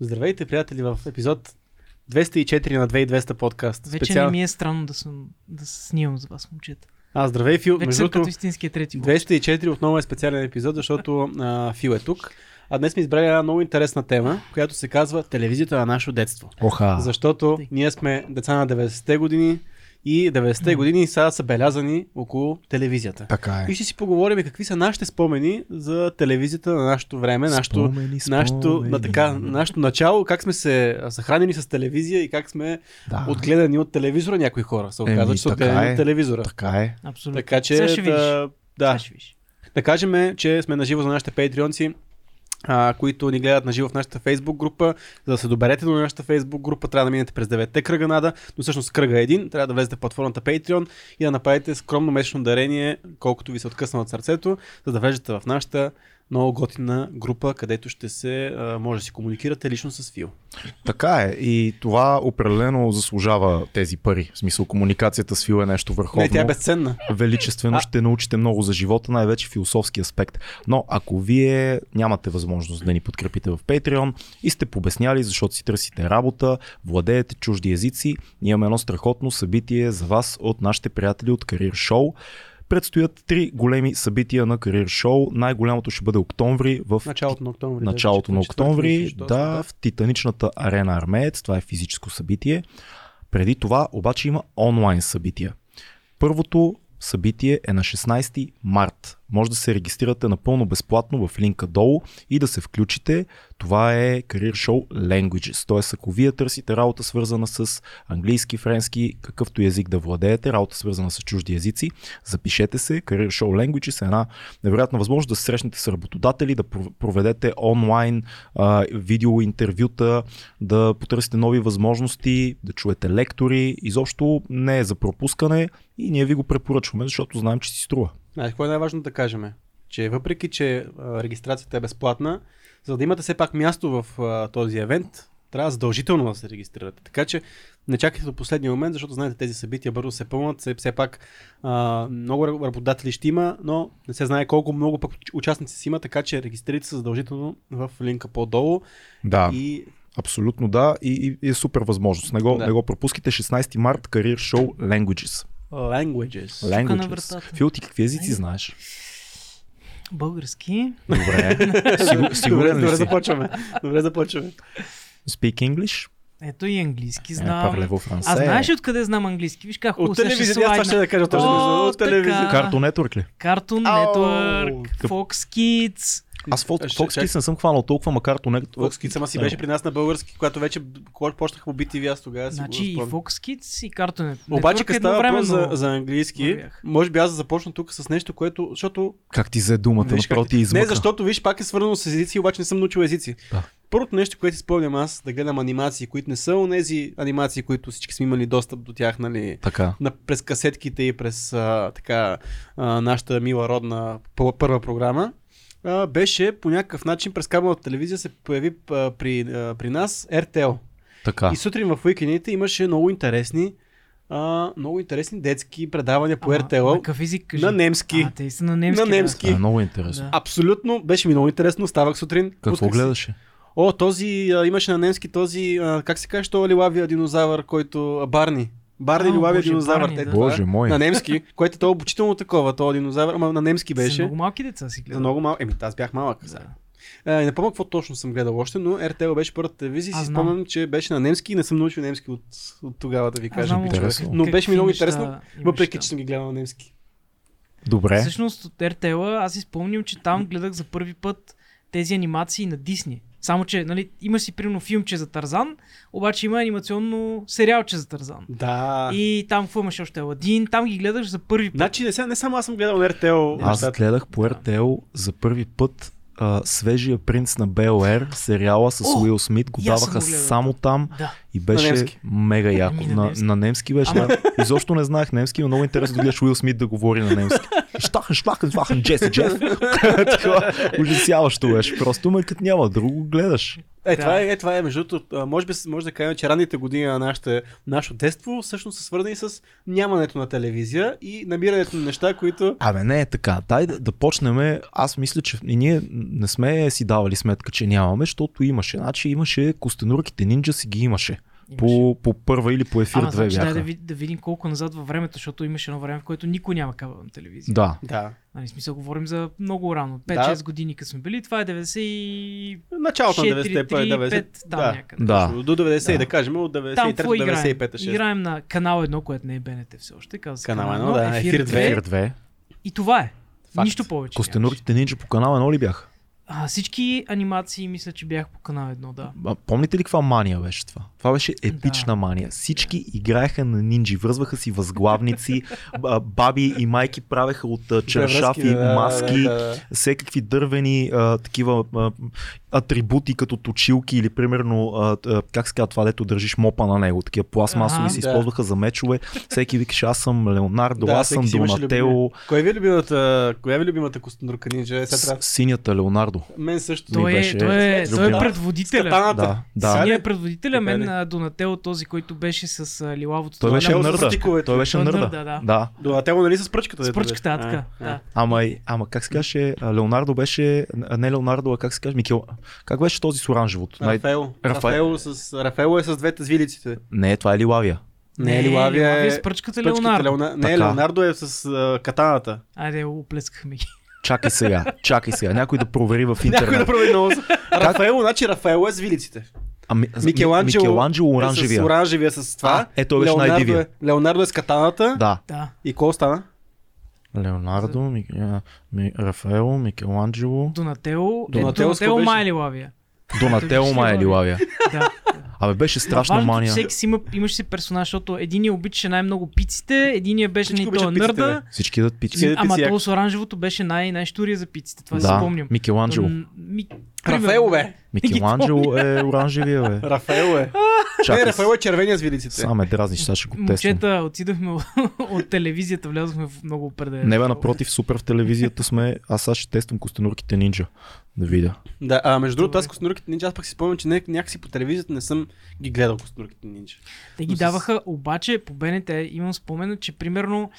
Здравейте, приятели, в епизод 204 на 2200 подкаст. Вече Специал... не ми е странно да, съм, да се снимам за вас, момчета. А, здравей, Фил. Вече Между съм като другото, истинския трети бог. 204 отново е специален епизод, защото а, Фил е тук. А днес сме избрали една много интересна тема, която се казва телевизията на нашето детство. Оха. Защото Тъй. ние сме деца на 90-те години и 90-те години са събелязани около телевизията. Така е. И ще си поговорим какви са нашите спомени за телевизията на нашето време, нашето, Спомени, нашето, на спомени. така, нашето начало, как сме се а, съхранени с телевизия и как сме Да. отгледани от телевизора някои хора. Се Еми, оказва, че са така отгледани е. от телевизора. Така е. Абсолютно. Така че, Сега ще видиш. да, Сега да, ще видиш. да кажем, че сме наживо за нашите патреонци, а, които ни гледат наживо в нашата фейсбук група. За да се доберете до нашата фейсбук група, трябва да минете през 9-те кръга нада, но всъщност кръга е един. Трябва да влезете в платформата Patreon и да направите скромно месечно дарение, колкото ви се откъсна от сърцето, за да влезете в нашата много готина група, където ще се, а, може да си комуникирате лично с Фил. Така е. И това определено заслужава тези пари. В смисъл, комуникацията с Фил е нещо върховно. Не, тя е безценна. Величествено А- ще научите много за живота, най-вече философски аспект. Но ако вие нямате възможност да ни подкрепите в Patreon и сте побесняли, защото си търсите работа, владеете чужди езици, ние имаме едно страхотно събитие за вас от нашите приятели от Career Show. Предстоят три големи събития на Career Show. Най-голямото ще бъде октомври в Началото на октомври. началото на четвърти, октомври, четвърти, да, в Титаничната арена Армеец. Това е физическо събитие. Преди това обаче има онлайн събития. Първото събитие е на 16 март. Може да се регистрирате напълно безплатно в линка долу и да се включите. Това е Career Show Languages. Т.е. ако вие търсите работа свързана с английски, френски, какъвто език да владеете, работа свързана с чужди езици, запишете се. Career Show Languages е една невероятна възможност да се срещнете с работодатели, да пров- проведете онлайн а, видеоинтервюта, да потърсите нови възможности, да чуете лектори. Изобщо не е за пропускане и ние ви го препоръчваме, защото знаем, че си струва. Знаеш, какво е най-важно да кажем? Че въпреки, че а, регистрацията е безплатна, за да имате все пак място в а, този евент, трябва задължително да се регистрирате. Така че не чакайте до последния момент, защото знаете, тези събития бързо се пълнат. Все, все пак а, много ра- работодатели ще има, но не се знае колко много пък участници си има, така че регистрирайте се задължително в линка по-долу. Да, И абсолютно да и, и е супер възможност. Не го, Да. не го пропуските. 16 март Career Show Languages. languages. на Languages. вратата. Фил, ти какви езици знаеш? Български. Добре. Сигу- Добре, Сигурен ли добре си? започваме. Добре започваме. Speak English? Ето и английски Е, знам. parlez-vous français. а знаеш ли откъде знам английски? Виж как хубаво От сега ще телевизията, аз това ще слайдна. да кажа точно. О, От телевизията. така. Cartoon Network ли? Cartoon Ау! Network, Fox Kids. Аз Fox, Ще- Fox Kids не съм хванал толкова, макар то не... Fox Kids, ама си беше при нас на български, когато вече кога почнаха по BTV, аз тогава си Значи и го спомням. Fox Kids и Cartoon Network. Обаче, като става едновременно. въпрос за, за английски, вървях. може би аз да започна тук с нещо, което, защото... Как ти взе думата, Виж как- направо ти измъка. Не, защото, виж, пак е свързано с езици, обаче не съм научил езици. Да. Първото нещо, което си спомням аз, да гледам анимации, които не са онези анимации, които всички сме имали достъп до тях, нали? Така. На, през касетките и през а, така, а, нашата мила родна пъл- първа програма, а, беше по някакъв начин през кабелната телевизия се появи а, при, а, при нас RTL. Така. И сутрин в уикендите имаше много интересни, а, много интересни детски предавания по Ама, на RTL Какъв език кажи? на немски. А, те са на немски. На да. немски. Това е много интересно. Да. Абсолютно, беше ми много интересно, ставах сутрин. Какво пусках си. гледаше? О, този, а, имаше на немски този, а, как се каже, то лилавия динозавър, който, а, Барни. Барни А, лилавия боже, динозавър. Барни, те, да. това е. Боже мой. На немски, което е то обучително такова, то динозавър, ама на немски За беше. много малки деца си За гледам. много малък. Еми, аз бях малък. Да. А, и не помня какво точно съм гледал още, но RTL беше първата телевизия и Аз си знам. спомням, че беше на немски и не съм научил немски от, от тогава, да ви Аз кажа. знам интересно. как- Но беше ми много какви неща интересно, имаш Въпреки, там. че съм ги гледал на немски. Добре. Всъщност от RTL аз си спомням, че там гледах за първи път тези анимации на Дисни. Само, че нали, има си примерно филмче за Тарзан, обаче има анимационно сериалче за Тарзан. Да. И... И там какво имаш още? Аладин, там ги гледаш за първи път. Значи не, сега, не само аз съм гледал на RTL. Аз нещата. гледах по RTL за първи път а, Свежия принц на БЛР, сериала с О, Уил Смит, го и аз съм даваха го гледал. само там Да. и беше На немски. мега яко. Ами, на на, немски. немски. на немски беше. Ама- да. Изобщо не знаех немски, но много интересно да гледаш Уил Смит да говори на немски. Штахан, шпахан, шпахан, Джеси, Джеф. Такова Ужасяващо беше. Просто ме като няма друго гледаш. Е, Да. това е, е, това е, между другото, а, може би с- може да кажем, че ранните години на нашите, нашето детство всъщност са свързани с нямането на телевизия и намирането на неща, които... Абе, не е така. Дай да, да почнем. Аз мисля, че и ние не сме си давали сметка, че нямаме, защото имаше. Значи имаше костенурките нинджа си ги имаше. По, по първа или по ефир Ама, две значи, дай бяха. да, ви- да видим колко назад във времето, защото имаше едно време, в което никой няма кабелна телевизия. да. Да. Нали, смисъл, говорим за много рано. Да. 5-6 години като сме били, това е 90 и... Началото на 90-те, 90 5, там да. някъде. Да. До 90 да. Да. да кажем, от 93 Там до какво играем? 95 6 Играем на канал 1, което не е БНТ все още. Казва се Канал канал 1, 1, да, ефир Ефир 2. Е. Ефир 2. И това е. Факт. Нищо повече. нямаше. Костенурките нинджа по канал едно ли бяха? А, всички анимации мисля, че бях по канал 1, да. А, Помните ли каква мания беше това? Това беше епична Да. мания. Всички играеха на нинджи, връзваха си възглавници, б- баби и майки правеха от а, чершафи, маски, Да, да, да. всекакви дървени а, такива а, атрибути, като точилки или примерно, а, т- а, как се казва това, дето държиш мопа на него, такива пластмасови Ага. се Да. използваха за мечове. Всеки викаше, аз съм Леонардо, Да, аз всеки съм си имаше Донатело. любимия. Коя ви е любимата, коя ви е любимата костенурка нинджа? Е, С- Сега трябва... Синята Леонардо. Мен също. Той Той е, беше той е, той е любим. предводителя. Катаната. Да, да. Ние е Сега ли? предводителя, Така ли? мен а, Донатело, този, който беше с а, лилавото. Той беше Донатело с нърда. е стиковете. Той беше Той е нърда. нърда, да. да. Донатело, нали с пръчката? С дето пръчката, а, беше? така. А, Да. Ама, и- ама как се каже, Леонардо беше, а, не Леонардо, а как се каже, Микел, как беше този с оранжевото? Най- Рафаел. Рафаел. Рафаел, с... Рафаел е с двете звилиците. Не, това е Лилавия. Не, Лилавия е... с пръчката пръчките, Леонардо. Леона- Не, Така. Леонардо е с а, катаната. Айде, оплескахме ги. Чакай сега, чакай сега, някой да провери в Някой да интернет. прави много. Рафаел, значи Рафаел е с вилиците. А, Ми- Микеланджело, Ами, Микеланджело Е с оранжевия. оранжевия с това. А, е, той беше Леонардо най-дивия. е- Леонардо е с катаната. Да. Да. И кой остана? Леонардо, Ми, а, Ми, Рафаело, Микеланджело, Донатело, е, Донатело, Донатело кой беше? Майли Лавия. Донатело беше Майя Лилавия. Да. Абе беше страшна Важното, че мания. Всеки си има, имаше си персонаж, защото един обичаше най-много пиците, единия беше Всички ни той обичат пиците, нърда, Всички дадат пици. Всички- ама Пици, то с оранжевото беше най- най-штурия за пиците, това си Да, спомням. Микеланджело. М, Ми... Рафаел бе. Микеланджело е оранжевия, бе. Рафаел е. Не, Чакай, Рафаел е червения с вилиците. сам е дразниш, сега ще го тествам. Момчета, отидохме от телевизията, влязохме в много определен. Не бе, шоу. напротив, супер в телевизията сме. Аз сега ще тествам костенурките нинджа. Да видя. Да, а между другото, Добре. аз костенурките нинджа, аз пък си спомням, че не- някакси по телевизията не съм ги гледал костенурките нинджа. Те ги с- даваха, обаче по БНТ имам спомена, че примерно...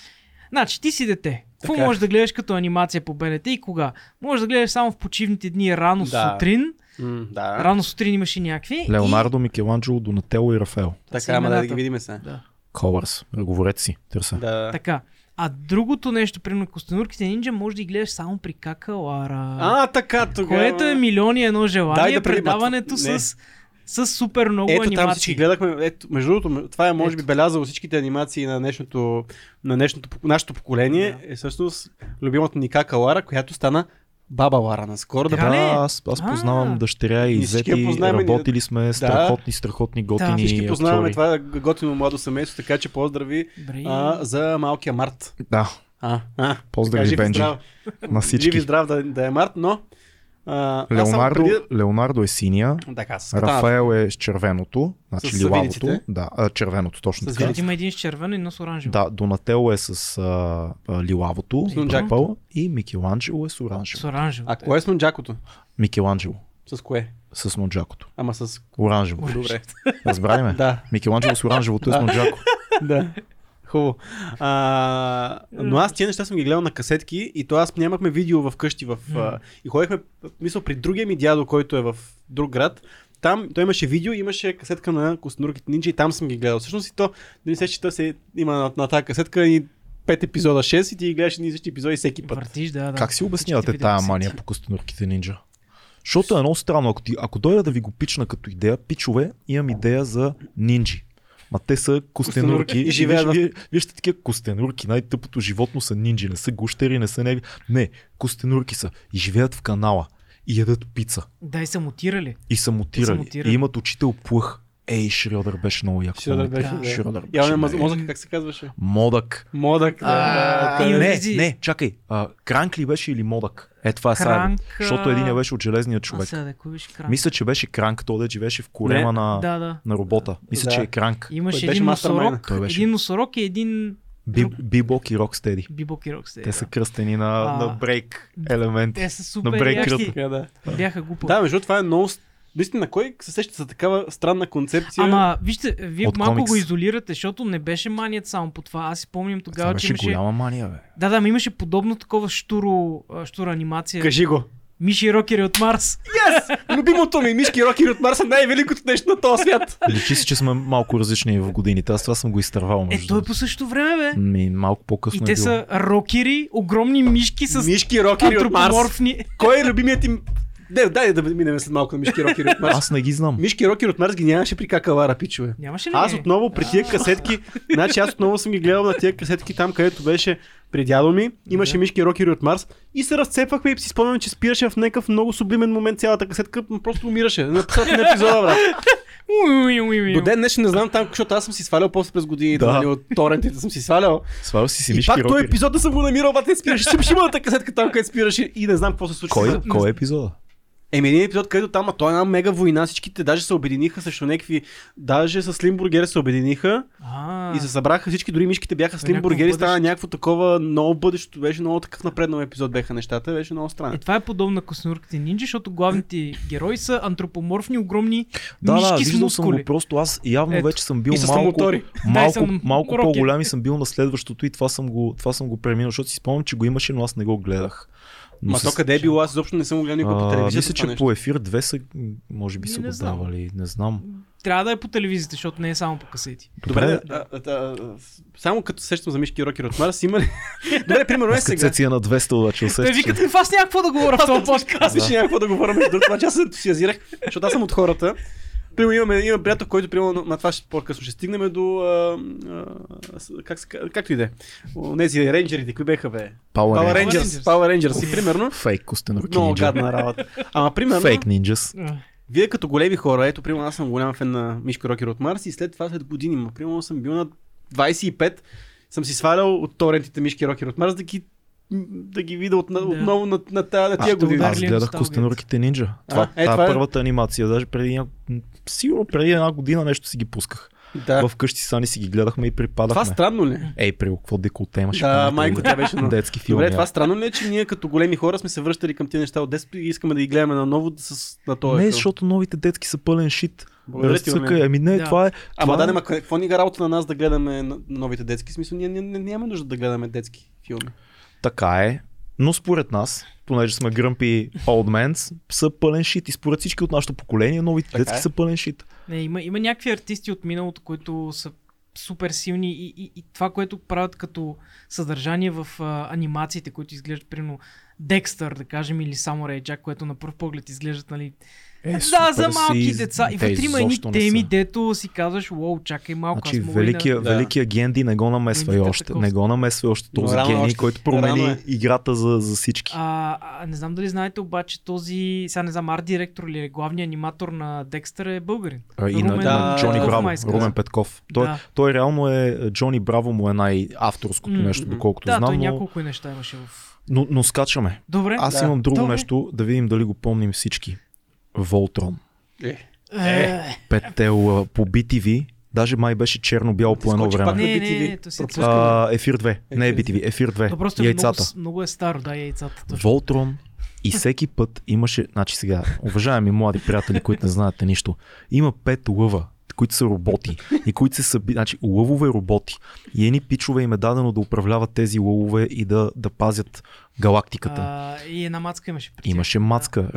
Значи ти си дете. Какво Така е. можеш да гледаш като анимация по БНТ и кога? Можеш да гледаш само в почивните дни рано Да. сутрин. М, Да, Рано сутрин имаше някакви. Леонардо, Микеланджело, Донатело и Рафаел. така, ама да, да ги имената. видим сега. И... Да. Колърс. Говорете си. Търса. Да. Така. А другото нещо, примерно Костенурките нинджа, може да ги гледаш само при какалара. А, така, тогава. което е милион и едно желание. Дай да преди- предаването Не. с, с супер много Ето там анимации. всички гледахме. Ето, между другото, м- това е може би Ето. белязало всичките анимации на днешното, на днешното пок- нашето поколение. Да. Е всъщност любимата ни кака Лара, която стана баба Лара наскоро. Да, Така да, ли? Да, аз, аз А. познавам дъщеря и Ние всички я зети, познаваме, работили сме страхотни, страхотни, готини всички познаваме актьори. това готино младо семейство, така че поздрави Добре. а, за малкия Март. Да, А, а, Поздрави, така, жив и Бенджи. здрав. на Жив и всички. здрав да, да е Март, но... А, аз само Леонардо, Преди... Леонардо е синия, Така, с катаната. Рафаел е с червеното, значи С лилавото. савиниците. Да, а, червеното, точно С така. Защото Има един с червено и едно с оранжево. Да, Донатело е с а, а, лилавото, С нунджако. пърпъл, и Микеланджело е с С оранжево. оранжево. А кое е с нунджакото? Микеланджело С кое? с нунджакото. Ама с... Оранжево. Добре. Разбрали ме? да. Микеланджело с оранжевото е с Да. нунджако. да. Хубаво. А, но аз тия неща съм ги гледал на касетки и то аз нямахме видео вкъщи в... А, и ходихме, мисъл, при другия ми дядо, който е в друг град. Там той имаше видео, имаше касетка на Костенурките Нинджа и там съм ги гледал. Всъщност и то, да не се че то се има на, на тази касетка и 5 епизода, 6 и ти ги гледаш едни и същи епизоди всеки път. Въртиш, да, да. Как си Всичките обяснявате видео тая си. мания по костенурките нинджа? Защото е много странно. Ако, ти, ако дойда да ви го пична като идея, пичове, имам идея за нинджи. Ма те са костенурки. Костенурки. И живеят виж, в- вие, вижте такива костенурки. Най-тъпото животно са нинджи. Не са гущери, не са неви. Не, костенурки са. И живеят в канала. И ядат пица. Да, и са мутирали. И са мутирали. мутирали. И имат учител плъх. Ей, Шрьодър беше много яко. Шрьодър Помните? беше, да. Шрьодър беше Явно най- мозъка, как се казваше? Модък. Модък. А, да, е и да. Юрий Не, Зи. не, чакай. А, кранк ли беше или модък? Е, това е сайбо. Кранк, а, Защото единия беше от железния А човек. сега да кой беше кранк? Мисля, че беше кранк, той да живееше в корема Не. на, Да, да. на робота. Мисля, Да. че е кранк. Имаше Той беше един мастермайна. носорог, Той беше. един носорог и един Би, бибок и Рокстеди. бибок и рокстей. Те са кръстени на, А. на брейк елементи. Те са супер брейк яки. кръпа. Така, да. Бяха глупави. Да, между другото, това е много, Наистина, кой се сеща за такава странна концепция? Ама, вижте, вие е От малко комикс. го изолирате, защото не беше маният само по това. Аз си помням Това тогава, че беше имаше... голяма мания, бе. Да, да, ма имаше подобно такова штуро, а, штура анимация. Кажи го. Миши Рокери от Марс. Yes! Любимото ми мишки рокери от Марса най-великото нещо на този свят. Личи си, че сме малко различни в годините. Аз това съм го изтървал, Е, между той е по същото време, бе. Ми, малко по-късно И е те било. са рокери, огромни мишки с Мишки рокери от Марс. антропоморфни. Кой е любимият им... Не, дай да минем след малко на мишки рокери от Марс. Аз не ги знам. Мишки рокери от Марс ги нямаше при какалара, пичове. Нямаше ли? Аз отново при тия касетки, значи аз отново съм ги гледал на тия касетки там, където беше при дядо ми, имаше Да. мишки рокери от Марс и се разцепвахме и си спомням, че спираше в някакъв много сублимен момент цялата касетка, м, просто умираше. На писата на епизода, брат. Уй, уй, уй, уй. До ден днешен не знам там, защото аз съм си свалял после през годините, Да. нали, от торентите съм си свалял. Свалял си си И мишки пак този рокери. епизод да съм го намирал, бате спираше, че беше имала касетка там, където спираше и не знам какво се случи. Кой, кой е епизода? Еми, един епизод, където там, а той е една мега война, всичките даже се обединиха срещу някакви, даже с Лимбургер се обединиха А, Е, и се събраха всички, дори мишките бяха с Някакво Лимбургер и стана бъдеще. някакво такова много бъдещето, беше много такъв напреднал епизод бяха нещата, беше много странно. Е, това е подобно на космурките нинджи, защото главните герои са антропоморфни, огромни Да, мишки да, с виждал съм го, мускули. просто аз явно Ето. вече съм бил И с малко, мотори. Дай малко, съм малко рокер. по-голям и съм бил на следващото и това съм го, това съм го преминал, защото си спомням, че го имаше, но аз не го гледах. Но Ма с- то къде е било, аз изобщо не съм го гледал никога по А, телевизията. Мисля, това че нещо. по ефир 2 са, м, може би Ми, са не го знам. давали, не знам. Трябва да е по телевизията, защото не е само по касети. Добре, а, а, а, само като сещам за мишки рокер от Марс, има ли... Добре, примерно е Аз като сега. се на 200 обаче Те усещаш. че- викат, какво аз някакво да говоря в този подкаст. Аз вече няма какво да говоря между другото, това, че аз се ентусиазирах, защото аз съм от хората. Примерно имаме, имаме приятел, който примерно на- на това ще по-късно ще стигнем до... А, а, с- как, се ка- както и да е. Нези рейнджерите, кои беха бе? Power Power Rangers. Rangers. Rangers. Power Rangers и примерно. Фейк костенурки Много нинджа. гадна работа. Ама примерно, Фейк нинджас. вие като големи хора, ето примерно аз съм голям фен на Мишко Рокер от Марс и след това след години, ма, примерно съм бил на 25, съм си свалял от торентите Мишки Рокер от Марс да ги да ги видя от, отново на, на, тая- на тия ще години. ударя Аз Дали е гледах носталгията? Костенурките нинджа. Това, е, е, това това е. първата анимация. Даже преди ня- м, сигурно преди една година нещо си ги пусках. Да. В къщи сани си ги гледахме и Това припадахме. странно ли? е? Ей, при какво деколте имаш? Да, майко, тя беше много. нали, Детски филм. Добре, това странно ли е, че ние като големи хора сме се връщали към тези неща от детството и искаме да ги гледаме наново с, на този Не, ефир? защото новите детски са пълен шит. е Благодаря ти, Разцъкай, Владимир. ами не, Да. това е. Ама това да, е- ма какво ни га работа на нас да гледаме на- новите детски? В смисъл, ние, ние, ние нямаме нужда да гледаме детски филми. Така е. Но според нас, понеже сме гръмпи old men, са пълен шит. И според всички от нашето поколение, новите Така детски е. са пълен шит. Не, има, има някакви артисти от миналото, които са супер силни и, и, и това, което правят като съдържание в а, анимациите, които изглеждат, примерно, Декстър, да кажем, или Самурай Джак, което на пръв поглед изглеждат, нали, Е, да, супер за си. малки деца. И Те вътре има едни изобщо не теми, са. дето си казваш, вау, чакай малко, Значи аз мога ли великия, на... Да. да. великия Генди не го намесва и Генди още. Тартаковски. Не го намесва и още Но този рано гений, още. който Рано промени е. играта за, за всички. А, а, не знам дали знаете, обаче този, сега не знам, арт директор или главният аниматор на Декстър е българин. А, и на, Румен на Джони Петков Браво, май се казва. Румен Петков. Той, Да. той реално е, Джони Браво му е най-авторското М, нещо, м. доколкото да, той знам, но, няколко неща имаше в... но, но скачаме. Добре. Аз Да. имам друго Добре. нещо, да видим дали го помним всички. Волтрон. Е, Е, Петте лъва по BTV, даже май беше черно-бяло по едно Скочи време. пак на Не, не, BTV. не, то си е Пропускаме. А, ефир 2. Не е Ефир. BTV, ефир 2. То просто е много, Яйцата. с- много е старо, да, яйцата. Точно. Волтрон и всеки път имаше, значи сега, уважаеми млади приятели, които не знаете нищо, има пет лъва, които са роботи и които се съби, значи лъвове роботи и едни пичове им е дадено да управляват тези лъвове и да, да пазят галактиката. А, и една мацка имаше при тях. Имаше мацка,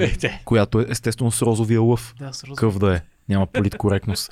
която е естествено с розовия лъв, Да, с розов. къв да е, няма политкоректност.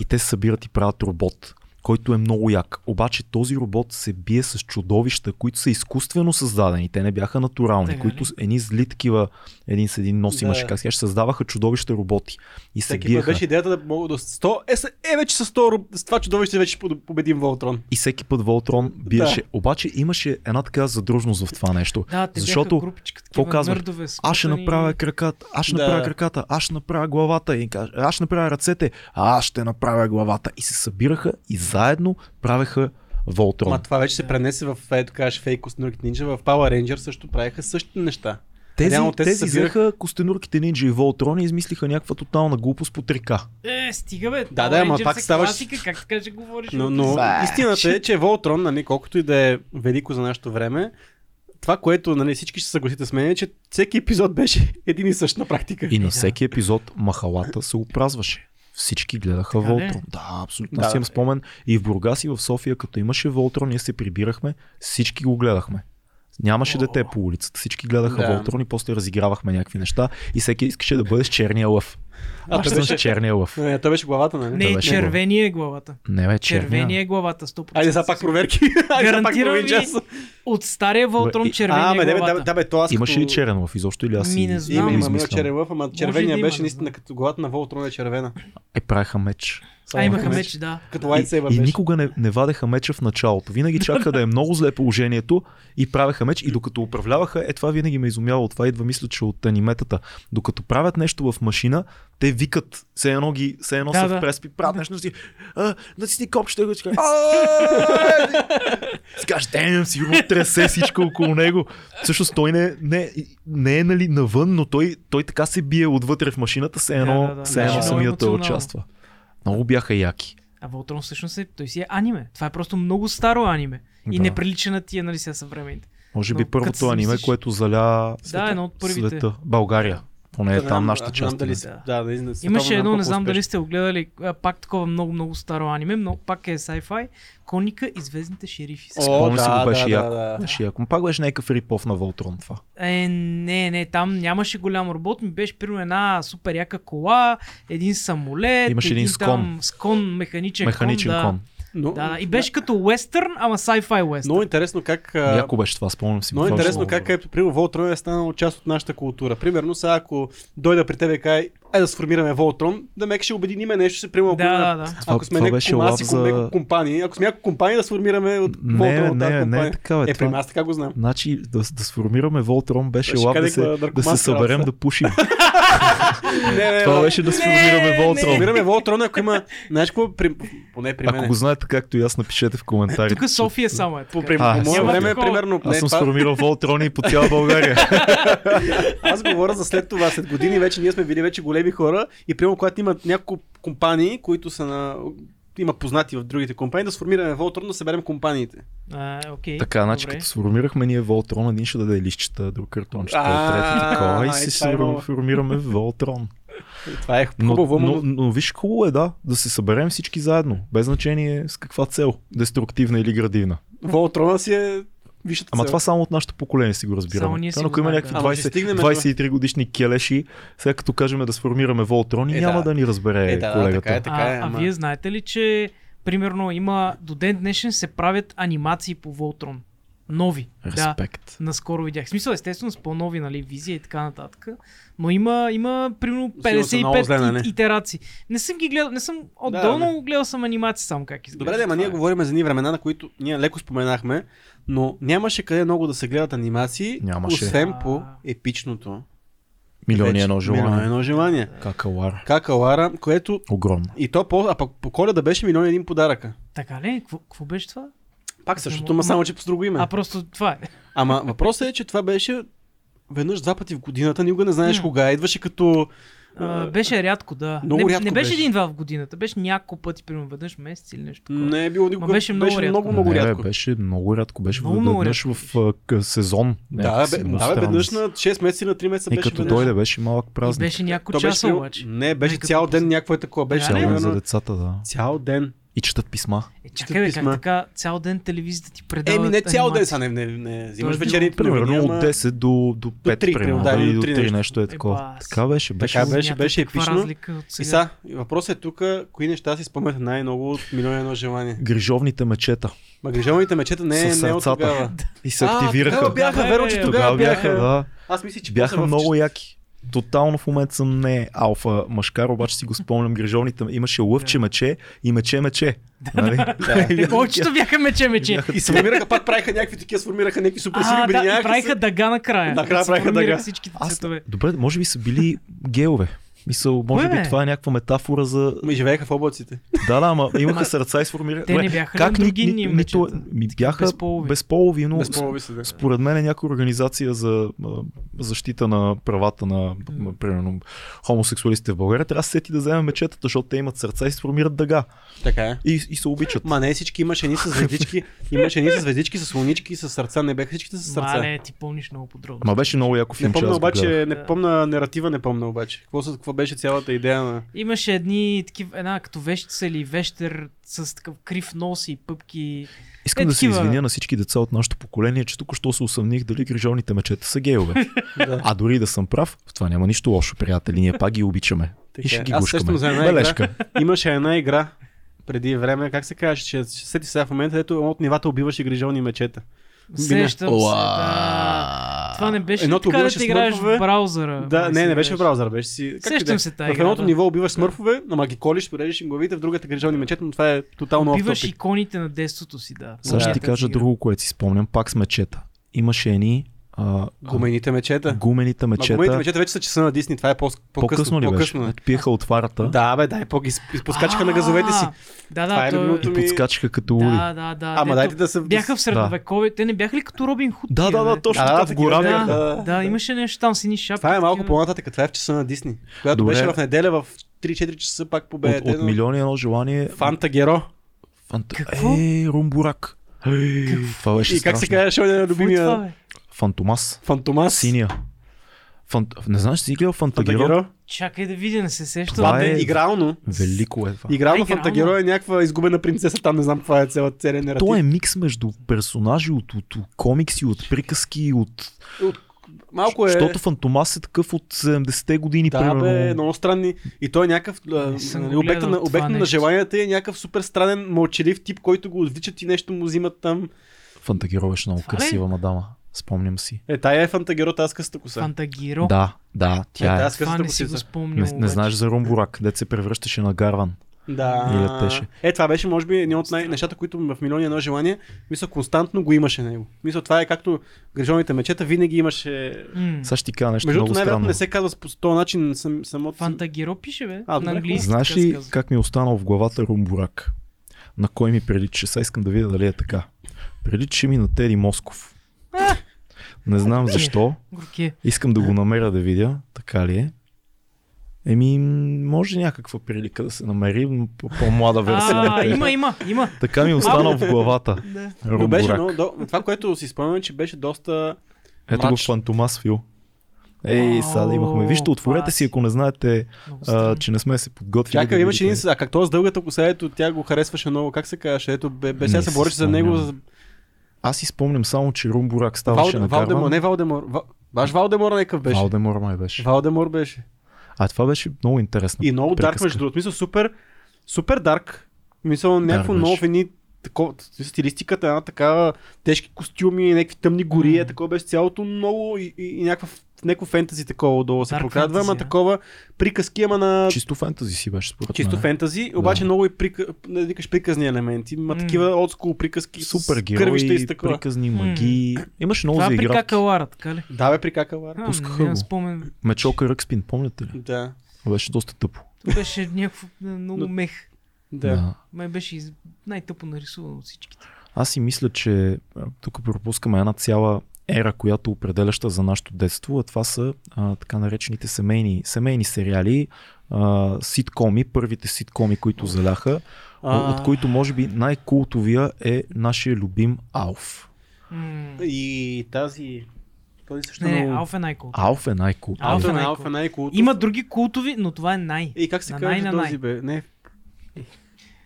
И те се събират и правят робот, който е много як. Обаче този робот се бие с чудовища, които са изкуствено създадени. Те не бяха натурални, Така ли? които с- едни зли такива, един с един нос Да. имаше, как се каже, създаваха чудовища роботи. И се Всеки път биеха. беше идеята да мога до 100. Е, с- е вече с 100 руб- с това чудовище вече ще под- победим Волтрон. И всеки път Волтрон биеше. Обаче имаше една така задружност в това нещо. Да, те Защото, бяха групичка, какво такива казвах? нърдове, Аз ще скутани. направя краката, аз ще Да. направя краката, аз ще направя главата и им кажа, аз ще направя ръцете, а аз ще направя главата. И се събираха и заедно правеха Волтрон. Ма това вече се пренесе в, ето кажеш, Fake Snurk Ninja, в Power Ranger също правеха същите неща. Тези, Реално те те се тези събираха- взеха костенурките нинджа и Волтрон и измислиха някаква тотална глупост по трика. Е, стига бе. Да, Power да, ама Rangers пак е ставаш- Класика, как така ще говориш? Но, от- но Бе, истината е, че Волтрон, нали, колкото и да е велико за нашето време, това, което нали, всички ще се съгласите с мен, е, че всеки епизод беше един и същ на практика. И Е, да. на всеки епизод махалата се опразваше. Всички Така гледаха ли? Волтрон. Да, абсолютно. Да, Аз имам бе. спомен и в Бургас и в София, като имаше Волтрон, ние се прибирахме, всички го гледахме. Нямаше О. дете по улицата. Всички гледаха Да. Волтрон и после разигравахме някакви неща и всеки искаше да бъде с черния лъв. А, Аз той съм с беше, черния лъв. не, той беше главата, нали? Не, беше червения е главата. Не, бе, Червения черния. е главата, 100%. Айде сега пак проверки. Айде сега пак Гарантирам половин ви, час. От стария Волтрон Бе, и- червения А, ме, е да, бе, главата. да, да, бе, то аз Имаше като- и черен лъв, изобщо или аз Ми си не го знам. Има, има, има измислям? черен лъв, ама да червения има, беше да. наистина като главата на Волтрон е червена. Е, правиха меч. А, имаха Имаха меч, да. Като Light и, Saber и беше. никога не, не вадеха меча в началото. Винаги чакаха да е много зле положението и правеха меч. И докато управляваха, е това винаги ме изумяло. От Това идва, мисля, че от аниметата. Докато правят нещо в машина, те викат, все едно, ги, все едно Да, са да. в преспи, правят нещо си. а, Натисни копчето и го чакай. Скаш, дем, сигурно тресе всичко около него. Всъщност той не, не, не е нали, навън, но той, той така се бие отвътре в машината, все едно, да, да. все едно Много самият той емоционално. участва. Много бяха яки. А Волтрон всъщност е, той си е аниме. Това е просто много старо аниме. И Да. не прилича на тия, нали, сега съвременните. Може би Но като първото си аниме, мислиш- което заля е Да, едно от първите. света. България. Поне е Да, там знам, нашата аз знам част. дали е. си- Да, да, изна- Имаше световна едно, не наука знам дали успешна. сте го гледали, а, пак такова много, много старо аниме, но пак е sci-fi. Коника и звездните шерифи. О, Спомням си да, го, беше да, да, яко. да. Беше яко. Но Пак беше някакъв рипов на Волтрон това. Е, не, не, там нямаше голям робот, ми беше примерно една супер яка кола, един самолет, Имаше един скон. Там, скон, механичен, Механичен кон. кон. Но- Да. Да, да, и беше като уестърн, ама sci-fi уестърн. Много интересно как... а, Яко беше това, спомням си. го, Много това беше е интересно как, ето, примерно, Волтрон е станал част от нашата култура. Примерно, сега ако дойда при тебе и кай, е да сформираме Волтрон, да мек ще обединиме нещо, ще примерно. Да, ако- да, да. Това- Ако сме това няколко беше маси, лав за- за... компании, ако сме няколко компании да сформираме от Не, Волтрон от не, тази не е компания. така, бе, Е, при това- мен аз така го знам. Значи да, да сформираме Волтрон беше Ще лап кажа да се, някаква да се наркоманска съберем работа. да пушим. Не, не, Това Е, не. беше да сформираме Волтрон. Сформираме Волтрон, ако има. Знаеш какво? При... Поне при Ако мен. го знаете както и аз, напишете в коментарите. Тук София само е. По, така. при, А, по мое София. време, Такова. примерно. Аз не, е съм това- сформирал Волтрони по цяла България. Аз говоря за след това, след години вече ние сме били вече големи хора и примерно когато имат няколко компании, които са на има познати в другите компании, да сформираме Волтрон, да съберем компаниите. А, Е, окей. Така, значи добре. като сформирахме ние Волтрон, един ще даде лищчета, друг картончета, А, трети такова и е, се това е сформи- мога. формираме Волтрон. И Това е Но, хубаво, но, но... но виж хубаво е да, да се съберем всички заедно, без значение с каква цел, деструктивна или градивна. Волтрона си е висшата Ама цел. това само от нашето поколение си го Само разбираме. ние си Та, го ако има знаем, някакви да. Ама ще 20, стигнем до- 23 годишни келеши, сега като кажем да сформираме Волтрон, Е, няма да. да ни разбере Е, да, да, колегата. така е, така а, е, ама- а вие знаете ли, че примерно има до ден днешен се правят анимации по Волтрон? Нови. е. Да. Респект. Наскоро видях. В смисъл, естествено, с по-нови, нали, визия и така нататък. Но има, има примерно Сигурно са много 55 зле, нали? и- итерации. Не съм ги гледал, не съм отдолно, гледал съм анимации само как изглежда. е. Добре, да, ама ние говорим за едни времена, на които ние леко споменахме, но нямаше къде много да се гледат анимации, Нямаше. освен А. по епичното. Милиони вече- едно Милион и желание. едно желание. Какалар. Какалара, което Огромно. и то по, а пък по коледа беше милион и един подаръка. Така ли? Какво- Какво беше това? Пак Не същото, мога. ма само че по друго име. А, просто това е. Ама въпросът е, че това беше веднъж два пъти в годината, никога не знаеш М. кога. Идваше като... А, беше рядко, да. Много не, рядко не беше беше. един-два в годината, беше няколко пъти, примерно веднъж месец или нещо. такова. Не е било никога. Ма беше много беше рядко. много, много не, бе, рядко. Беше много рядко. Беше Много, много веднъж рядко в а, к- сезон. Да, някакси, бе, много да, бе, странно. веднъж на 6 месеца или на 3 месеца И беше като веднъж. дойде беше малък И празник. беше няколко То беше часа било- обаче. Не, беше Нека цял да ден някаква такова. Беше Цял ден Цяло за примерно децата, да. цял ден. И четат писма. Е, чакай, бе, как писма. така цял ден телевизията ти предава Еми не цял ден, анимации? са не, не, не е взимаш било вечери. Примерно примерно, от ама- 10 до, до 5, три, примерно, примерно, да, или или до до 3 три нещо, нещо. е такова. бас. Така беше, беше. Така беше, Смятай, беше каква епично. разлика от И сега. са, и въпросът е тук, кои неща си спомняте най-много от милион и едно желание. Грижовните мечета. Магрижованите мечета не, е- Със не е от сърцата. тогава. И се А, активираха. Тогава бяха, Да, верно, бе, че бе. тогава бяха. е. да. Аз мисля, че Бяха после в- много яки. Тотално в момента съм не алфа машкар, обаче си го спомням. Грижовните имаше лъвче мече и мече мече. Нали? И Те бяха повечето Е, бяха мече-мече. бяха И сформираха, пак правиха някакви такива, сформираха някакви супер сили, А, да, и обединяваха правиха се. дъга накрая. Накрая Като се правиха формираха дъга. Всичките Аз... цветове. Добре, може би са били геове. Мисъл, може Кое би бе? това е някаква метафора за... М, Живееха в облаците. Да, да, ама имаха Ма, сърца и сформираха. те не Добре, бяха ли как ни- андрогинни ни- момичета? нито- ми бяха Безполови. безполови, но с- Безполови са. да. Според мен е някоя организация за а, защита на правата на, м, примерно, хомосексуалистите в България. Трябва да се сети да вземе мечетата, защото те имат сърца и се формират дъга. Така е. И, и се обичат. Ма не всички имаше едни с звездички, имаше едни с звездички, с слонички, с сърца, не бяха всичките с сърца. Мале, ти помниш много подробно. Ма беше много яко Не филм, помня обаче, Да. не помня наратива, не помня обаче. Какво, са- какво беше цялата идея на... Имаше едни такива, една като вещица или вещер с такъв крив нос и пъпки. Искам Е, да се такива- извиня на всички деца от нашето поколение, че тук що се усъмних дали грижовните мечета са гейове. Да. а дори да съм прав, в това няма нищо лошо, приятели. Ние пак ги обичаме. Така И ще е. ги Аз гушкаме. сещам за една игра. Бележка. Имаше една игра преди време, как се казваше, че ще сети сега в момента, ето едно от нивата убиваше грижовни мечета. Сещам се, да. Уа. Това не беше Едното Едното така да убиваше ти играеш смъртове. в браузъра. Да, може не, си не беше в играеш. браузър, беше си. Сещам да е. се тая В игра, едното да. ниво убиваш смърфове, ама ги колиш, порежеш им главите, в другата грижовни мечета, но това е тотално Убиваш автопик. иконите на детството си, да. Сега ще ти Да, кажа тази игра. друго, което си спомням, пак с мечета. Имаше едни а, Гумените мечета. гумените Ма, гумените мечета. мечета вече са часа на Дисни, това е по- По-късно по-късно. ли По-късно беше? е. Пиеха от варата. Да, бе, дай, по ги изпускачка на газовете си. А, Да, Това е да, той... любимото И ми- подскачаха като луди. Да, да, да. Ама дето дайте да се... Бяха в средновекове. Те не бяха ли като Робин Худ? Да, тия, да, да, бе? точно Да, така да, в гора такива, Да, бяха. да, да, имаше нещо там с едни шапки. Това е малко такива. по-нататък, това е в часа на Дисни, която Добре. беше в неделя в 3-4 часа пак по БНТ. От, от но- милиони едно желание. Фанта Геро. Фанта... Какво? Е, румбурак. Е, това беше И как се страшно. казваше на Какво е това, любимия бе? Фантомас. Фантомас? Синия. Фант... Не знаеш, си гледал Фантагеро? Фантагеро. Чакай да видя, не се сещам. Това е- Игрално. Велико е това. Игрално А, игрално. Фантагеро е някаква изгубена принцеса, там не знам каква е цяла целия То е наратив. микс между персонажи от, от, от комикси, от приказки, и от... Малко е... Защото Фантомас е такъв от 70-те години, Да, примерно. бе, много странни. И той е някакъв... а, Не съм нали, го Обект гледал на, това обект на нещо. желанията е някакъв супер странен, мълчалив тип, който го отвличат и нещо му взимат там. Фантагеро беше много Това ли? е? красива мадама. Спомням си. Е, тая е Фантагеро, тази с късата коса. Фантагиро. Да, да, Е, тя е. тази с Това късата не си го косица. спомням. Не, не знаеш за Румбурак, дет се превръщаше на Гарван. Да. И летеше. Е, това беше, може би, едно от най- нещата, които в милиони едно желание, мисля, константно го имаше него. Мисля, това е както грижовните мечета, винаги имаше. М, Сега ще ти кажа нещо Между много другото, най-вероятно странно. не се казва по този начин сам, самото. Фантагиро пише, бе. А, добре, на английски. Знаеш така се ли казва. как ми е останал в главата Румбурак? На кой ми прилича? Сега искам да видя дали е така. Прилича ми на Теди Москов. Е. Не знам защо. Горкия. Искам да го намеря да видя. Така ли е? Еми, може някаква прилика да се намери м, по- по-млада версия. на А, Теди. има, има, има. Така ми е останал в главата. Да. Но беше, Румбурак. но, до, това, което си спомням, че беше доста. Ето го мрач. Фантомас Фил. Ей, сега да имахме. Вижте, отворете си, ако не знаете, Много а, странно. че не сме се подготвили. Чакай, да имаше един. видите. с- А как то с дългата коса, ето тя го харесваше много. Как се казваше? Ето, бе, бе сега Не се си бореше за спомням. него. за- Аз си спомням само, че Румбурак ставаше Валде, на Карван. Валдемор, не Валдемор. Ва- Ваш Валдемор някакъв беше. Валдемор май беше. Валдемор беше. А това беше много интересно. И много дарк, приказка. между другото. Мисля, супер, супер дарк. Мисля, някакво беше. ново в едни тако, стилистиката, една такава тежки костюми, някакви тъмни гори, е Мгм. такова беше цялото много и, и, и някаква в някакво фентази такова отдолу се Dark прокрадва, ама fantasy, а? такова приказки, ама на Чисто фентази си беше според чисто мен. фентази, обаче е. Да. много и прика... не викаш приказни елементи, има М. такива отскул приказки Супер с кървища и герои, с такова. приказни М. магии. Имаше много Това за при игра. какалара, така ли? Да, бе, прикакала. А, Пускаха нямам го. спомен. Мечока Ръкспин, помните ли? Да, Беше доста тъпо. Тук беше някакво е, много Но- мех. да. Май беше из- най-тъпо нарисувано от всичките. Аз си мисля, че а, тук пропускаме една цяла ера, която е определяща за нашето детство, а това са а, така наречените семейни, семейни сериали, а, ситкоми, първите ситкоми, които заляха, А. а... от които може би най-култовия е нашия любим Алф. М. И тази... Този също Не, не, много... Алф е най-кул. Алф е най-култовия. Алф е Алфа, най-кул. Алфа, най-култов. Има други култови, но това е най. И как се На казва най- на този най. бе? Не.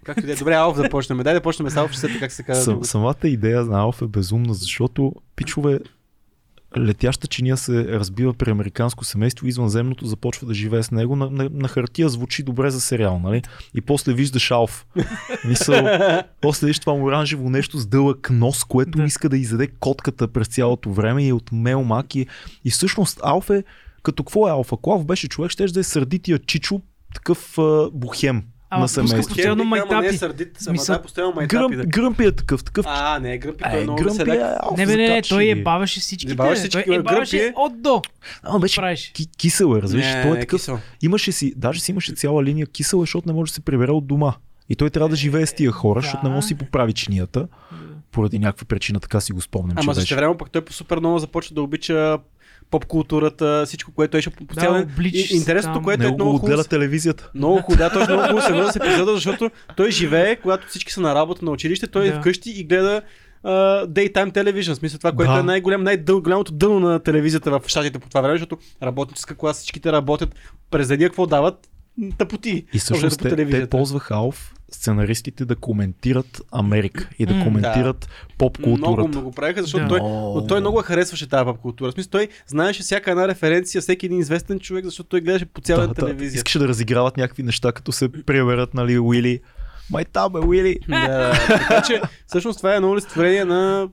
Както и да е. Добре, Алф да почнем. Дай да почнем с Алф, ще сета как се казва. Сам, другото. самата идея на Алф е безумна, защото пичове летяща чиния се разбива при американско семейство, извънземното започва да живее с него. На, на, на хартия звучи добре за сериал, нали? И после виждаш Алф. Мисъл, после виждаш това оранжево нещо с дълъг нос, което Да. иска да изяде котката през цялото време и е от мелмак. И, и всъщност Алф е, като какво е Алф? Ако Алф беше човек, ще да е сърдития чичо, такъв а, бухем. Ама на пускам Хербик, семейство. постоянно ама не е майтапи. сърдит, ама Смисъл, да, постоянно майтапи. Гръм, да- гръмпи е такъв, такъв. А, не, гръмпи, той Е, е много гръмпи е... седак. алфа, Не, бе, не, не, закачи. той е ебаваше всичките. Ебаваше бе. всички, Той бе, е? ебаваше гръмпи. от до. Ама беше Правиш. ки- кисел е, разбираш, Не, той е не, такъв. кисел. Имаше си, даже си имаше цяла линия кисел, е, защото не може да се прибере от дома. И той трябва да живее с тия хора, защото не може да си поправи чинията. Поради някаква причина така си го спомням, че Ама също беше. време пък той по супер много започва да обича поп културата, всичко, което беше по цял ден. обличаш И- Интересното, се там. което е Не го много хубаво. отгледа телевизията. Много хубаво, да, той е много хубаво се връзва с епизода, защото той живее, когато всички са на работа, на училище, той Да. е вкъщи и гледа Uh, daytime television, в смисъл това, което Да. е най-голям, най-голямото дъно на телевизията в щатите по това време, защото работническа класа, всичките работят през деня, какво дават? Тъпоти. И Общо всъщност по те, те телевизията. ползваха Алф сценаристите да коментират Америка и М, да да. коментират поп Много, културата. много правиха, защото Да. той, Много. но той много я харесваше тази поп култура. В смисъл, той знаеше всяка една референция, всеки един известен човек, защото той гледаше по цяла да, телевизия. искаше да разиграват някакви неща, като се приберат, нали, Уили. Май там е Уили. Да, така че, всъщност това е едно олицетворение на...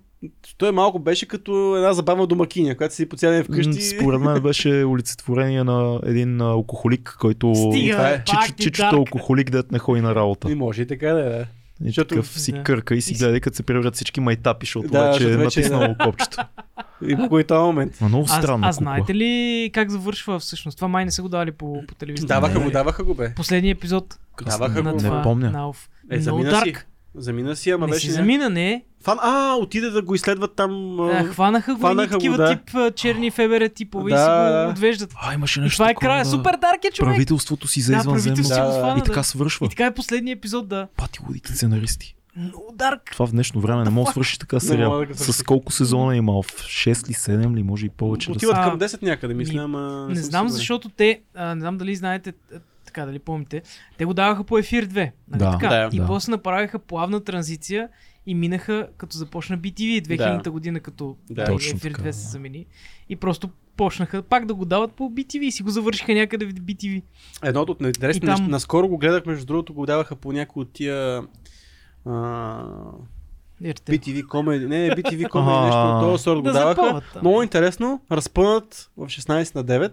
Той малко беше като една забавна домакиня, която си по цял ден вкъщи. М, Според мен беше олицетворение на един а, алкохолик, който... Стига, това е. пак Чичо, ти чичото дарка. алкохолик, дед не ходи на работа. И може и така да е. И Защото- такъв си да. кърка и И си си- гледа, като се приберат всички майтапи, защото Да, вече е защото вече е, да. натиснало копчето. И по който момент. Ма много А, странно. а кукла. знаете ли как завършва всъщност? Това май не са го давали по, по телевизията. Даваха Не. му, даваха го бе. Последния епизод Даваха на го. това. Не помня. На Алф. Е, Много замина си. дарк. Замина си, ама Не си беше... ня- замина, не. Фан... А, отиде да го изследват там. а, А, Хванаха го и Хванаха го, такива да. тип а, черни фебере типове и Да, си да. го отвеждат. А, имаше И нещо това е такова, края. да. Супер дарк е човек. Правителството си за Да, правителството извънземно. си го Да, да. свърна, И така да. свършва. И така е последния епизод, да. Пати лудите сценаристи. Много дарк. Това в днешно време не мога да свърши така сериал. мога да го С свърши. колко сезона е имал? В 6 ли, 7 ли, може и повече. Да Отиват А, към 10 някъде, ми- мисля, ама... Не съм знам, сигурен. защото те, а, не знам дали знаете, а, така дали помните, те го даваха по ефир 2. Нали Да. така? Да. и Да. после направиха плавна транзиция и минаха, като започна BTV 2000-та година, като Да. да, Точно ефир 2 така, се да. замени. И просто почнаха пак да го дават по BTV и си го завършиха някъде в BTV. Едно от интересни И там- там... неща. Наскоро го гледах, между другото, го даваха по някои от тия... А... RTL. BTV Comedy, не, BTV Comedy, А. нещо от този сорт го Да даваха. запълват, да. Много интересно, разпънат в 16 на 9.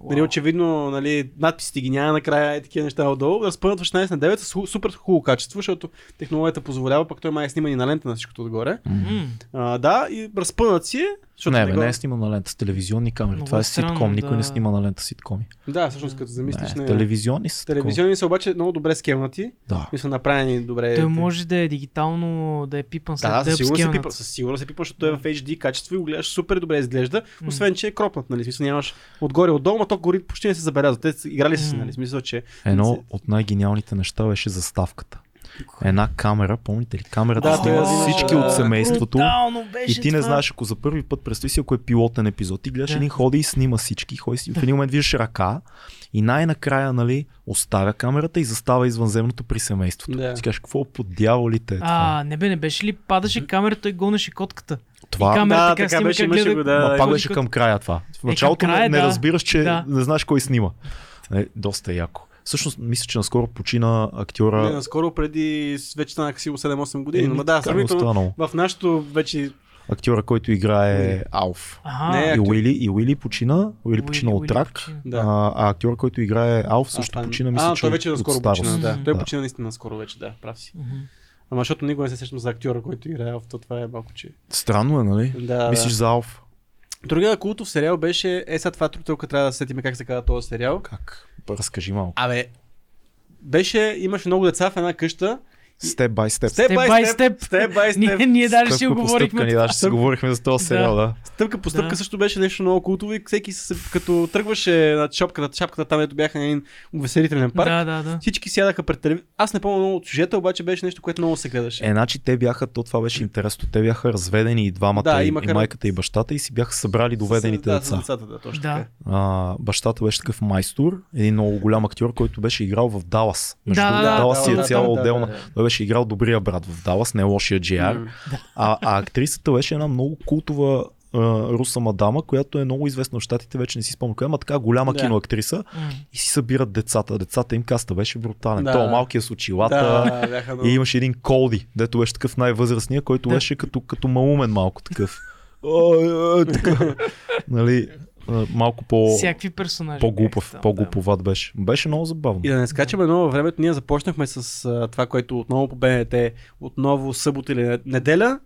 Вау. Нали, очевидно, нали, надписите ги няма накрая и такива неща отдолу. Разпънат в 16 на 9 с ху- супер хубаво качество, защото технологията позволява, пък той май е снимани на лента на всичкото отгоре. М, А, да, и разпънат си е, защото Не, бе, го- не е сниман на лента с телевизионни камери. Много това е странно, ситком. Никой не да. снима на лента ситкоми. Да, всъщност като замислиш, не, не. телевизионни са. такова. Телевизионни са обаче много добре скемнати Да. и са направени добре. Той може да е дигитално, да е пипан след Да, да, със е сигурност се обскенат. пипа, със сигурност се пипа, защото той е в HD качество и го гледаш супер добре изглежда, М. освен че е кропнат, нали, смисъл нямаш отгоре отдолу, но то гори почти не се забелязва. Те са- играли са си, М. нали, смисъл, че Едно от най-гениалните неща беше заставката. Една камера, помните ли? Камерата Да, Е, е да, снима да, да, всички да. от семейството. Брутално И беше ти не това. знаеш, ако за първи път представи си, ако е пилотен епизод, ти гледаш Да. един ходи и снима всички, ходи си. В един момент виждаш ръка и най-накрая, нали, оставя камерата и застава извънземното при семейството. Да. Ти кажеш, какво по дяволите е това? А, не бе, не беше ли? Падаше камерата и гонеше котката. това и камерата Да, така, така снима беше, как имаше гледа- го, Ма да. пак Ходи беше кот- към края това. В началото Е, края, не, не да. разбираш, че Да. не знаеш кой снима. Е, доста яко. Всъщност, мисля, че наскоро почина актьора. Не, наскоро преди с- вече станаха сигурно 7-8 години, Еми, но да, така, сравнително останало. в нашото вече Актьора, който играе Алф. Ага. Не, И Е, актьор. Уили, и Уили почина. Уили Уили- почина от Уили рак. почина. Да. А, а актьор, който играе Алф, също а, това- почина, мисля, а, че той вече е от наскоро старост. почина, да. Мгм. Той Да. почина наистина наскоро вече, да, прав си. Мгм. Ама защото никога не се сещам за актьора, който играе в то, това е малко, че... Странно е, нали? Да, Мислиш да. за Алф? Другия култов сериал беше... Е, сега това трутелка трябва да се сетиме как се казва този сериал. Как? Разкажи малко. Абе, беше, имаше много деца в една къща. Степ бай степ. Степ Степ бай бай степ. степ. Степ бай Ние, степ. ние даже ще по стъпка, оговорихме. ни даже си говорихме за този сериал, да. Стъпка по стъпка Да. също беше нещо много култово и всеки с- като тръгваше над шапката, шапката там, ето бяха на един увеселителен парк. Да, да, да. Всички сядаха пред телевизор. Аз не помня много от сюжета, обаче беше нещо, което много се гледаше. Е, значи те бяха, то това беше интересно, те бяха разведени и двамата, Да, и, и имаха- майката и бащата и си бяха събрали доведените да, деца. С децата, да, точно Да. така. А, бащата беше такъв майстор, един много голям актьор, който беше играл в Далас. Между Да, другото, да, Далас си е да, да, цяла да, да, отделна. да, да. Той беше играл добрия брат в Далас, не лошия GR. М. А, а актрисата беше една много култова а, руса мадама, която е много известна в щатите, вече не си спомням коя, ама така голяма Да. киноактриса М. и си събират децата. Децата им каста беше брутален. Да. Да. То малкият с очилата. Да, бяха много. И имаше един Колди, дето беше такъв най-възрастния, който Да. беше като, като малумен малко такъв. О, е, е, така. нали, а, малко по, Всякакви персонажи. Е, по-глупав, бяха там, по-глуповат беше. Беше много забавно. И да не скачаме много във времето, ние започнахме с а, това, което отново по БНТ, отново събота или не- неделя,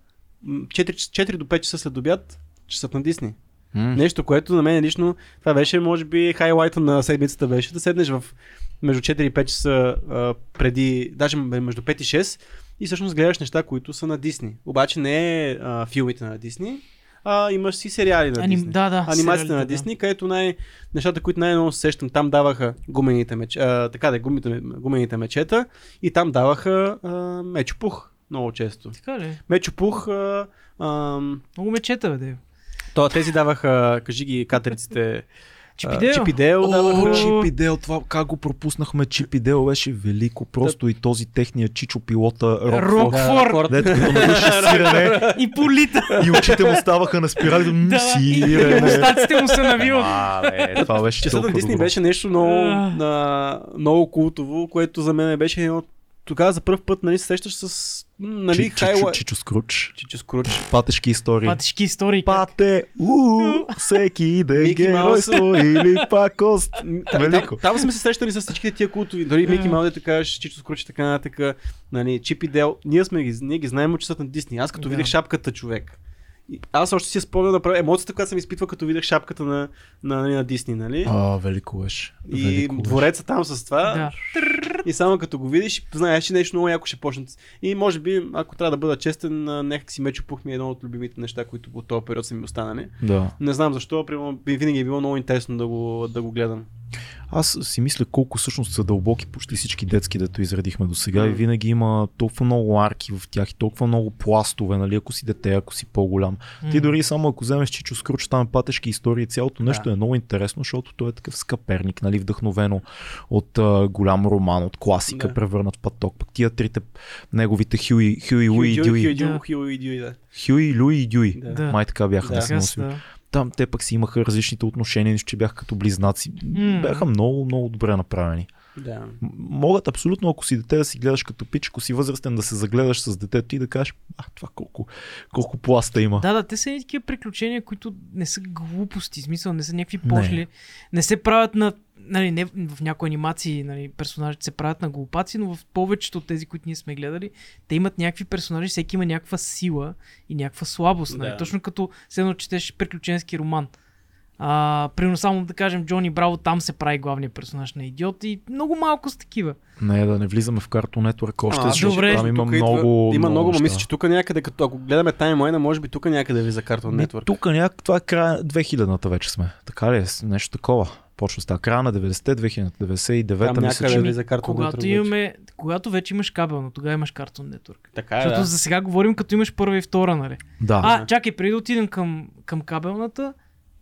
м, 4, ч- 4 до 5 часа след обяд, часът на Дисни. М. Нещо, което на мен лично, това беше, може би, хайлайта на седмицата беше да седнеш в между 4 и 5 часа а, преди, даже м- между 5 и 6 и всъщност гледаш неща, които са на Дисни. Обаче не е а, филмите на Дисни, а имаш си сериали на Аним... Дисни. Да, да. Анимацията сериалите, на да. Дисни, където най- нещата, които най-много се сещам, там даваха гумените меч... а, така да, гумите, гумените мечета и там даваха а, мечопух много често. Така ли? Мечопух, а, а, Много мечета, бе, Дейв. то, тези даваха, кажи ги, катериците, Чипидео. Чипидео О, даваха. Чип и Дейл, това как го пропуснахме, Чип и Дейл беше велико, просто и този техния чичо пилота Рок. Рок. Рокфор. Рокфор. Дето като наруше сирене И полита. и очите му ставаха на спирали, м, да, и сирене. мустаците му се навиват. Мале, това беше Часът на толкова Дисни добро. беше нещо много, Ах. на, много култово, което за мен беше едно от- тогава за първ път нали, се сещаш с м, нали, Чи- Чичо- хайлайт. Чичо Скруч. Чичо Скруч. Патешки истории. Патишки истории. как- Пате, у, всеки иде Мики геройство или пак кост. Велико. Там, там сме се срещали с всички тия култови. Дори Мики Мал, дето кажеш, Чичо Скруч и така нататък. Нали, Чип и Дел. Ние, сме, ги- ние ги знаем от часът на Дисни. Аз като Да. видях шапката човек. и Аз още си я спомням направо емоцията, която съм изпитвал, като видях шапката на, на, нали, на Дисни, нали? А, велико беше. И Велико беше. двореца там с това. Да. И само като го видиш, знаеш, че нещо много яко ще почне. И може би, ако трябва да бъда честен, а, някакси Мечо Пух ми е едно от любимите неща, които от този период са ми останали. Да. Не знам защо, примерно, би- винаги е било много интересно да го, да го гледам. Аз си мисля колко всъщност са дълбоки почти всички детски, дето изредихме до сега. И Мгм. винаги има толкова много арки в тях и толкова много пластове, нали, ако си дете, ако си по-голям. Ти М. дори само ако вземеш Чичо Скруч, там е патешки истории, цялото нещо Да. е много интересно, защото той е такъв скъперник, нали, вдъхновено от а, голям роман, от класика, Да. превърнат превърнат в паток. Пък тия трите неговите Хюи, Хюи, Луи и Хю- Хю- Дюи. Хю- Да. Хю- Хю и Дюи, да. Хюи, Луи и Дюи. Да. Да. Май така бяха, Да. не Така съм са, сигурен. да. Там те пък си имаха различните отношения, нищо, че бяха като близнаци. М. Бяха много, много добре направени. Да. М- могат абсолютно, ако си дете, да си гледаш като пич, ако си възрастен, да се загледаш с детето и да кажеш, а това колко, колко пласта има. Да, да, те са едни такива приключения, които не са глупости, в смисъл, не са някакви пошли. Не, не се правят на. Нали, не, в някои анимации нали, персонажите се правят на глупаци, но в повечето от тези, които ние сме гледали, те имат някакви персонажи, всеки има някаква сила и някаква слабост. Нали? Да. Точно като все едно четеш приключенски роман. А, примерно само да кажем Джони Браво, там се прави главният персонаж на идиот и много малко с такива. Не, да не влизаме в Cartoon Network още, А, защото добре. там има Тук идва- много. Има много, но неща. мисля, че тук някъде, като ако гледаме таймлайна, може би тук някъде ви за Cartoon Ми, Network. Тук няк... това е края 2000-та вече сме. Така ли? е? С- Нещо такова. Почва с това. Края на 90-те, 2099-та, Там мисля, някъде че... ви за Cartoon Network. Когато, вече. имаме, когато вече имаш кабелно, тогава имаш Cartoon Network. Така е, Защото да. за сега говорим като имаш първа и втора, нали? Да. А, чакай, преди да отидем към, към кабелната,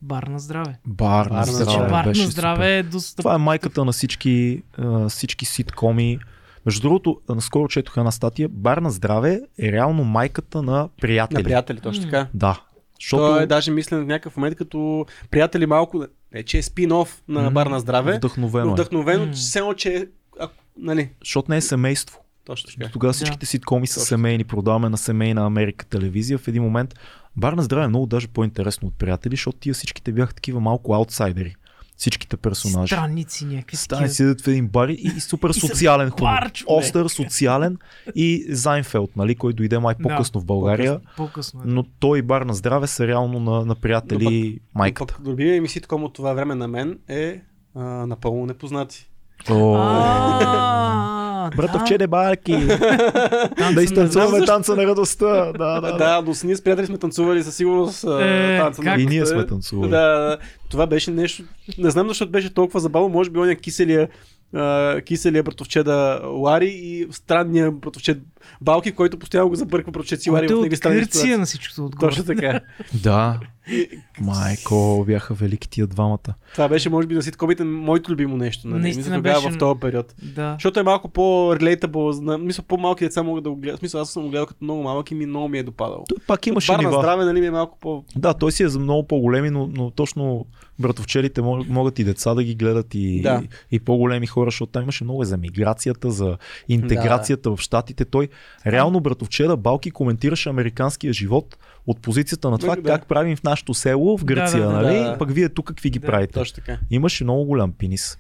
бар на здраве. Бар, Бар на на Значи здраве. здраве. бар беше на здраве е достъп. Това е майката на всички, а, всички ситкоми. Между другото, а, наскоро четох една статия. Бар на здраве е реално майката на приятели. На приятели, точно М. така. Да. Защото Той е даже мислен в някакъв момент като приятели малко, не че е спин-оф на М, бар на здраве, вдъхновено но е. вдъхновено, М. че все едно, че е, а, нали, Защото не е семейство. точно До така. е. тогава всичките ситкоми са Точно. семейни. Продаваме на семейна Америка телевизия. В един момент Бар на здраве е много даже по-интересно от приятели, защото тия всичките бяха такива малко аутсайдери. Всичките персонажи. Страници някакви. Стане Стани си в един бар и, и супер И са социален хумор. бар, човек. Остър, социален и Зайнфелд, нали, който дойде май Да. по-късно в България. По-късно. е. Но той и бар на здраве са реално на, на приятели майка. Пък любимия ми ситком от това време на мен е а, напълно непознати. А, да. Братовче, барки! Да изтанцуваме танца на радостта! Да, да, да. Да, но с ние с приятели сме танцували със сигурност а, Е, танца на как? И ние куста. сме танцували. Да, да. това беше нещо. Не знам защо беше толкова забавно. Може би оня киселия, а, киселия братовчеда Лари и странния братовчет Балки, който постоянно го забърква братовчет си Лари От в е от неги странни Гърция ситуации. на всичкото отгоре. Точно така. Да. Майко, бяха велики тия двамата. Това беше, може би, на ситкомите моето любимо нещо. Нали? Наистина Мисля, тогава беше- в този период. Да. Защото е малко по-релейтабл, на- мисля, по-малки деца могат да го гледат. В Смисъл, аз съм го гледал като много малък и ми много ми е допадало. Той пак имаше Бар на нива. здраве, нали, ми е малко по... Да, той си е за много по-големи, но, но точно братовчерите мог- могат и деца да ги гледат и, Да. и, и по-големи хора, защото там имаше много за миграцията, за интеграцията в щатите. Той реално братовчера Балки коментираше американския живот от позицията на това Да, да. как правим в нашето село в Гърция, да, да, нали? да. Пък вие тук какви ги Да, правите? Точно така. Имаше много голям пенис.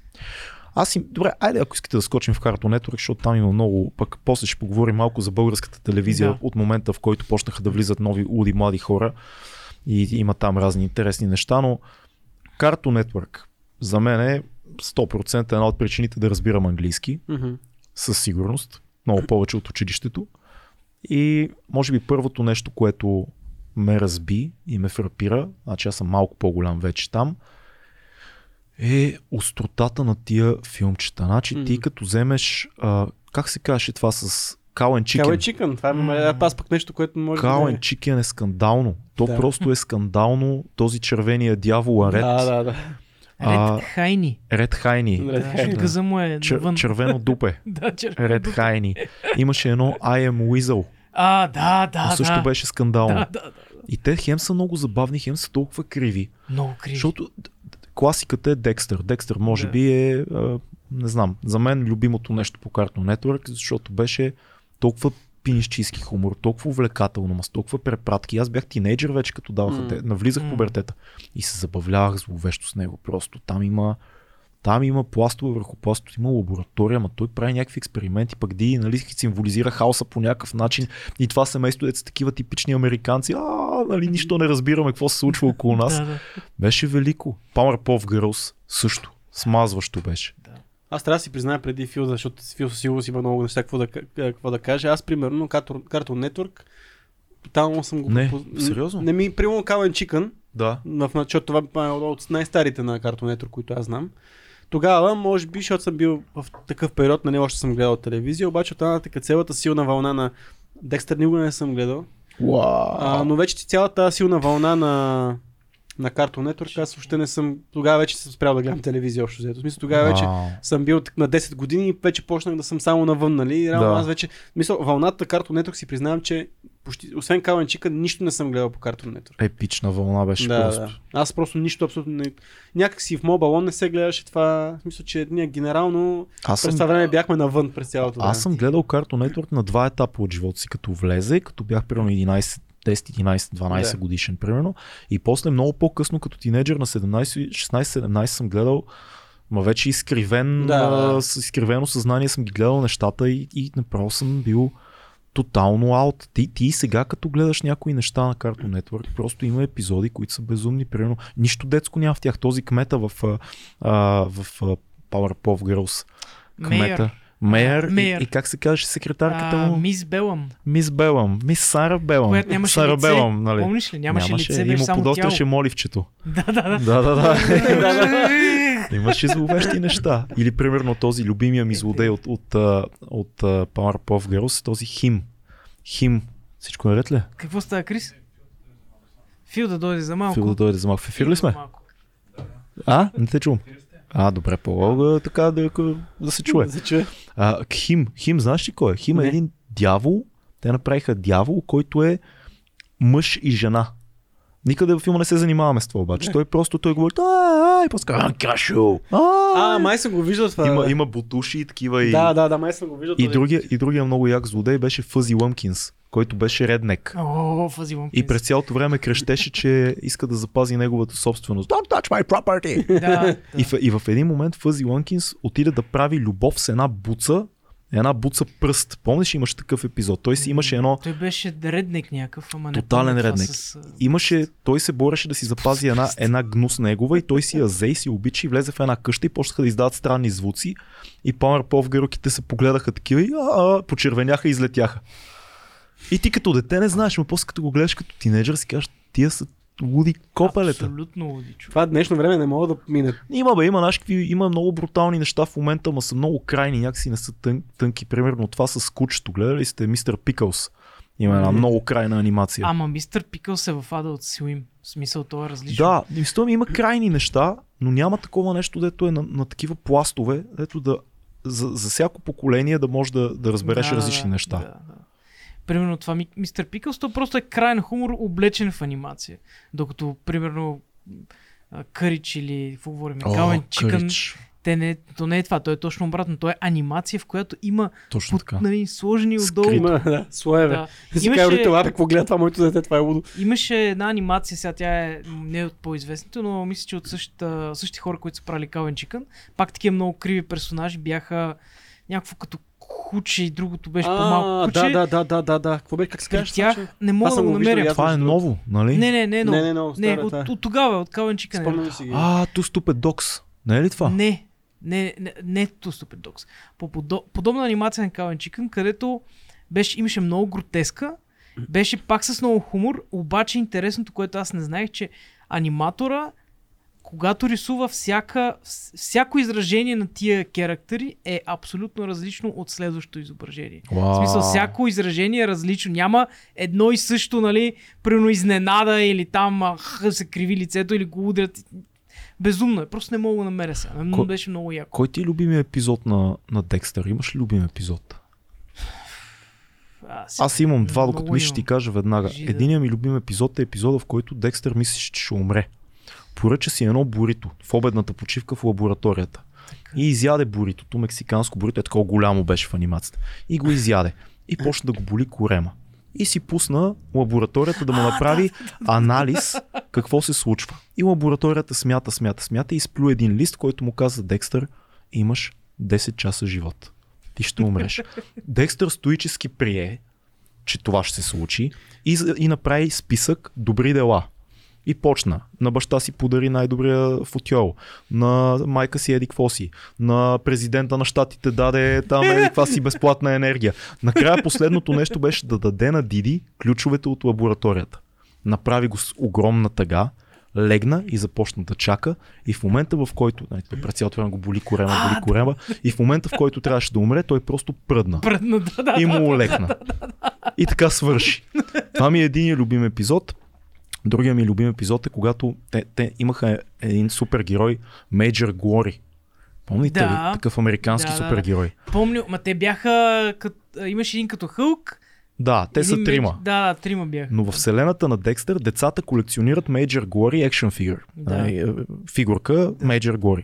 Аз им... Добре, айде ако искате да скочим в Cartoon Network, защото там има много, пък после ще поговорим малко за българската телевизия Да. да. от момента в който почнаха да влизат нови луди млади хора и има там разни интересни неща, но Cartoon Network за мен е 100% една от причините да разбирам английски, Мгм. със сигурност, много повече от училището и може би първото нещо, което ме разби и ме фрапира, значи аз съм малко по-голям вече там, е остротата на тия филмчета. Значи ти Мгм. като вземеш, а, как се казваше това с Кален Чикен? Кава е чикън. Това е м- аз пък нещо, което може да... Кален Чикен е скандално. То Да. просто е скандално. Този червения дявол Ред, Да, да, да. А, Ред Хайни. Ред Хайни. Ред Да, Хайни. Газа му е Чер, навън. червено дупе. Да, чер... Ред Хайни. Имаше едно I am Weasel. А, да, да, А, също да. беше скандално. Да, да, да. И те хем са много забавни, хем са толкова криви. Много криви. Защото д- д- класиката е Декстър. Декстър може Да. би е, а, не знам, за мен любимото нещо по Cartoon Network, защото беше толкова пинищийски хумор, толкова увлекателно, ма с толкова препратки. Аз бях тинейджър вече, като даваха М. те, навлизах в М. пубертета и се забавлявах зловещо с него. Просто там има там има пластове върху пластове, има лаборатория, ма той прави някакви експерименти, пък Ди, нали, символизира хаоса по някакъв начин. И това семейство е такива типични американци. А, нали, нищо не разбираме какво се случва около нас. Да, да. Беше велико. Power Pop Girls също. Смазващо беше. Аз трябва да си призная преди Фил, защото Фил със сигурност има много неща, какво да, к- какво да каже. Аз, примерно, Cartoon Cartoon Network, там съм го... Не, поз- сериозно? Не ми, примерно, Кален Чикън, Да. в началото това е едно от най-старите на Cartoon Network, които аз знам. Тогава, може би, защото съм бил в такъв период, нали, още съм гледал телевизия, обаче от една така цялата силна вълна на Декстър никога не съм гледал. А, Вау. но вече цялата тази силна вълна на, на Cartoon Network, аз въобще не съм, тогава вече съм спрял да гледам телевизия общо взето. В смисъл, тогава вече Вау. съм бил так- на 10 години и вече почнах да съм само навън, нали? И Реално Да. да. аз вече, мисля, вълната Cartoon Network си признавам, че почти, освен Кален Чика, нищо не съм гледал по Cartoon Network. Епична вълна беше Да, просто. да. Аз просто нищо абсолютно не... Някак си в моя балон не се гледаше това. Мисля, че ние генерално Аз през това съм, време бяхме навън през цялото време. аз съм гледал Cartoon Network на два етапа от живота си, като влезе, като бях примерно 11 10, 11, 12 Да. годишен, примерно. И после много по-късно, като тинейджър на 17, 16-17 съм гледал Ма вече изкривен, Да, да. а, с изкривено съзнание съм ги гледал нещата и, и направо съм бил тотално аут. Ти, ти и сега като гледаш някои неща на Cartoon Network, просто има епизоди, които са безумни. Примерно, нищо детско няма в тях. Този кмета в, а, а, в а, Powerpuff Girls. Кмета. Мейер. Мейер. И, и как се казваше секретарката А, му? Мис Белъм, Мис Белъм. Мис Сара Белъм. която нямаше Сара лице. Белъм, нали? Помниш ли? Нямаше, лице, и беше му само тяло. подостряше моливчето. Да, да, да. Да, да, да. да, да. Имаше зловещи неща. Или примерно този любимия ми злодей от, от, а, от, а, Powerpuff Girls, този Хим. Хим. Всичко наред ли? е? Какво става, Крис? Фил да дойде за малко. Фил да дойде за малко. В ефир ли за сме? малко. А, не те чувам. А, добре, по така да, да се чуе. За че- А, Хим, Хим, знаеш ли кой е? Хим е Не. един дявол. Те направиха дявол, който е мъж и жена. Никъде в филма не се занимаваме с това обаче. Той просто той говори, а, а, и после казва, кашо. А, май съм го виждал това. Има, бе. има бутуши и такива и... Да, да, да, май съм го виждал. И този- другия, и другия много як злодей беше Фъзи Лъмкинс, който беше реднек. О, фази Лъмкинс. И през цялото време крещеше, че иска да запази неговата собственост. Don't touch my property! Да, да. И в, и в един момент Фъзи Лънкинс отиде да прави любов с една буца, една буца пръст. Помниш, имаше такъв епизод. Той си имаше едно Той беше редник някакъв, ама не Тотален помня това редник. С... а, имаше, той се бореше да си запази една, една гнус негова и той си я взе и си я обича и влезе в една къща и почнаха да издават странни звуци и Памер Повгърките се погледаха такива и а, а, почервеняха и излетяха. И ти като дете не знаеш, но после като го гледаш като тинейджър си кажеш, тия са луди копелета. Абсолютно луди, човек. Това днешно време не мога да мине. Има бе, има нашки, има много брутални неща в момента, ма са много крайни, някакси не са тън, тънки. Примерно това с кучето, гледали сте Мистер Пикълс? Има една Ами- Не. много крайна анимация. Ама мистър Пикъл се в Adult Swim. В смисъл, то е различно. Да, и с това ми има крайни неща, но няма такова нещо, дето е на, на такива пластове, дето да за, за всяко поколение да можеш да, да разбереш да, различни неща. Да, Да. да. Примерно това ми, мистер Пикълс, то просто е крайен хумор, облечен в анимация. е Докато, примерно, м, а, Кърич или, какво говорим, Кален Чикън, Те не, то не е това, то е точно обратно. То е анимация, в която има Точно под, така. нали, сложени Скрит. отдолу. Има, да, слоеве. Да. Ти си Имаше- кажа, родител, аре, какво гледа това моето дете, това е лудо. Имаше една анимация, сега тя е не от по-известните, но мисля, че от същата, същите хора, които са правили Calvin Chicken. Пак такива много криви персонажи бяха някакво като куче и другото беше по-малко куче. да, да, да, да, да, да. Какво беше, как се При казваш? тях не мога Аз да съм го го виждал намеря. и аз. Това е между ново, нали? Не, не, не, но... Не, не, много не, стара, от, да. от, тогава, от Calvin Chicken. е. Спомням си ги. А, Too Stupid Dogs. Не е ли това? Не, не, не, не Two Stupid Dogs. По подо, подобна анимация на Calvin Chicken, където беше, имаше много гротеска, беше пак с много хумор, обаче интересното, което аз не знаех, че аниматора, когато рисува всяка, вс- всяко изражение на тия керактери е абсолютно различно от следващото изображение. В Вау. смисъл, всяко изражение е различно. Няма едно и също, нали, примерно изненада или там а, х, се криви лицето или го удрят. Безумно е. Просто не мога да го намеря сега. Но Ко- беше много яко. Кой ти е любимият епизод на, на Декстър? Имаш ли любим епизод? А, си... Аз имам два, много докато ми ще ти имам. кажа веднага. Кажи, да. Единият ми любим епизод е епизода, в който Декстър мислиш, че ще умре. Поръча си едно бурито в обедната почивка в лабораторията. И изяде буритото, мексиканско бурито, е такова голямо беше в анимацията. И го изяде. И почна да го боли корема. И си пусна лабораторията да му направи анализ какво се случва. И лабораторията смята, смята, смята и сплю един лист, който му каза Декстър, имаш 10 часа живот. Ти ще умреш. Декстър стоически прие, че това ще се случи и, за- и направи списък добри дела. И почна. На баща си подари най-добрия футьол. На майка си еди какво си. На президента на щатите даде там еди каква си безплатна енергия. Накрая последното нещо беше да даде на Диди ключовете от лабораторията. Направи го с огромна тъга, легна и започна да чака и в момента в който, нали, той през цялото време го боли корема, боли корема и в момента в който трябваше да умре, той просто пръдна Пръдна, да, да. и му олекна. И така свърши. Това ми е един любим епизод. Другия ми любим епизод е когато те, те имаха един супергерой, Major Glory. Помните Да. ли? Такъв американски Да, да, да. супергерой. Помня, ма те бяха, кът... а, имаше един като хълк. Да, те са един трима. меч- Да, да, трима бяха. Но в вселената на Декстър децата колекционират Major Glory Action Figure. Да. Нали, е, Фигурка Major Glory.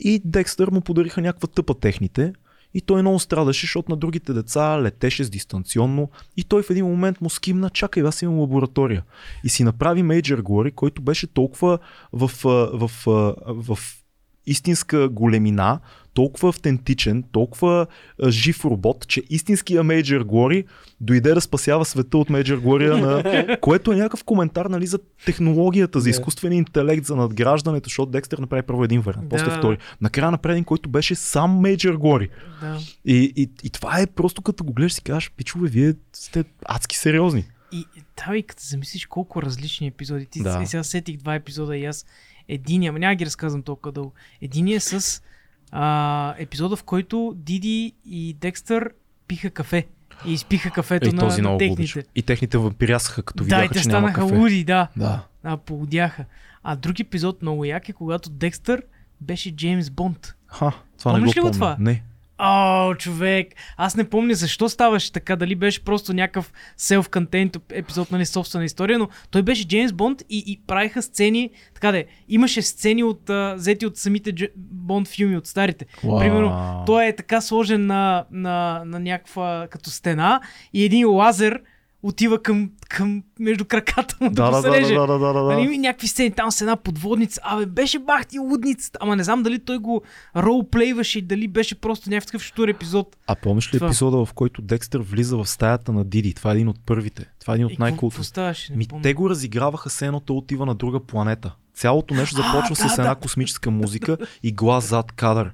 И Декстър му подариха някаква тъпа техните. И той много страдаше, защото на другите деца летеше с дистанционно. И той в един момент му скимна, чакай, аз имам лаборатория. И си направи Major Glory, който беше толкова в, а, в, а, в, в истинска големина, толкова автентичен, толкова а, жив робот, че истинския Major Glory дойде да спасява света от Major Glory, на... което е някакъв коментар нали, за технологията, за Да. изкуствения интелект, за надграждането, защото Декстър направи първо един вариант, после Да. втори. Накрая направи един, който беше сам Major Glory. Да. И, и, и това е просто като го гледаш, си кажеш, пичове, вие сте адски сериозни. И там и като замислиш колко различни епизоди. Ти Да. да. сега сетих два епизода и аз единия, ама няма ги разказвам толкова дълго. Единия е с а, епизода, в който Диди и Декстър пиха кафе. И изпиха кафето Ей, на, този на много го техните. обичам. И техните вампирясаха, да, и като видяха, те че няма станаха кафе. луди, да. Да. А, поудяха. А друг епизод много як е, когато Декстър беше Джеймс Бонд. Ха, това Помниш не ли го го това? помня. Не. О, човек! Аз не помня защо ставаше така, дали беше просто някакъв self-content епизод, нали, собствена история, но той беше Джеймс Бонд и, и правиха сцени, така де, имаше сцени от, а, взети от самите Дж... Бонд филми, от старите. Уау. Примерно, той е така сложен на, на, на някаква като стена и един лазер отива към, към между краката му да, Да, го да, да, среже. да, да, да, да, Нали, да. има и някакви сцени там с една подводница. Абе, беше бахти лудницата. Ама не знам дали той го ролплейваше и дали беше просто някакъв такъв штур епизод. А помниш ли Това. епизода, в който Декстър влиза в стаята на Диди? Това е един от първите. Това е един И от какво- най-култовите. какво ставаше? Не Ми, помня. те го разиграваха с едно, той отива на друга планета. Цялото нещо А, започва да, с да. една космическа музика и глас зад кадър.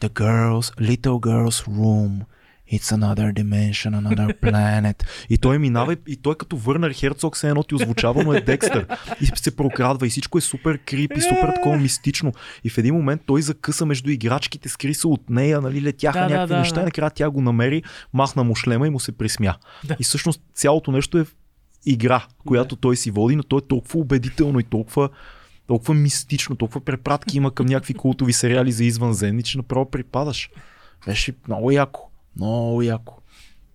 The girls, little girls room. It's another dimension, another planet. И той минава и- и той като Върнер Херцог се едно ти озвучава, но е Декстър. И се прокрадва и всичко е супер крипи, супер такова мистично. И в един момент той закъса между играчките, скри се от нея, нали, летяха Да, да, някакви да, неща да. и накрая тя го намери, махна му шлема и му се присмя. Да. И всъщност цялото нещо е игра, която той си води, но той е толкова убедително и толкова, толкова мистично, толкова препратки има към някакви култови сериали за извънземни, че направо припадаш. Беше много яко. Много яко.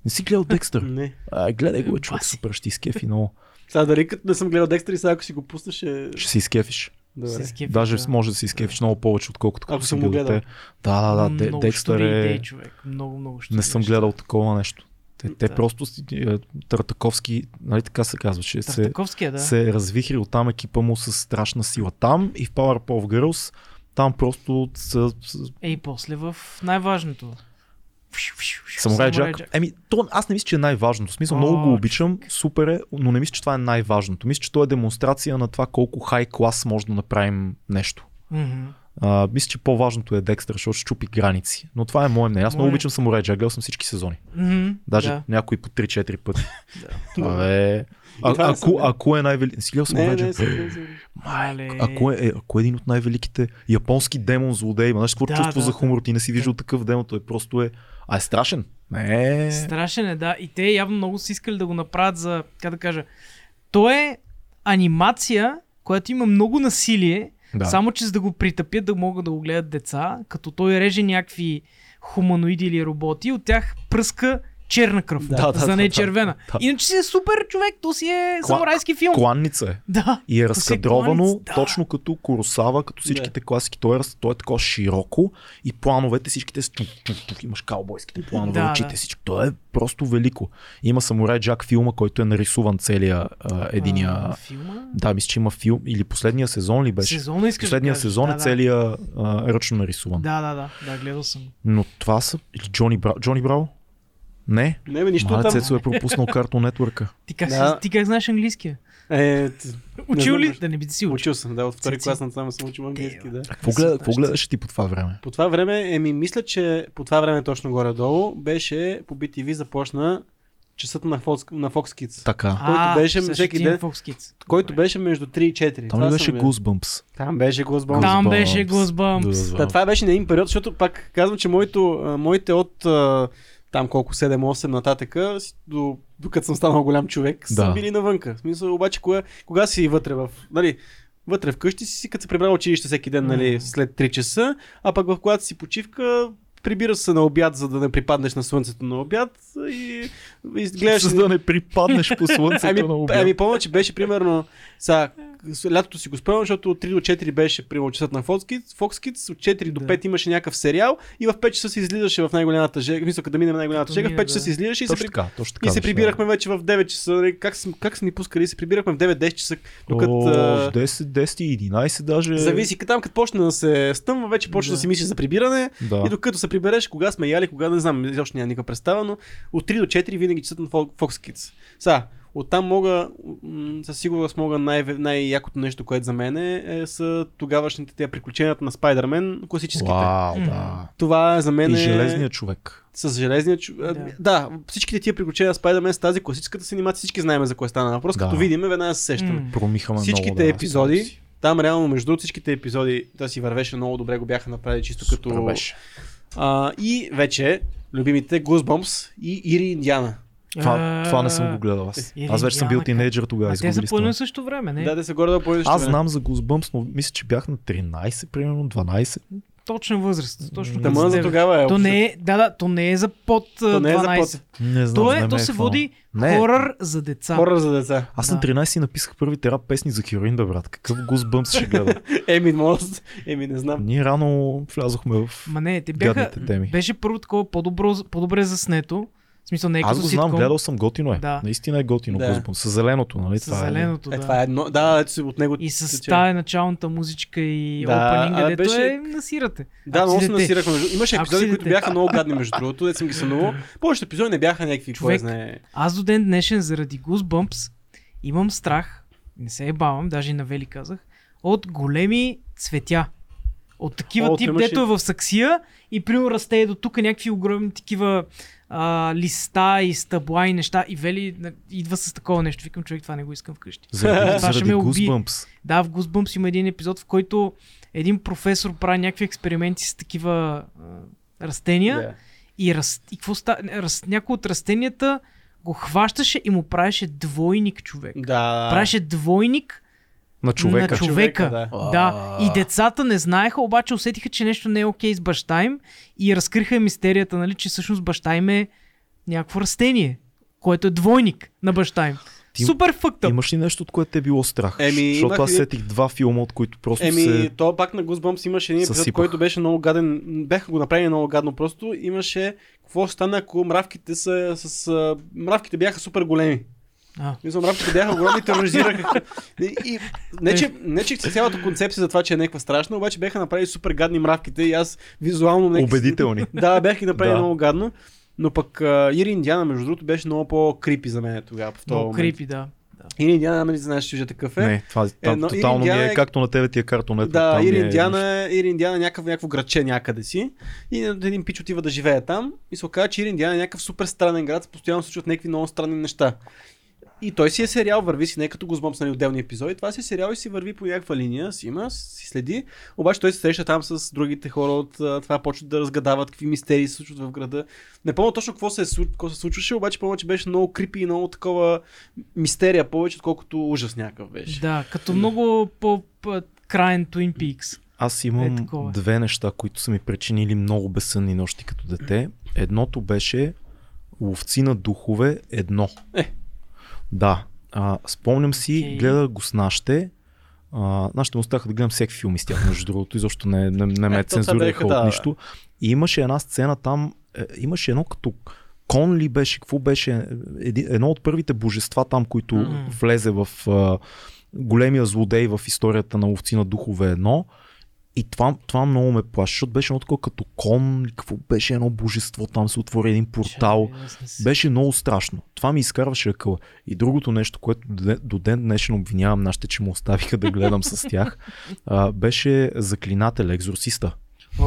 Не си гледал Декстър? Не. А, гледай го, бе, човек, Баси. супер, ще ти изкефи много. Сега дали като не съм гледал Декстър и сега ако си го пуснеш е... Ще се изкефиш. се Добре. изкефиш, Даже да. може да си изкефиш много повече, отколкото Ако като си съм бил го гледал. дете. Да, да, да. Де- Много Декстър щури е... идеи, човек. Много, много ще Не съм гледал такова нещо. Те, те Да. просто си- е, Тартаковски, нали така се казваше, се, Тартаковския, да. се развихри от там екипа му с страшна сила там и в Powerpuff Girls там просто са, с- Е, и после в най-важното. Самурай Джак. Еми, то, аз не мисля, че е най-важното. В смисъл, много го О, обичам, супер е, но не мисля, че това е най-важното. Мисля, че то е демонстрация на това колко хай клас може да направим нещо. Мгм. А, мисля, че по-важното е Декстър, защото чупи граници. Но това е мое мнение. Аз много Мое- обичам Самурай Джак, гледал съм всички сезони. Мгм. Даже Да. някои по 3-4 пъти. Да. Това е... А, това не съм ако, гледал. ако е най-велик... Си гледал Не, Самурай не, Джак? не, не. Мале. Ако е, е, ако е един от най-великите японски демон злодей, има знаеш какво Да, чувство да, за да. хумор, ти не си виждал такъв демон, той просто е... А е страшен. Не. Страшен е, да. И те явно много са искали да го направят за, как да кажа, то е анимация, която има много насилие, Да. само че за да го притъпят да могат да го гледат деца, като той реже някакви хуманоиди или роботи, от тях пръска черна кръв, Да, да, за да, да не е да, червена. да. Иначе си е супер човек, то си е Кла- самурайски филм. Кланница е. Да. И е То си разкадровано кланец, да. точно като Коросава, като всичките класики. Той е, раз- той е такова широко и плановете всичките с тук, тук, тук, имаш каубойските планове, Да, очите да. всичко. Той е просто велико. Има Самурай Джак филма, който е нарисуван целия а, единия... А, филма? Да, мисля, че има филм или последния сезон ли беше? Сезона искаш Последния да кажеш. сезон да, е да. целия а, ръчно нарисуван. Да, да, да, да, гледал съм. Но това са... Или Джони Браво? Джони Браво? Не? Не, бе, нищо Мале, там. Цецо е пропуснал Cartoon Network. Ти как, Да. си- ти как знаеш английския? Е, т- Учил знам ли? нещо. Да не би си учил. учил съм, да, от втори Цици. клас на само съм учил английски, да. Какво Мисля, гледа- какво Значи- ще- гледаше ти по това време? По това време, еми, мисля, че по това време точно горе-долу беше по BTV започна часът на Fox, на Fox Kids. Така. който А, беше с всеки Tim ден- Fox Kids. Който Добре. беше между 3 и 4. Там Това ли беше съм я. Goosebumps? Там беше Goosebumps. Там Goosebumps. беше Goosebumps. Да, Та, това беше на един период, защото пак казвам, че моето, а, моите от а, там колко 7-8 нататъка, с- до, докато съм станал голям човек, да. Да. са били навънка. В смисъл, обаче, кога, кога си вътре в... Нали, вътре вкъщи си, си като се прибрал училище всеки ден, нали, Мгм. след 3 часа, а пък в когато си почивка, прибира се на обяд, за да не припаднеш на слънцето на обяд и, и гледаш... За да не припаднеш по слънцето Ами, на обяд. ами помня, че беше примерно сега, с- лятото си го спомням, защото от 3 до 4 беше примерно часът на Fox Kids, Fox Kids от 4 до Да. 5 имаше някакъв сериал и в 5 часа се излизаше в най-голямата жега, мисля, като минем най-голямата Като жега, в мине, 5 часа да. се излизаше и се, Точно при... така, точно така. и се беше, прибирахме вече в 9 часа. нали, Как, сме- как са ни пускали? Се прибирахме в 9-10 часа, да. докато... О, а, в 10, 10 и 11 даже. Зависи, като там като почне да се стъмва, вече почва да, Да. си мисли за прибиране Да. и докато се прибереш, кога сме яли, кога не знам, изобщо няма никаква представа, но от 3 до 4 винаги часът на Fo- Fox Kids. Сега, оттам мога, м, със сигурност мога най- най-якото нещо, което за мен е, е са тогавашните тия приключенията на Spider-Man, класическите. Вау, М. да. Това е за мен И е... железният човек. С железния чу... Да. Да. да, всичките тия приключения на Spider-Man с тази класическата си анимация, всички знаем за кое стана въпрос, Да. като видим, веднага се сещаме. М. Промихаме много. Всичките да, спомням епизоди, си. там реално между другото, всичките епизоди, да си вървеше много добре, го бяха направили чисто Супер като... беше. А, и вече любимите Goosebumps и Ири Индиана. Това, А, това не съм го гледал аз. Или Аз вече съм бил Диана, тинейджър тогава. Е, А те са изгубили по сме. едно и също време, не? Да, да се горе да поедеш. Аз знам за Goosebumps, но мисля, че бях на 13, примерно 12. Точна възраст. Точно М, Тама като за теб. тогава е. То общо. не е, да, да, то не е за под а, То не е за 12. под. Не знам. То, не е, ме то се хванал. води Не. хорър за деца. Хора за деца. Аз на Да. 13 написах първите рап песни за хероин, бе, брат. Какъв Goosebumps ще гледам? Еми, мост. Еми, не знам. Ние рано влязохме в Ма не, те бяха, гадните теми. беше първо такова по-добро, по-добре заснето. В смисъл не е Аз като го знам, ситком, гледал съм, готино е. Да. Наистина е готино. Да. Да. С зеленото, нали? с зеленото, Е, да. това е едно. Да, ето си от него. И с тече. тая началната музичка и Да, опенинга, а, дето беше- е насирате. Да, Ако много си се дете. насирахме. между- Имаше Ако епизоди, си които дете. бяха много гадни, между другото. Дет съм ги сънувал. Повечето епизоди не бяха някакви. кой Човек, знае. Аз до ден днешен заради Goosebumps имам страх, не се ебавам, даже и на Вели казах, от големи цветя. От такива О, тип, имаше- дето е в саксия и примерно расте до тук някакви огромни такива а, листа и стъбла и неща. И Вели на- идва с такова нещо. Викам, човек, това не го искам вкъщи. Заради, Това ще заради ме уби. Goosebumps. Да, в Goosebumps има един епизод, в който един професор прави някакви експерименти с такива а, растения. Да. И, раз, и какво ста, раз, някой от растенията го хващаше и му правеше двойник човек. Да. Правеше двойник На човека. на човека. Човека, да. да. А. И децата не знаеха, обаче усетиха, че нещо не е окей с баща им и разкриха мистерията, нали, че всъщност баща им е някакво растение, което е двойник на баща им. Ти Супер фъкта. Имаш ли нещо, от което те е било страх? Еми, Защото имах аз и- сетих два филма, от които просто Еми, се... Ами, то пак на Goosebumps имаше един епизод, съсипах. който беше много гаден. Бяха го направили много гадно. Просто имаше какво ще стане, ако мравките са с... а, Мравките бяха супер големи. А. Мисля, мравките бяха огромни, тероризираха. И, и, не, че, не, че цялата концепция за това, че е някаква страшна, обаче бяха направили супер гадни мравките и аз визуално... някак си- Убедителни. Да, бях ги направил Да. много гадно. Но пък а, Ири Индиана, между другото, беше много по-крипи за мен тогава. в този Много момент. крипи, да. Ири Индиана, нали знаеш, че такъв е. Не, това там Едно- тотално Ириндиана ми е, е- както на тебе ти е картон. ето, Да, там ми Ири е- Индиана, е, Ири Индиана е някакъв, някакво градче някъде си. И един пич отива да живее там. И се оказа, че Ири Индиана е някакъв супер странен град. Постоянно се случват някакви много странни неща. И той си е сериал, върви си, не е като го сбомс на отделни епизоди. Това си е сериал и си върви по някаква линия, си има, си следи. Обаче той се среща там с другите хора от а, това, почват да разгадават какви мистерии се случват в града. Не помня точно какво се, е случ- какво се случваше, обаче помня, че беше много крипи и много такова мистерия повече, отколкото ужас някакъв беше. Да, като много по-краен Twin Peaks. Аз Е, имам такова е. е, две неща, които са ми причинили много безсънни нощи като дете. Едното беше Ловци на духове едно. Е. Да. А, спомням си, Окей. okay. гледах го с нашите. А, нашите му оставаха да гледам всеки филм с тях, между другото. Изобщо не, не, не ме Е, то това бяха, цензурираха да, от бе. нищо. И имаше една сцена там, е, имаше едно като кон ли беше, какво беше, Еди- едно от първите божества там, които Мгм. влезе в а, големия злодей в историята на ловци на духове едно. И това, това много ме плаши, защото беше едно такова като кон, или какво беше едно божество, там се отвори един портал. Чакай, аз не си- Беше много страшно. Това ми изкарваше акъла. И другото нещо, което до ден- до ден днешен обвинявам нашите, че му оставиха да гледам с тях, а, беше Заклинател, екзорсиста. О,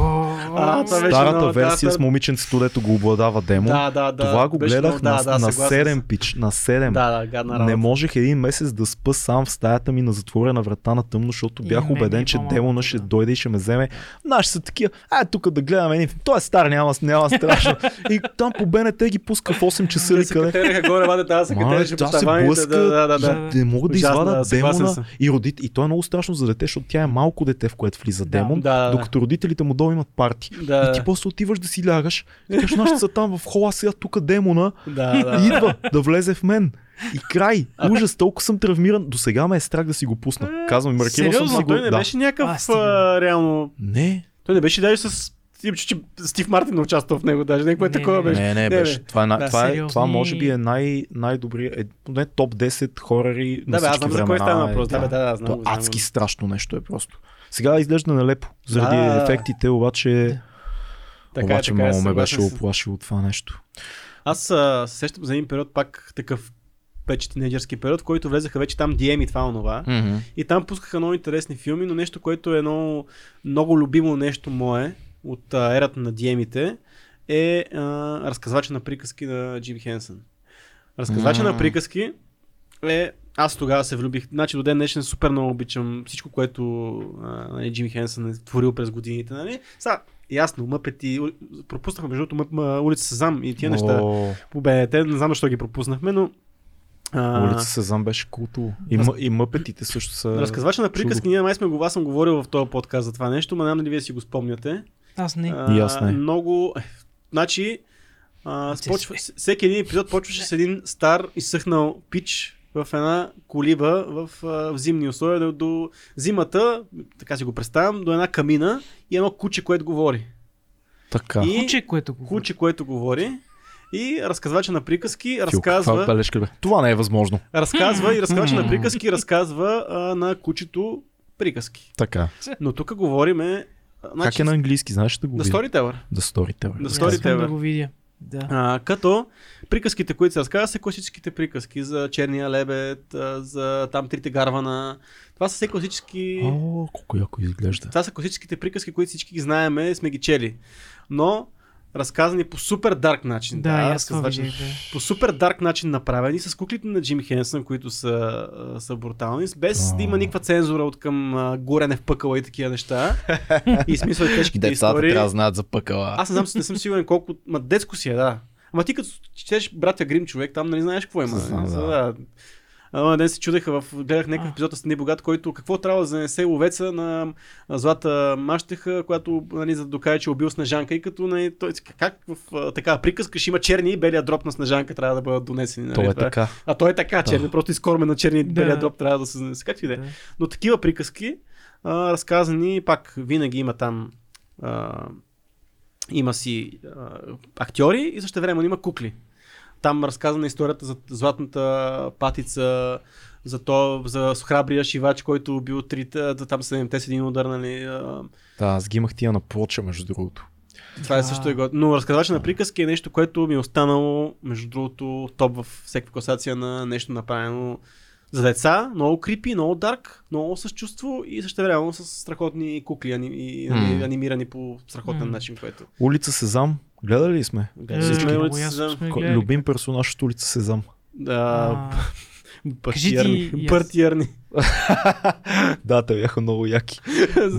А, това беше Старата много- да, версия стар- с момиченцето, дето го обладава демо. Да, да, да. това го беше гледах много- на, да, да, на съгласен съм. 7 пич, на 7. Да, да, гадна работа. Не можех един месец да спа сам в стаята ми на затворена врата на тъмно, защото И бях мен ми е убеден, че по-малко, демона ще да. дойде и ще ме вземе. Наши са такива, а тук да гледаме един филм. Той е стар, няма, няма страшно. и там по БНТ ги пуска в 8 часа Те или се къде. катереха горе, баде, тази се Мале, катереше тя по се таваните. блъска, Да, да, да, да. жа- не могат да Ужасно, да, извадат съгласен демона съм. и родит. И то е много страшно за дете, защото тя е малко дете, в което влиза Да, демон, да, да. докато родителите му долу имат парти. Да. И ти после отиваш да си лягаш, и кажеш, нашите са там в хола, сега тук демона, Да, да. и идва да влезе в мен. И край. Ужас, толкова съм травмиран. До сега ме е страх да си го пусна. Казвам, маркирал съм сериозно? си Ама го. той не Да. беше А, някакъв стига. а, реално... Не, Той не беше даже с... Ти че Стив Мартин не участва в него даже. Някое Не, такова не, беше. не, не, беше. Това, е, най- Да, това, е, сериозни- това може би е най- най-добрия, е, поне топ 10 хорари на Да, бе, аз всички знам за кой времена. става е, въпрос. Да, бе, да, да, знам. То го, знам адски го. страшно нещо е просто. Сега изглежда нелепо, заради Да. ефектите, обаче, Така е, обаче така е, много ме съгласен беше съм. оплашило това нещо. Аз а, се сещам за един период пак такъв вече тинейджърски период, в който влезаха вече там DM и това онова. И там пускаха много интересни филми, но нещо, което е едно много любимо нещо мое от а, ерата на диемите е а, разказвача на приказки на Джим Хенсън. Разказвача М. на приказки е... Аз тогава се влюбих. Значи до ден днешен супер много обичам всичко, което а, нали, Джим Хенсън е творил през годините. Нали? Сега, ясно, мъпети. ули- Пропуснахме между другото Мъп- Ма- улица Сезам и тия неща О, по БНТ. Не знам защо ги пропуснахме, но... а, Улица Сезам беше култово. И, Раз- м- и мъпетите също са... Разказвача на приказки, чудо. ние май сме го, аз съм говорил в този подкаст за това нещо, но няма дали вие си го спомняте. Аз не. А, Ясно е. Много... е, Значи, а, Ти спочва, си. с- всеки един епизод почваше с един стар изсъхнал пич в една колиба в, а, в зимни условия до, до зимата, така си го представям, до една камина и едно куче, което говори. Така. И- Куче, което го Куче, което говори и разказвача на приказки Тюк, това, е разказва, бележка, бе. това не е възможно. разказва и разказвача на приказки разказва а, на кучето приказки. Така. Но тук говориме. а, Как Значи, е на английски, знаеш ли да го на видя? Storyteller. Да сторите, бе. На Аз Storyteller. искам да го видя. Да. А, като приказките, които се разказват, са класическите приказки за черния лебед, а, за там трите гарвана. Това са все класически. О, колко яко изглежда. Това са класическите приказки, които всички ги знаеме, сме ги чели. Но разказани по супер дарк начин. Да, и аз това разказвачен. видях. да. по супер дарк начин направени, с куклите на Джим Хенсън, които са, а, са брутални, с- без да има никаква цензура от към а, горене в пъкъла и такива неща. И смисъл тежките истории. знаят за пъкала. Аз не знам, не съм сигурен колко. Ма детско си е, да. Ама ти като четеш братя Грим човек, там нали знаеш какво има. Знам, нали? да. За- да. Едно ден се чудеха, в, гледах някакъв епизод с Небогат, който какво трябва да занесе ловеца на а, Злата Мащеха, която нали, за да докаже, че е убил Снежанка и като нали, той, как в а, такава приказка ще има черни и белия дроп на Снежанка трябва да бъдат донесени. Нали, То е това така. А той е така, черни, просто изкорме на черни и Да. белия дроп трябва да се занесе. Както и да е. Да. Но такива приказки, а, разказани, пак винаги има там а, има си а, актьори и също време има кукли. Там разказана е историята за златната патица, за то, за храбрия шивач, който бил трита, да там седемте с един удар, нали. а, Да, аз ги имах тия на плоча, между другото. Това е Да. също е готино. Но разказвача на приказки е нещо, което ми е останало, между другото, топ в всяка класация на нещо направено за деца, много крипи, много дарк, много с чувство и също време с страхотни кукли ани, и, Мм. mm. анимирани по страхотен Мм. начин, което. Улица Сезам. Гледали ли сме? Гледай, всички. сме Е, улица, ясно да. сме Ко- гледали. Любим персонаж от улица Сезам. Да, А, Кажи ти и партиерни. аз. Партиерни. да, те бяха много яки.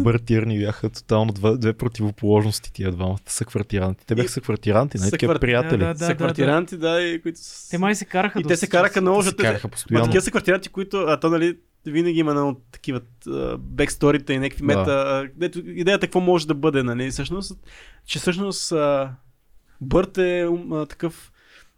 Бъртирни бяха тотално две, две противоположности тия двамата са квартиранти. Те бяха И- са квартиранти, не такива съквар- приятели. Да, да, Са квартиранти, да, и които. с- Те май се караха И те доста се караха често. много, Се защото караха Ма постоянно. такива са квартиранти, които, а то нали, винаги има едно от такива а, бексторите и някакви Да. мета. а, Дето, идеята какво може да бъде, нали? Всъщност, че всъщност а, Бърт е ум, а, такъв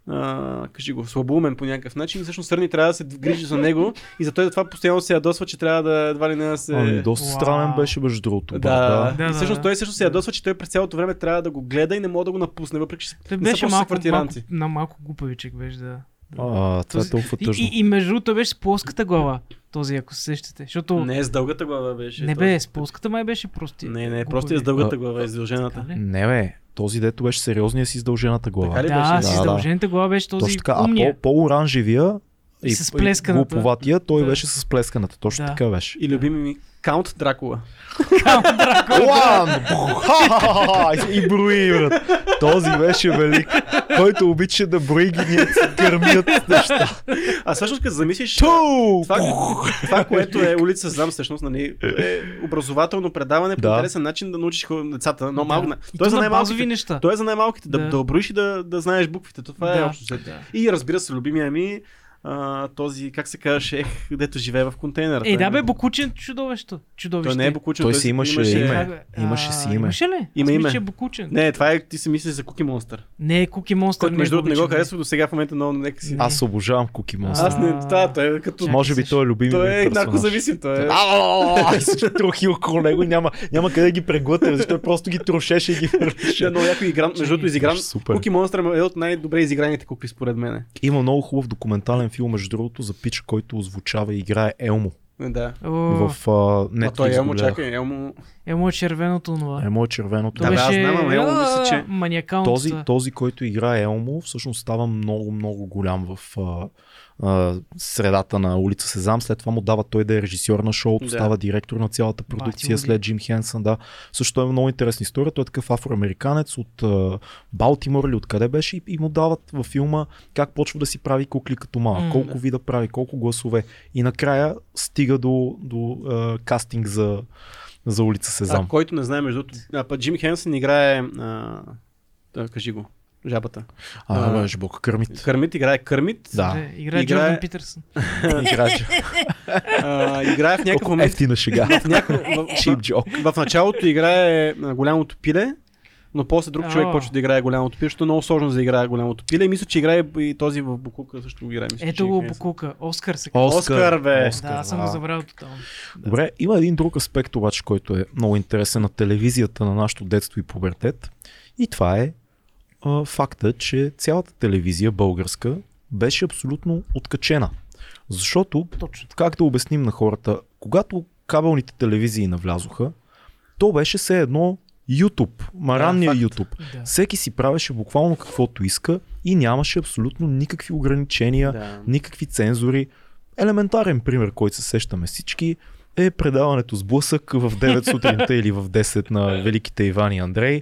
а, кажи го, слабоумен по някакъв начин. Всъщност Сърни трябва да се грижи за него и за той затова постоянно се ядосва, че трябва да едва ли не да се... Ами, доста Уау. странен беше между да, другото. да. да. И да, всъщност да. той всъщност се ядосва, че той през цялото време трябва да го гледа и не мога да го напусне, въпреки че Той не са беше просто малко, малко, квартиранти. на малко глупавичък беше, да. А, това е Този- толкова И, тъжно. и, и между другото той беше с плоската глава, този, ако се сещате. Защото не, не е с дългата глава беше. не той. бе, е с плоската май беше прости. Не, не, глупави. просто е с дългата глава, издължената. Така ли? Не, бе, този дето беше сериозния си издължената глава. Така ли? Да, Нали беше? с Да, да. издължената глава беше този Точно така, а умния. по- по-оранжевия И с плесканата. глуповатия, той Да. беше с плесканата. Точно Да. така беше. И любими ми Каунт Дракула. Лан! Бух! Ха-ха-ха! И брои, брат. Този беше велик, който обича да брои ги ние се гърмят неща. А всъщност като замислиш, Ту! това, това, което е улица Зам, всъщност, нали, е образователно предаване по Да. интересен начин да научиш хора- децата. Но малко, на- И Той е за то на базови най-малките. неща. Той е за най-малките. Да, Да. да оброиш и да, да знаеш буквите. Това е Да. общо. взето. И разбира се, любимия ми, а, този, как се казваше, ех, дето живее в контейнера. Е, да бе, буквите. Бокучин чудовище. Чудовище. Той не е Бокучен. Той си имаше име. Как бе? Имаше А, си име. Имаше ли? Аз Име, мисля, име. че е Бокучин. Не, това е, ти си мислиш за Куки Монстър. Не е Куки Монстър. Който, между другото, не го Бокучин, харесва до сега в момента много нека си. Аз обожавам Куки Монстър. Аз не, това, той е като... Чакай, Може би той е любимият Той е ми персонаж. наркозависим, той е. Ау, и всички трохи около него и няма, няма къде да ги преглътне, защото просто ги трошеше и ги Ще е хвърляше. много яко игран, между другото изигран. Беше супер. Куки Монстър е от най-добре изиграните кукли според мен. Има много хубав документален филм, между другото, за пича, който озвучава и играе Елмо. Да. О, В а, Netflix а той е го Елмо, гледах. чакай, Елмо. Е, му е червеното това. Елмо е червеното. Да, бе, аз знам, ама Елмо а, мисля, че- Маниакално. този, е. това. този, който играе Елмо, всъщност става много, много голям в а, а, средата на улица Сезам. След това му дава той да е режисьор на шоуто, Да. става директор на цялата продукция Бати му след Джим Хенсън. Да. Също е много интересна история. Той е такъв афроамериканец от а, Балтимор или откъде беше и, и му дават във филма как почва да си прави кукли като малък, М, колко вида прави, колко гласове. И накрая стига до, до а, кастинг за, за улица А, Сезам. който не знае, между другото. А, па Джим Хенсън играе. А, да, кажи го. Жабата. А, а- а, Жбока Кърмит. Кърмит играе Кърмит. Да, Е, Играе Играе- Джордан Питърсън. играе. А, играе в някакъв Колко момент. ефтина шега. В, някакъв, в, Чип джок. в, в, началото играе а, голямото пиле, но после друг човек О. почва да играе голямото пиле, защото е много сложно за да играе голямото пиле. И мисля, че играе и този в Букука също го играе. Мисля, Ето че го Джим Хенсън. Букука. Оскар се Оскар, бе. Да, аз съм го забравил тотално. Добре, има един друг аспект обаче, който е много интересен на телевизията на нашето детство и пубертет. И това е а, факта, че цялата телевизия българска беше абсолютно откачена. Защото, Точно как да обясним на хората, когато кабелните телевизии навлязоха, то беше все едно YouTube, маранния факт. YouTube. така. Да. Всеки си правеше буквално каквото иска и нямаше абсолютно никакви ограничения, Да. никакви цензури. Елементарен пример, който се сещаме всички, е предаването с блъсък в 9 сутринта или в 10 на Великите Иван и Андрей,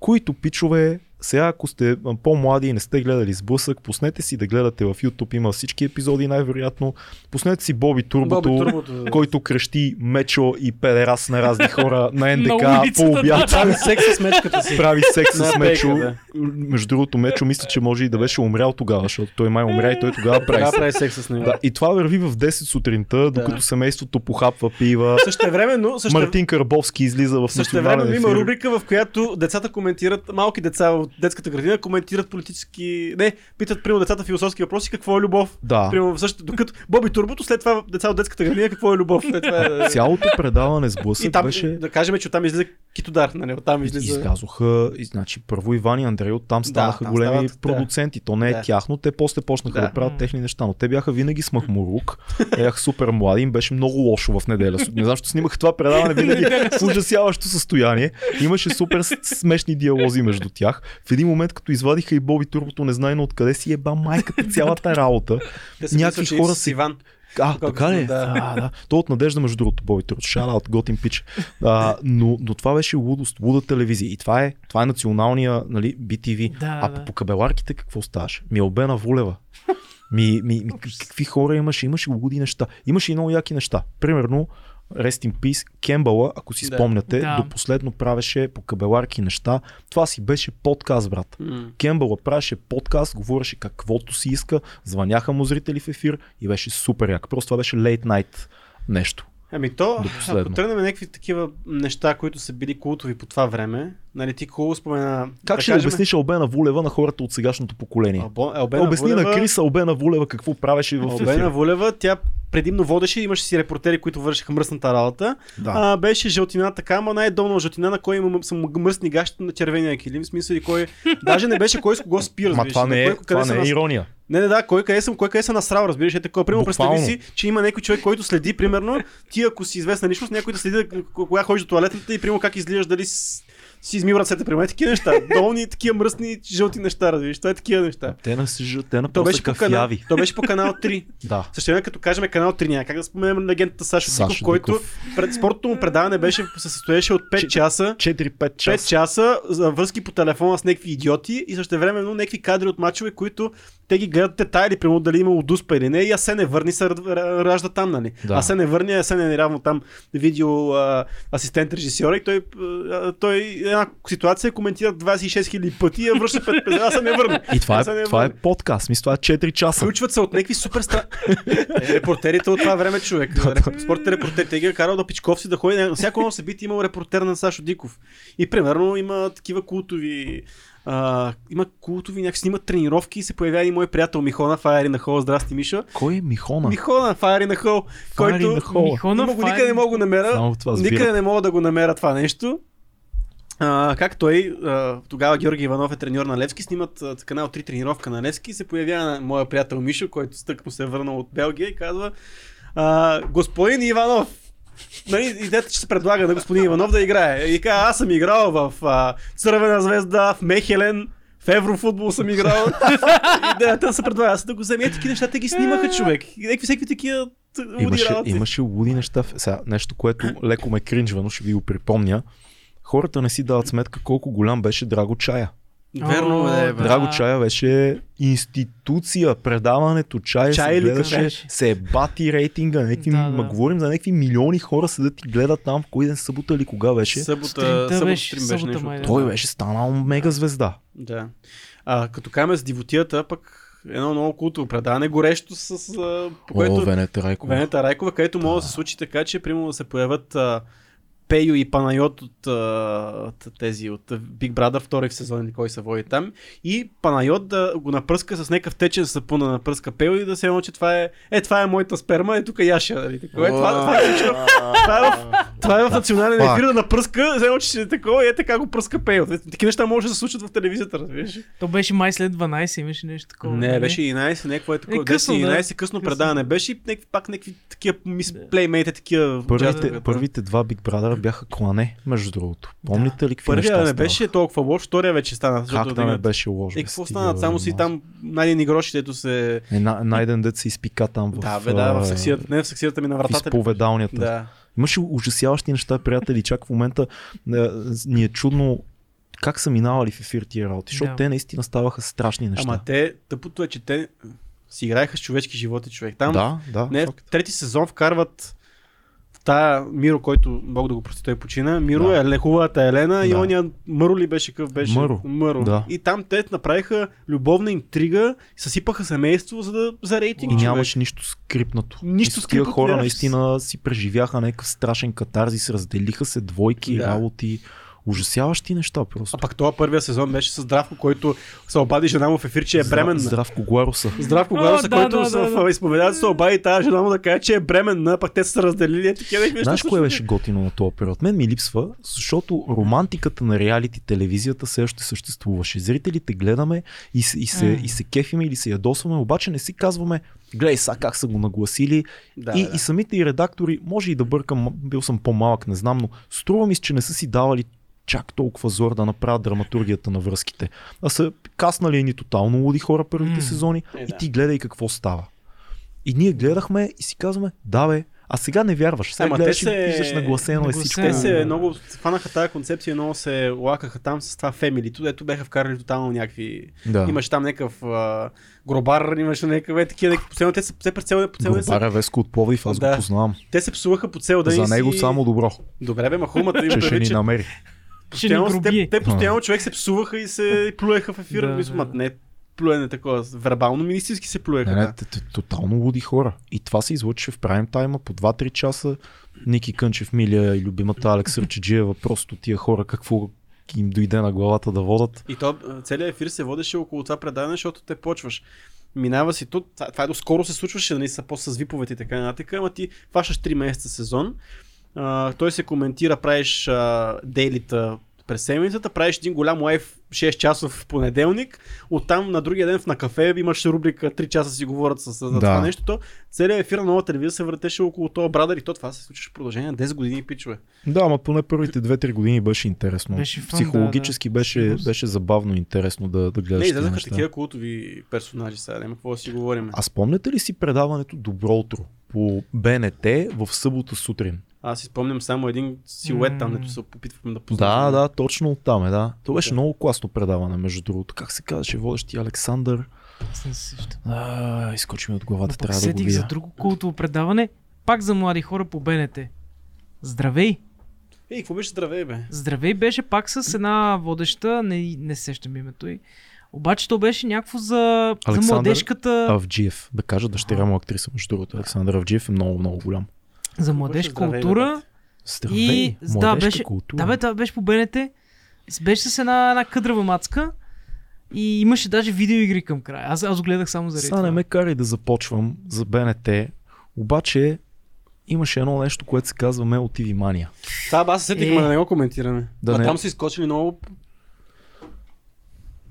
които пичове Сега, ако сте а, по-млади и не сте гледали сблъсък, пуснете си да гледате в YouTube, има всички епизоди най-вероятно. Пуснете си Боби Турбото, Боби Турбото, да. който крещи Мечо и Педерас на разни хора на НДК На по улицата, обяд. Прави секс с мечката си. Прави секс На с пейка, Мечо. да. Между другото, Мечо мисля, че може и да беше умрял тогава, защото той май умря и той тогава прави Трябва да секс. прави секс с него. Да, и това върви в 10 сутринта, докато семейството похапва пива. Същевременно, също... Мартин Карбовски излиза в национален Същевременно има ефир. рубрика, в която децата коментират, малки деца от детската градина коментират политически... Не, питат примерно децата философски въпроси, какво е любов? Да. Примерно в същото, докато Боби Турбото, след това деца от детската градина, какво е любов? След това, е- Цялото предаване с блъсък и там, беше... да кажем, че оттам излиза Китодар, нали? Оттам излиза... Излязоха, и, значи първо Иван и Андрей оттам Да, станаха там големи стават, да. продуценти. То не е Да. тяхно, те после почнаха да, Да. правят техни неща, но те бяха винаги с махмурук, те бяха супер млади, им беше много лошо в неделя. Не знам, защо снимаха това предаване винаги в ужасяващо състояние. Имаше супер с- смешни диалози между тях. В един момент, като извадиха и Боби Турбото, незнайно откъде си еба майката цялата работа. Те са Някакви мислили, че хора с се Иван. а, Колко така сме, ли? да. А, да. То от надежда, между другото, Бой Трот. Шараут, готин пич. А, но, но това беше лудост, луда телевизия. И това е, това е националния нали, BTV. Да, а да. по кабеларките какво ставаше? Ми Албена Вулева. Ми, ми, ми, к- какви хора имаше? Имаше луди неща. Имаше и много яки неща. Примерно, Rest in Peace, Кембала, ако си Да. спомняте, Да. до последно правеше по кабеларки неща. Това си беше подкаст, брат. М. Кембъл правеше подкаст, говореше каквото си иска, звъняха му зрители в ефир и беше супер як. Просто това беше late night нещо. Ами то, До последно. ако тръгнем някакви такива неща, които са били култови по това време, нали ти хубаво спомена... Как да ще кажем- обясниш Албена Вулева на хората от сегашното поколение? Албо- Албена Обясни на Вулева- Крис Албена Вулева какво правеше в Албена ефир. Вулева, тя предимно водеше, имаше си репортери, които вършиха мръсната работа. Да. А, беше жълтина така, ама най-долна жълтина, на кой има са мръсни гащите на червения килим. В смисъл и кой. Даже не беше кой с кого спира. Ма разбираш това ли, не на е, кой, това се не е нас- ирония. не, не, да, кой къде съм, кой къде се насрал, разбираш, е такова. Примерно, представи Буквално. си, че има някой човек, който следи, примерно, ти ако си известна личност, някой да следи да- к- кога ходиш до туалетната и примерно как излияш, дали с- си измил ръцете, примерно, е такива неща. Долни, такива мръсни, жълти неща, разбираш, това е такива неща. Те на си те на То беше, по канал, кафяви. то беше по канал 3. Да. Също време, като кажем канал 3, няма как да споменем легендата Сашо, Сашо Диков, който Диков. пред спортното му предаване беше, се състоеше от 5 Че- часа. 4-5 5 часа. часа за връзки по телефона с някакви идиоти и също времено някакви кадри от мачове, които те ги гледат детайли, примерно дали има удуспа или не. И аз се не върни се р- р- ражда там, нали? Да. Да. Аз се не върни, аз се не равно там видео а, асистент режисьора и той, а, той една ситуация коментира 26 000 пъти и я връща 5 пъти. Аз се не върни. И това Аз се е, не това е върни. подкаст. Мисля, това е 4 часа. Включват се от някакви супер ста... Е, репортерите от това време човек. Реп- Спортните репортери. Те ги е карал да пичков си да ходи. на- на Всяко едно събитие имал репортер на Сашо Диков. И примерно има такива култови а, има култови, някак снимат тренировки и се появява и мой приятел Михона Фаери на Хол. Здрасти, Миша. Кой е Михона? Михона Фаери на Хол, Фаери който на Хол. Михона има го, Фаери- никъде не мога го намеря. Само това Никъде разбира. не мога да го намеря това нещо. А, как той, а, тогава Георги Иванов е треньор на Левски, снимат а, канал 3 тренировка на Левски и се появява на моя приятел Мишо, който стък му се е върнал от Белгия и казва а, господин Иванов, Нали, идеята, че се предлага на господин Иванов да играе. И казва, аз съм играл в а, Цървена звезда, в Мехелен, в Еврофутбол съм играл. идеята се предлага, аз да го взема. Е, такива неща те ги снимаха човек. И някакви всеки такива т- луди Имаше, работи. имаше луди неща. в- Сега, нещо, което леко ме кринжва, но ще ви го припомня. Хората не си дават сметка колко голям беше Драго Чая. Верно е, бе. Да. Драго Чая беше институция. Предаването Чая Чай се или гледаше, кафе? се бати рейтинга. Някакви, Да, да, да. Ма говорим за някакви милиони хора седят и гледат там в кой ден събота или кога беше. Събота, Сутринта събота беше, стрим беше събота нещо. май, от- да. Той беше станал мега звезда. Да. А, като каме с дивотията, пък едно много култово предаване, горещо с... А, по О, което... Венета Райкова. Венета Райкова, където може да се случи така, че примерно да се появят а, Пейо и Панайот от а, т- тези от Big Brother втори сезон или кой се води там и Панайот да го напръска с някакъв течен сапун да напръска Пейо и да се едно, че това е, е това е моята сперма, е тук Яша. Нали? Такова, е, това, това, е, това, е, в- това, е, в- това е в национален Fuck. ефир да напръска, се едно, че ще е такова и е така го пръска Пейо. Такива неща може да се случат в телевизията, разбираш. То беше май след 12, имаше нещо такова. Не, нали? беше 11, някакво е такова. Е, 10, късно, да. 11, късно, предаване беше и някакви, пак някакви такива мис плеймейте, такива джазове, Първите, да. първите два Big Brother бяха клане, между другото. Помните ли какви неща Първия не станаха? беше толкова лош, втория вече стана. защото Как да не имат- беше лошо? Е, какво станат? Само си там най-ни гроши, дето се... Е, на, найден дет се изпика там в, Да, бе, да, а, в саксията, не в саксията ми на в вратата. изповедалнята. Да. Имаше ужасяващи неща, приятели, чак в момента е, ни е чудно как са минавали в ефир тия работи, защото Да. те наистина ставаха страшни неща. Ама те, тъпото е, че те си играеха с човешки животи, човек. Там да, да. не, е факт. трети сезон вкарват в тая Миро, който Бог да го прости, той почина. Миро Да. е ле- хубавата Елена и Да. ония Мъро ли беше къв беше? Мъро. Мъро. Да. И там те направиха любовна интрига, съсипаха семейство за, да, за рейтинг. И човек. нямаш нищо скрипнато. Нищо И с тия скрипнато хора нямаш. наистина си преживяха някакъв страшен катарзис, разделиха се двойки, Да. работи. Ужасяващи неща просто. А пак това първия сезон беше с Здравко, който се обади жена му в ефир, че е бременна. Здрав- Здравко Гларуса. Здравко О, Гларуса, да, който да, се да, в да. изповеданието се обади тази жена му да каже, че е бременна, пък те са се разделили. Е, такива неща Знаеш се кое случиха. беше готино на този период? Мен ми липсва, защото романтиката на реалити телевизията все още съществуваше. Зрителите гледаме и, се- и, се, М. и се кефиме или се ядосваме, обаче не си казваме, гледай сега как са го нагласили. Да, и, да. и самите и редактори, може и да бъркам, м- бил съм по-малък, не знам, но струва ми се, че не са си давали чак толкова зор да направят драматургията на връзките. А са каснали едни тотално луди хора първите М. сезони Е, и да. ти гледай какво става. И ние гледахме и си казваме, да бе, а сега не вярваш. Сега Ама те гледаш и се- виждаш нагласено е нагласено всичко. е. Те се Да. много фанаха тази концепция, много се лакаха там с това фемилито, дето беха вкарали тотално някакви... Да. Имаш там някакъв а, гробар, имаше някакъв е, такива, някакви... по цял- Те се те през цял ден, по цял ден се- Гробаря Веско от Пловдив, аз Да. го познавам. Те се псуваха по цел ден. За и него си... само добро, Добре бе, ма хумата че има ще предвид, ни че намери. Ще ни постоянно, с- те, груби. те постоянно човек се псуваха и се плюеха в ефира. Да, Да, да. да. не плюене такова, вербално ми истински се плюеха. Не, да. не, те, те, тотално луди хора. И това се излъчи в прайм тайма по 2-3 часа. Ники Кънчев, Милия и любимата Алекс Ръчеджиева, просто тия хора какво им дойде на главата да водат. И то а, целият ефир се водеше около това предаване, защото те почваш. Минава си тут, това, това е доскоро се случваше, нали, са после с виповете и така нататък, ама ти фащаш 3 месеца сезон, а, той се коментира, правиш а, дейлита през седмицата, правиш един голям лайф 6 часов в понеделник, оттам на другия ден в на кафе имаш рубрика 3 часа си говорят с, за Да. това нещо, то целият ефир на нова телевизия се въртеше около това брадър и то това се случваше в продължение на 10 години пичове. Да, ама поне първите 2-3 години беше интересно. Беше фан, да, Психологически Беше, Сигурно. беше забавно и интересно да, да гледаш. Не, тия излезаха неща. такива култови персонажи сега, няма какво да си говорим. А спомняте ли си предаването Добро утро по БНТ в събота сутрин? Аз си спомням само един силует там, М. дето се опитвахме да Да, познаем. да, точно оттам е, да. То беше Да. много класно предаване, между другото. Как се казваше водещи Александър? Аз не се сещам. А, изкочи ми от Но главата, пък трябва да го сетих видя. за друго култово предаване, пак за млади хора по БНТ. Здравей! Ей, какво беше здравей, бе? Здравей беше пак с една водеща, не, не сещам името й. Обаче то беше някакво за, за Александър младежката, Авджиев, да кажа дъщеря му е актриса, между другото. Александър Авджиев е много, много голям. за младежка здравей, бе, култура. брат? Здравей, И- да, младежка беше- култура. Да, бе, това беше по БНТ. С- Беше с една, една къдрава мацка и имаше даже видеоигри към края. Аз, аз го гледах само заради Сега не това. ме карай да започвам за БНТ, обаче имаше едно нещо, което се казва Мел TV Мания. Та, бе, аз се сетих, Е. ма да не го коментираме. Да Да, не. там са изкочили много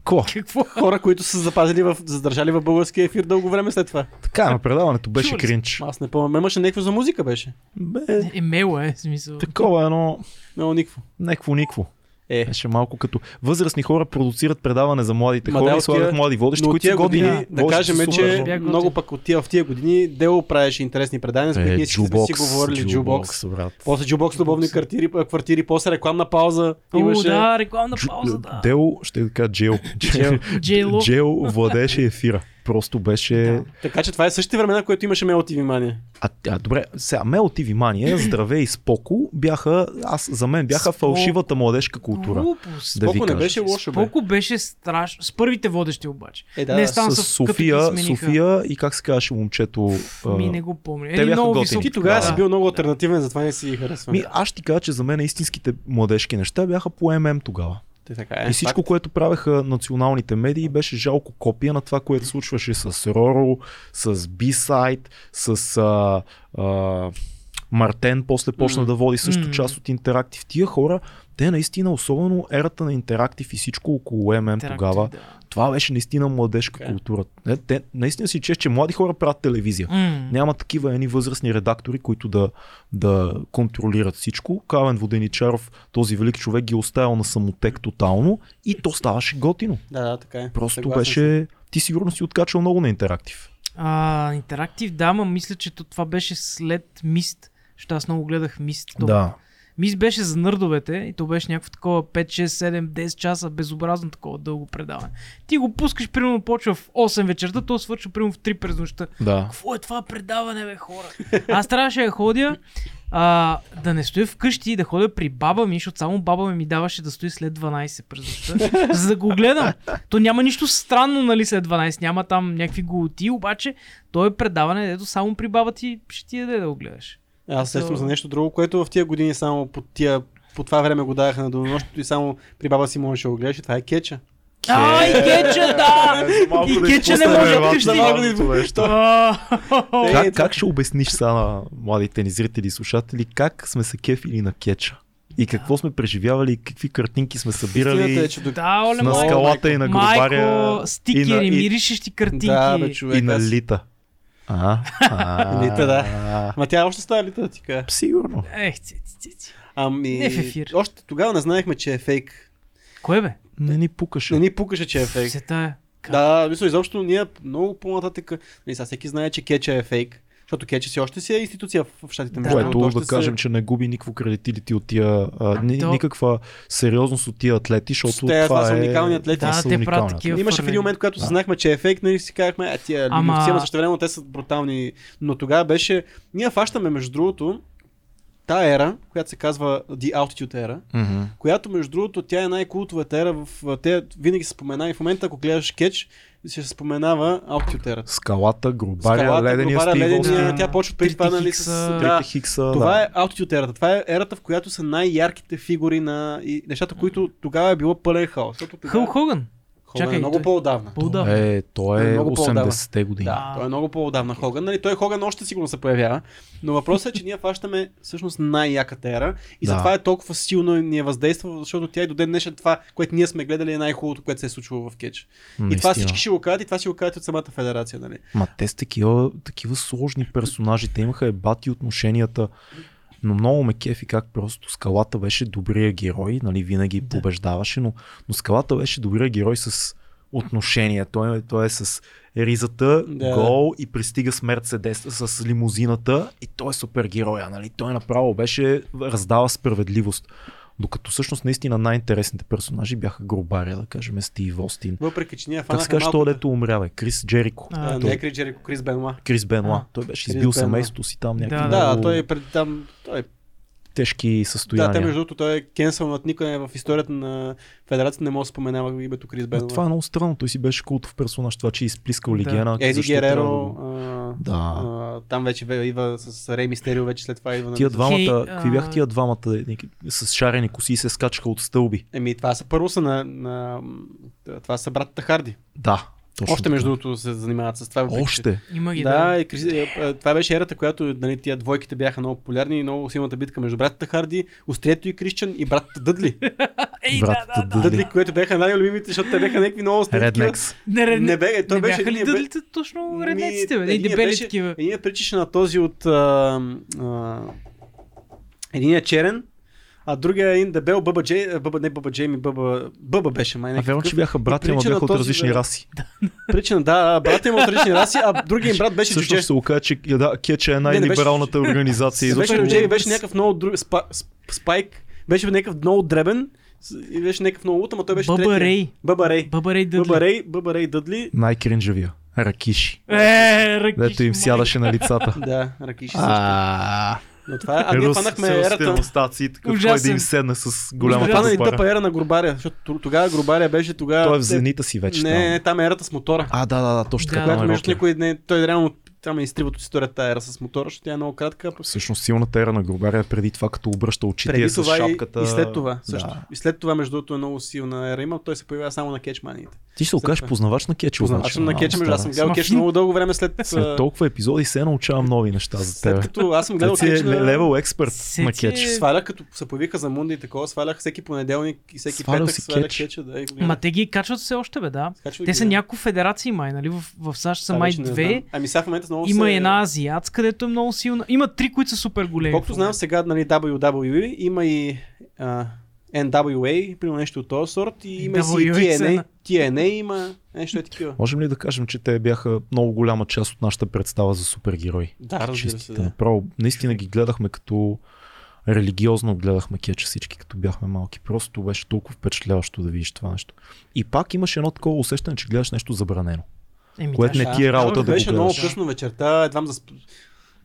Ко? Какво? хора, които са запазили в, задържали в българския ефир дълго време след това. Така, на предаването беше Чули сме. кринч. Аз не помня. Имаше някакво за музика беше. Бе, Емейл е, в смисъл. такова едно, Много никво. некво никво. Е, Беше малко като възрастни хора продуцират предаване за младите Ма хора да, и от слагат тия- млади водещи, но от които са тия години. години, да водещи кажем, са супер. че Бях готин. много пък от тия, в тия години Дело правеше интересни предания, с които Е, ние всички сме си джубокс, говорили. Джубокс. брат. После джубокс, любовни квартири, квартири, после рекламна пауза. О, Имаше... да, рекламна Джу- пауза, да. Дел, ще така Джел. Джел. Джейло. Джел владееше ефира. Просто беше... Да. Така че това е същите времена, което имаше Мел ти внимание. А, а, добре, сега Мел ти внимание, здраве и споко бяха, аз, за мен бяха Споко. фалшивата младежка култура. Глупост. Да ви Колко не кажа. беше лошо, бе. Споко беше страшно. С първите водещи обаче. Е, да, не да. стана С с София, София и как се казваше момчето... а, Ми не го помня. те Един бяха много готини. висок. Ти тогава Да. си бил много альтернативен, затова не си ги харесва. Ми, аз ще ти кажа, че за мен истинските младежки неща бяха по ММ тогава. Те така е. И всичко, което правеха националните медии, беше жалко копия на това, което случваше с Роро, с B-Side, с а, а, Мартен, после почна Мм. да води също Мм. част от Интерактив. Тия хора, те наистина, особено ерата на Интерактив и всичко около ММ Интерактив, тогава, да. това беше наистина младежка Така е. култура. Те, те, наистина си чест, че млади хора правят телевизия. М. Няма такива едни възрастни редактори, които да, да контролират всичко. Кавен Воденичаров, този велик човек, ги е оставил на самотек тотално и то ставаше готино. Да, да, така е. Просто Съгласен съм. беше... Ти сигурно си откачал много на интерактив. А, интерактив, да, ма мисля, че то- това беше след Мист, защото аз много гледах Мист. То, Мис беше за нърдовете и то беше някакво такова 5, 6, 7, 10 часа безобразно такова дълго предаване. Ти го пускаш, примерно почва в 8 вечерта, то свършва примерно в 3 през нощта. Да. Какво е това предаване, бе, хора? Аз трябваше да ходя а, да не стоя вкъщи и да ходя при баба ми, защото само баба ми ми даваше да стои след 12 през нощта, за да го гледам. То няма нищо странно, нали, след 12, няма там някакви голоти, обаче то е предаване, дето само при баба ти ще ти яде да го гледаш. Аз сещам То- за нещо друго, което в тия години само по, тия, по това време го даваха на денонощието и само при баба си можеше да го гледаш и това е кетча. Ай, кече, да! И кече не може да Да, малко да вкъщи. изпусна. А, Е, Как, това- как ще обясниш сега на младите ни зрители и слушатели как сме се кефили на кетча? И какво сме преживявали, и какви картинки сме събирали Истината е, че до... Да, оле, на майко. майко. скалата и на гробаря Майко, и на, стикери, и, миришещи картинки. Да, бе, и човек. на аз- лита. А, а, Лита, да. Ма тя още става лита, да ти кажа. Сигурно. Ех, ци, ци, ци, ци. Ами, Не в ефир. още тогава не знаехме, че е фейк. Кое бе? Не ни пукаше. Не ни пукаше, че е фейк. Сета е. Как? Да, мисля, изобщо ние много по-нататък. Нали, сега всеки знае, че кетча е фейк. Защото кетча си още си е институция в в щатите. между Което другото, да, още да кажем, се- че не губи никакво кредитилити от тия, а, ни, То- никаква сериозност от тия атлети, защото Те, това това са е... уникални атлети. това Да, те са правят уникални такива. атлети. Имаше в един момент, когато Да. се знаехме, че е фейк, нали си казахме, а тия Ама- любовци, ама също време те са брутални. Но тогава беше... Ние фащаме, между другото, та ера, която се казва The Altitude Era, Мгм. която между другото тя е най-култовата ера, в, в- те винаги се спомена и в момента ако гледаш кетч, ще се споменава Altitude Era. Скалата, гробаря, ледения Гробаря, стивол, ледения, тя почва преди това, нали, с... Трите Да, трите хикса. това да. е Altitude ерата. Това е ерата, в която са най-ярките фигури на и нещата, които тогава е било пълен хаос. Защото тогава Хъл Хоган. Хоган чакай, е много той- по-отдавна. По-да. Е, то е Много по-отдавна. 80-те години. Да, той е много по-отдавна Хоган. Нали, той Хоган още сигурно се появява, но въпросът е, че ние фащаме всъщност най-яката ера и Да. затова е толкова силно и ни е въздейства, защото тя и до ден днешен това, което ние сме гледали е най-хубавото, което се е случвало в кетч. И това Наистина. всички ще го кажат и това ще го кажат от самата федерация. Нали? Ма те с такива, такива сложни персонажи, те имаха ебати отношенията. Но много ме кефи как просто Скалата беше добрия герой, нали, винаги да. побеждаваше, но, но Скалата беше добрия герой с отношения. Той, е- той е с ризата, Да. да. гол и пристига с Мерцедес, с лимузината и той е супергероя. Нали? Той направо беше раздава справедливост. Докато всъщност наистина най-интересните персонажи бяха Гробаря, да кажем, Стив Остин. Въпреки, че ние Как се фанахме каже, той малко... дето умря, бе? Крис Джерико. А, А, Той- е. не Крис Джерико, Крис Бенуа. Крис Бенуа. А. А, той беше Крис избил Бенуа. семейството си там някакви Да, да, Да, много той е пред там... Той е тежки Да, състояния. те между другото той е кенселнат никъде в историята на федерацията, не мога да споменава името Крис Бенуа. Но това е много странно. Той си беше култов персонаж, това, че е изплискал Да. легена. Еди е защо трябва Гереро, да го- а, Да. а, там вече ве- идва с Рей Мистерио, вече след това идва на... Тия двамата, Хей, а- какви бяха тия двамата едни- с шарени коси и се скачаха от стълби? Еми, това са първо са на, на... Това са братята Харди. Да. Точно Още така. между другото се занимават с това. въпреки че- Още. Има ги Да, да. и Крис... е, е, това беше ерата, която нали, тия двойките бяха много популярни и много силната битка между братята Харди, Острието и Крищен и братята Дъдли. Ей, да, Братята да, да. Дъдли, Дъдли. които бяха най-любимите, защото те бяха някакви много остри такива. Реднекс. Не, не, Не бе, той не беше бяха ли един- бе- дъдлите точно Ми, реднеците, бе? И единия дебели беше- такива. Единият приличаше на този от... А, а, единия е черен, а другия е един дебел, Бъба Джей, а, Бъба, не Бъба Джейми, Бъба, Бъба беше май А верно, някакъв. че бяха брати, ама прилича на бяха от Е, този, бе. различни раси. Причина, да, да, брат им от различни раси, а другия им брат беше Също чуче. се окаже, че да, Кетча е най-либералната организация. Беше изобщо. чуче и беше някакъв много друг, спа, сп- спайк, беше някакъв много дребен с- и беше някакъв много лут, ама той беше Бъба третия. Рей. Бъба Рей. Бъба Рей Дъдли. Бъба Рей, Бъба Рей Дъдли. Най-кринжавия. Ракиши. Е, ръки. Дето им сядаше на лицата. Да, ракиши също. А, Но това е, а ние фанахме ерата. Стаци, такъв, Ужасен. кой да им седне с Голяма голяма Ужасен. фана и тъпа пара. ера на Грубаря, защото тогава Грубаря беше тогава... Той е в зенита си вече. Не, не, там. там е ерата с мотора. А, да, да, да, точно Да. така. която Той е между рокер. никой не... Той реално там е изтриват от историята тая ера с мотора, защото тя е много кратка. а Всъщност силната ера на Грубаря е преди това, като обръща очите Преди е с това и, шапката. и, след това. Също. Да. И след това, между другото, е много силна ера. Има, той се появява само на кетчманиите. Ти ще се окажеш това. познавач на кетча. Аз съм на кетч, между аз съм гледал кетч много дълго време след... а, След Е, толкова епизоди се научавам нови неща за след теб. като аз съм гледал Ти си кетч е на... левел експерт Се на ти е- кетч. Свалях, като се появиха за Мунди и такова, свалях всеки понеделник и всеки Свалял петък, си свалях кетч. кетча. Да, и го гледах. Ма те ги качват все още, бе, да. Така че го Те са гледам. няколко федерации май, нали? В, в САЩ са Това май Ами вече е. не две. знам. Ами сега в момента много Има се... една азиатска, където е много силна. Има три, които са супер големи. Колкото знам сега, нали, WWE има и а, NWA, примерно нещо от този сорт, и има си и NWA TNA, сцена. TNA има нещо е такива. Можем ли да кажем, че те бяха много голяма част от нашата представа за супергерои? Да, разбира се, Честите. да. Направо, наистина ги гледахме като религиозно гледахме кеча всички, като бяхме малки. Просто беше толкова впечатляващо да видиш това нещо. И пак имаше едно такова усещане, че гледаш нещо забранено. Еми, Което да, не ще- ти е работа да го Беше много гледаш. късно вечерта, едвам, за...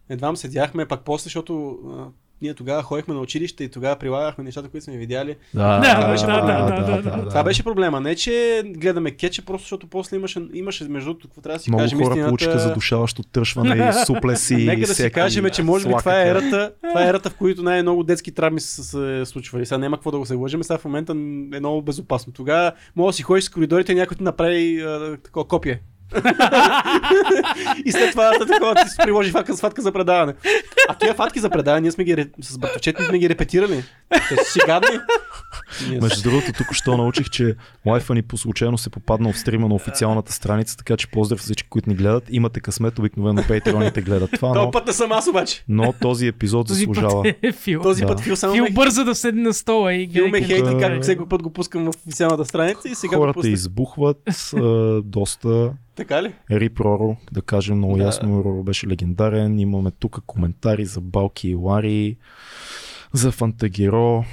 едвам седяхме, пак после, защото а, ние тогава ходихме на училище и тогава прилагахме нещата, които сме видяли. Да, Да, да, да, да, да. Това беше проблема. Не, че гледаме кече, просто защото после имаше, имаше между другото, какво трябва да си Много кажем хора истината. получиха задушаващо тръшване и суплеси. Нека и да си всякакви кажем, че може би това е слакъти. ерата, това е ерата, в които най-много детски травми са се случвали. Сега няма какво да го се лъжим, сега в момента е много безопасно. Тогава може да си ходиш с коридорите и някой ти направи а, такова копие. и след това да такова ти се приложи фатка, сватка за предаване. А тия фатки за предаване, ние сме ги ре- с братовчет ни сме ги репетирали. Те са си гадни. Ние Между другото, тук що научих, че лайфа ни по случайно се попадна в стрима на официалната страница, така че поздрав всички, които ни гледат. Имате късмет, обикновено патреоните гледат това, Този но, път не съм аз обаче. но този епизод Този заслужава. път е Фил. Този Да. път Фил само Фил ме, бърза да седне на стола и е. Фил ме гледай къде- хейти, Да. как всеки път го пускам в официалната страница и сега го Хората пускам. избухват а, доста. Така ли? Рип Роро, да кажем много Да. да. ясно, Роро беше легендарен. Имаме тук коментари за Балки и Лари, за Фантагиро.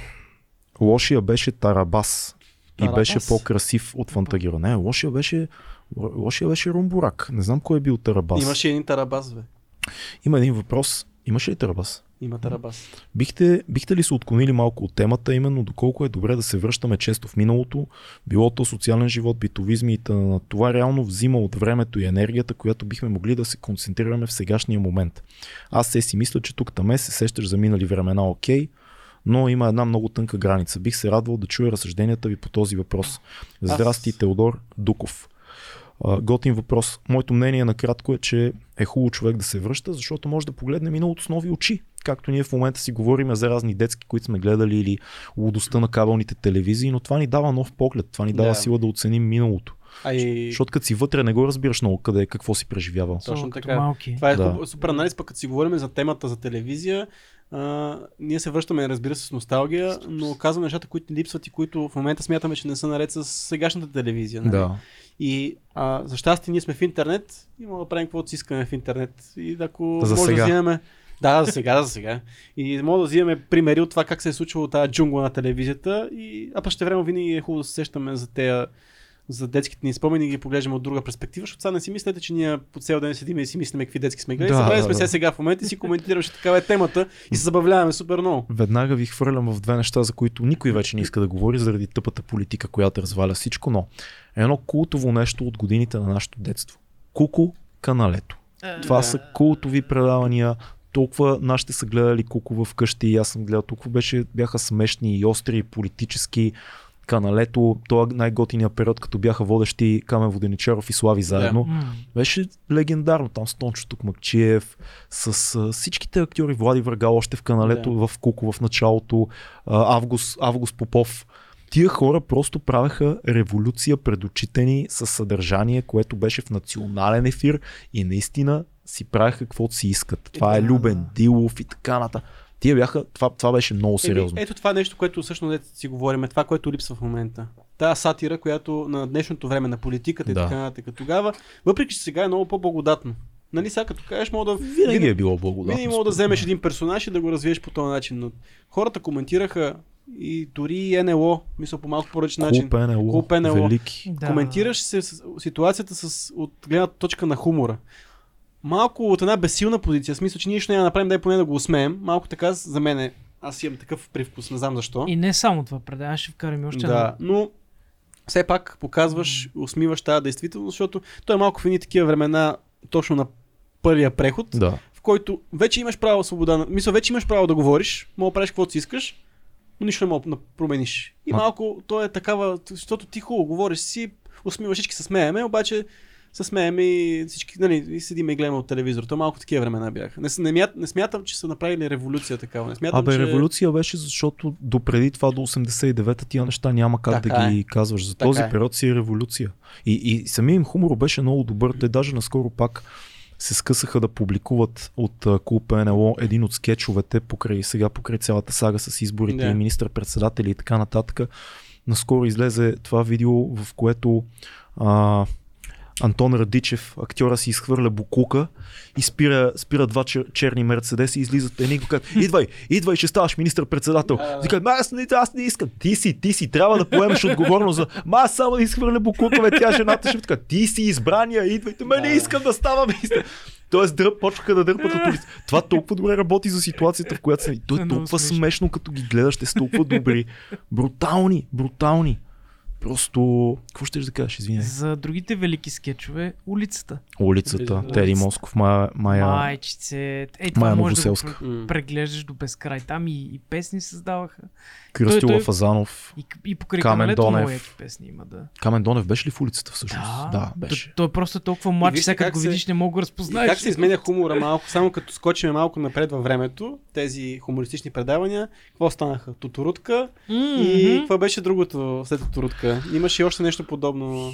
Лошия беше Тарабас. И Тарабас? беше по-красив от Фантагиро. Не, лошия беше, лошия беше Румбурак. Не знам кой е бил Тарабас. Имаше един тарабас, бе. Има един въпрос. Имаше ли Тарабас? Има тарабас. Бихте, бихте ли се отклонили малко от темата, именно доколко е добре да се връщаме често в миналото, било то социален живот, битовизми и т.н. Това реално взима от времето и енергията, която бихме могли да се концентрираме в сегашния момент. Аз се си мисля, че тук таме се сещаш за минали времена, окей, но има една много тънка граница. Бих се радвал да чуя разсъжденията ви по този въпрос. Здрасти, Теодор Дуков. А, Готин въпрос. Моето мнение накратко е, че е хубаво човек да се връща, защото може да погледне миналото с нови очи. Както ние в момента си говорим за разни детски, които сме гледали или лудостта на кабелните телевизии, но това ни дава нов поглед, това ни дава Да. сила да оценим миналото. А и... Защото като си вътре не го разбираш много къде е, какво си преживявал. Точно Като така. Малки. Това е Да. да. супер анализ, пък като си говорим за темата за телевизия, а, ние се връщаме, разбира се, с носталгия, но казваме нещата, които ни липсват и които в момента смятаме, че не са наред с сегашната телевизия. нали? И а, за щастие ние сме в интернет и можем да правим каквото си искаме в интернет. И ако За може сега. да взимаме... Да, за сега, за сега. И може да взимаме примери от това как се е случило тази джунгла на телевизията. И, а ще време винаги е хубаво да се сещаме за тея за детските ни спомени и ги поглеждаме от друга перспектива, защото сега не си мислете, че ние по цял ден седим и си мислиме какви детски сме гледали. Да, Да, Събрали да, сме да. сега, сега в момента и си коментираме, че такава е темата и се забавляваме супер много. Веднага ви хвърлям в две неща, за които никой вече не иска да говори заради тъпата политика, която разваля всичко, но едно култово нещо от годините на нашето детство. Куко каналето. Това Да. са култови предавания. Толкова нашите са гледали Куко вкъщи и аз съм гледал. Толкова беше, бяха смешни и остри, и политически. Каналето, това най-готиния период, като бяха водещи Камен Воденичаров и Слави заедно. М. Беше легендарно там с Тончо Тукмакчиев, с а, всичките актьори, Влади Врагал още в каналето, в Куко в началото, а, Август, Август Попов. Тия хора просто правеха революция пред очите ни с съдържание, което беше в национален ефир и наистина си правеха каквото си искат. Това е да. Любен Дилов и така нататък. Тия бяха, това, това беше много сериозно. Еми, ето това е нещо, което всъщност дето си говорим, е това, което липсва в момента. Та сатира, която на днешното време на политиката и Да. така нататък тогава, въпреки че сега е много по-благодатно. Нали, сега като кажеш, мога да. Винаги е било благодатно. Винаги мога да според мен. вземеш един персонаж и да го развиеш по този начин. Но хората коментираха и дори НЛО, мисля по малко поръчен начин. Клуб е. НЛО, Клуб НЛО. велики. Да. Коментираш се с, ситуацията с, от гледната точка на хумора. Малко от една безсилна позиция, в смисъл, че ние нищо няма да направим, дай поне да го усмеем. Малко така за мен е. Аз имам такъв привкус, не знам защо. И не само това предаване, ще вкараме още Да, едно. но все пак показваш, усмиваш тази действителност, защото той е малко в едни такива времена, точно на първия преход, Да. в който вече имаш право свобода, на... мисля, вече имаш право да говориш, мога да правиш каквото си искаш, но нищо не мога да промениш. И А. малко то е такава, защото ти хубаво говориш си, усмиваш, всички се смееме, обаче се смеем и всички, нали, и седим и гледаме от телевизор. То малко такива времена бяха. Не, с- не, мят, не смятам, че са направили революция такава. Не смятам, Абе, че... революция беше, защото допреди това до 89-та тия неща няма как Така да е. ги казваш. За Така този е. период си е революция. И, и самия им хумор беше много добър. Те даже наскоро пак се скъсаха да публикуват от а, Клуб НЛО един от скетчовете покрай сега, покрай цялата сага с изборите Да. и министър-председатели и така нататък. Наскоро излезе това видео, в което а, Антон Радичев, актьора си изхвърля букука и спира, спира два чер, черни мерцедеси, излизат едни и го казват, идвай, идвай, ще ставаш министър-председател. Викат, ма аз не, аз не искам. Ти си, ти си, трябва да поемеш отговорност за, ма аз само да изхвърля букука, бе, тя е жената ще така, ти си избрания, идвайте, ме не искам да става министър. Тоест дръп, почнаха да дърпат от улица. Това толкова добре работи за ситуацията, в която са. И То е Много толкова смешно. смешно, като ги гледаш, те са толкова добри. Брутални, брутални. Просто, какво ще да кажеш, извинявай? За другите велики скетчове, улицата. Улицата, Улицата. Теди Москов, Мая, Мая, Майчице. Е, Мая това може да го Новоселска. пр- преглеждаш до безкрай. Там и, и песни създаваха. Кръстила той- той- Фазанов. И, и покрай Камен каналето Донев. много яки песни има, да. Камен Донев беше ли в улицата всъщност? да беше. Т- Той е просто толкова млад, че вижте сега като как го се- видиш не мога да И разпознаеш. как се изменя хумора малко, само като скочиме малко напред във времето, тези хумористични предавания, какво станаха? Тоторутка Мгм. и какво беше другото след Тоторутка? Имаше и още нещо подобно.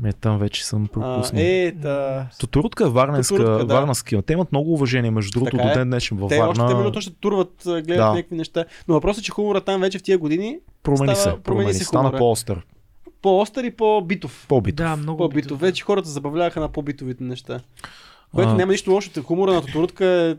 Ме, там вече съм А, пропуснал. е, та... Тоторутка е варненска, Тоторутка, да. варненска. Те имат много уважение, между другото, Така до е. ден днешен във Те Варна. още те точно ще турват, а, гледат Да. някакви неща. Но въпросът е, че хумора там вече в тия години Промени става- се, промени се. Стана хумора. по-остър, по-остър и по-битов. по-битов. Да, много По-битов. битов. Вече хората се забавляваха на по-битовите неща. Което А. няма нищо лошо. те- Хумора на Тоторутка е,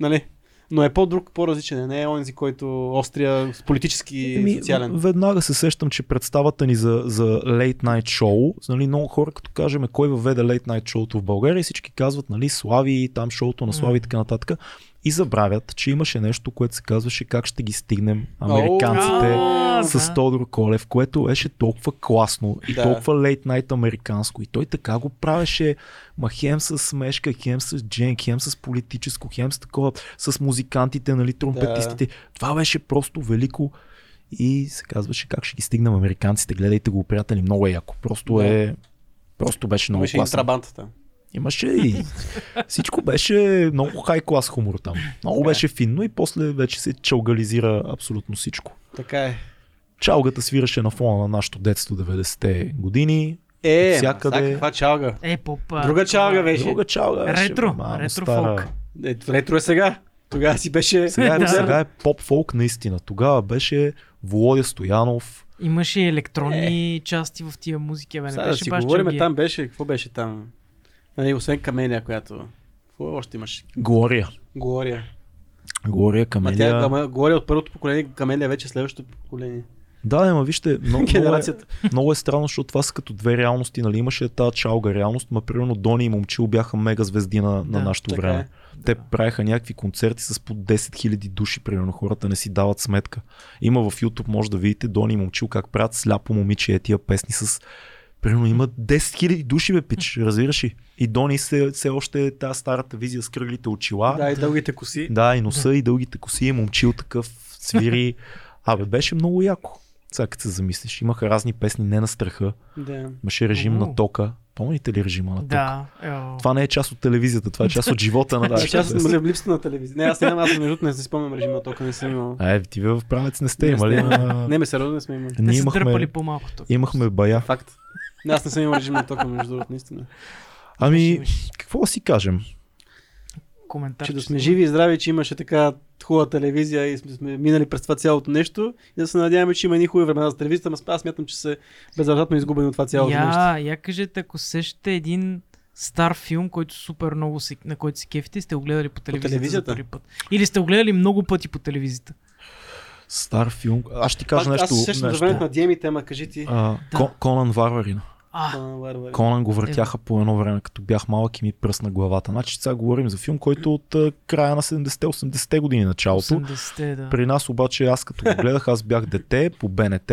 нали, но е по-друг, по-различен. е. Не е онзи, който острия с политически и социален. Ами, Веднага се сещам, че представата ни за, за Late Night Show, нали, много хора като кажем кой въведе Late Night Show в България, всички казват, нали, Слави, там шоуто на Слави и така нататък. И забравят, че имаше нещо, което се казваше как ще ги стигнем американците А, с да. Тодор Колев, което беше толкова класно и Да. толкова лейт найт американско. И той така го правеше. Ма хем с смешка, хем с дженк, хем с политическо, хем с такова, с музикантите, нали, тромпетистите. Това беше просто велико. И се казваше как ще ги стигнем американците. Гледайте го, приятели, много е яко. Просто е... Просто беше много Имаше и класно. трабантата. Имаше и всичко беше много хай клас хумор там. Много Така е. беше финно и после вече се чалгализира абсолютно всичко. Така е. Чалгата свираше на фона на нашето детство 90-те години. Е, Всякъде. всякъде... сега каква чалга. Е, поп. а, Друга чалга това е. беше. Друга чалга. беше, Ретро, мамо, ретро стара. фолк. Ето, ретро е сега. Тогава си беше... Сега, е, Да. сега е поп-фолк наистина. Тогава беше Володя Стоянов. Имаше и електронни части в тия музики, бе. Не Е. Сега да беше си баш говорим, джангия. там беше, какво беше там? Нали, освен Камелия, която... Какво още имаш? Глория. Глория. Глория Ма тя е Камелия. Гама- Глория от първото поколение, Камелия вече е следващото поколение. Да, ама вижте, много, много, е, Генерацията. много е странно, защото това са като две реалности. Нали? Имаше тази чалга реалност, ма примерно Дони и Момчил бяха мега звезди на, на Да, нашето така време. е. Те правеха някакви концерти с по 10 000 души, примерно хората не си дават сметка. Има в YouTube, може да видите Дони и Момчил как правят сляпо момиче е тия песни с... Примерно има 10 000 души, бе, пич, разбираш ли? И Дони се, все още е тази старата визия с кръглите очила. Да, и дългите коси. Да, и носа, и дългите коси, и е момчил такъв, свири. Абе, беше много яко. Сега като се замислиш, имаха разни песни не на страха. Да. Имаше режим Уу. на тока. Помните ли режима на тока? Да. ео. Това не е част от телевизията, това е част от живота на Да, нашите част песни. от липсата на телевизия. Не, аз нямам, аз между другото не си спомням режим на тока, не съм имал. А, е, ти в правец не сте Не сте имали. имали. а, Не, ме сериозно не сме имали. Те Ние са дърпали имахме, по-малко тук. имахме бая. Факт. Не, аз не съм имал режим на тока, между другото, наистина. Ами, Имаше, какво да си кажем? Коментар. Че да че сме са- живи и здрави, че имаше така хубава телевизия и сме, сме минали през това цялото нещо и да се надяваме, че има едни хубави времена за телевизията, но аз смятам, че са безразратно изгубени от това цялото нещо. Я, я кажете, ако сещате един стар филм, който супер много се, на който се кефите, и сте го гледали по телевизията, телевизията? за първи път. Или сте го гледали много пъти по телевизията. Стар филм. Аз ще ти кажа Пак- нещо. Аз се сещам за нещо. времето на Диеми тема, кажи ти. А, Кон- Конан Варварин. А, Конан Варварин. Конан го въртяха Е. по едно време, като бях малък и ми пръсна главата. Значи сега говорим за филм, който е от а, края на 70-те, 80-те години началото. 80-те, да. При нас обаче аз като го гледах, аз бях дете по БНТ.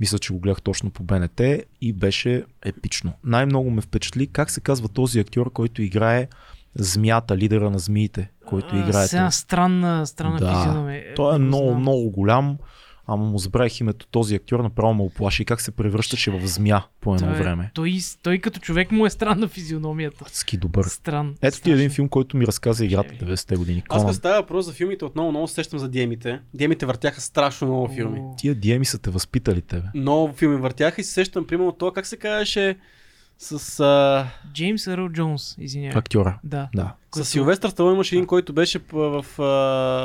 Мисля, че го гледах точно по БНТ и беше епично. Най-много ме впечатли как се казва този актьор, който играе змията, лидера на змиите, който А, играе. с една странна, странна Да. физиономия. Е, Той не е го много, знам. много голям. Ама му забравих името този актьор, направо ме оплаши как се превръщаше в змия по едно Той е- време. Той, той като човек му е странна физиономията. Адски добър. Стран. Ето ти един страшно. филм, който ми разказа играта Ще 90-те години. Аз като Конан, става въпрос за филмите, отново много се сещам за Диемите. Диемите въртяха страшно много филми. О, тия диеми са те възпитали тебе. Много филми въртяха и се сещам, примерно, това как се казваше с... А... Джеймс Ерл Джонс, извинявай. Актьора. Да. Да. С Който- Силвестър Сталон имаше един, който беше п- в, а,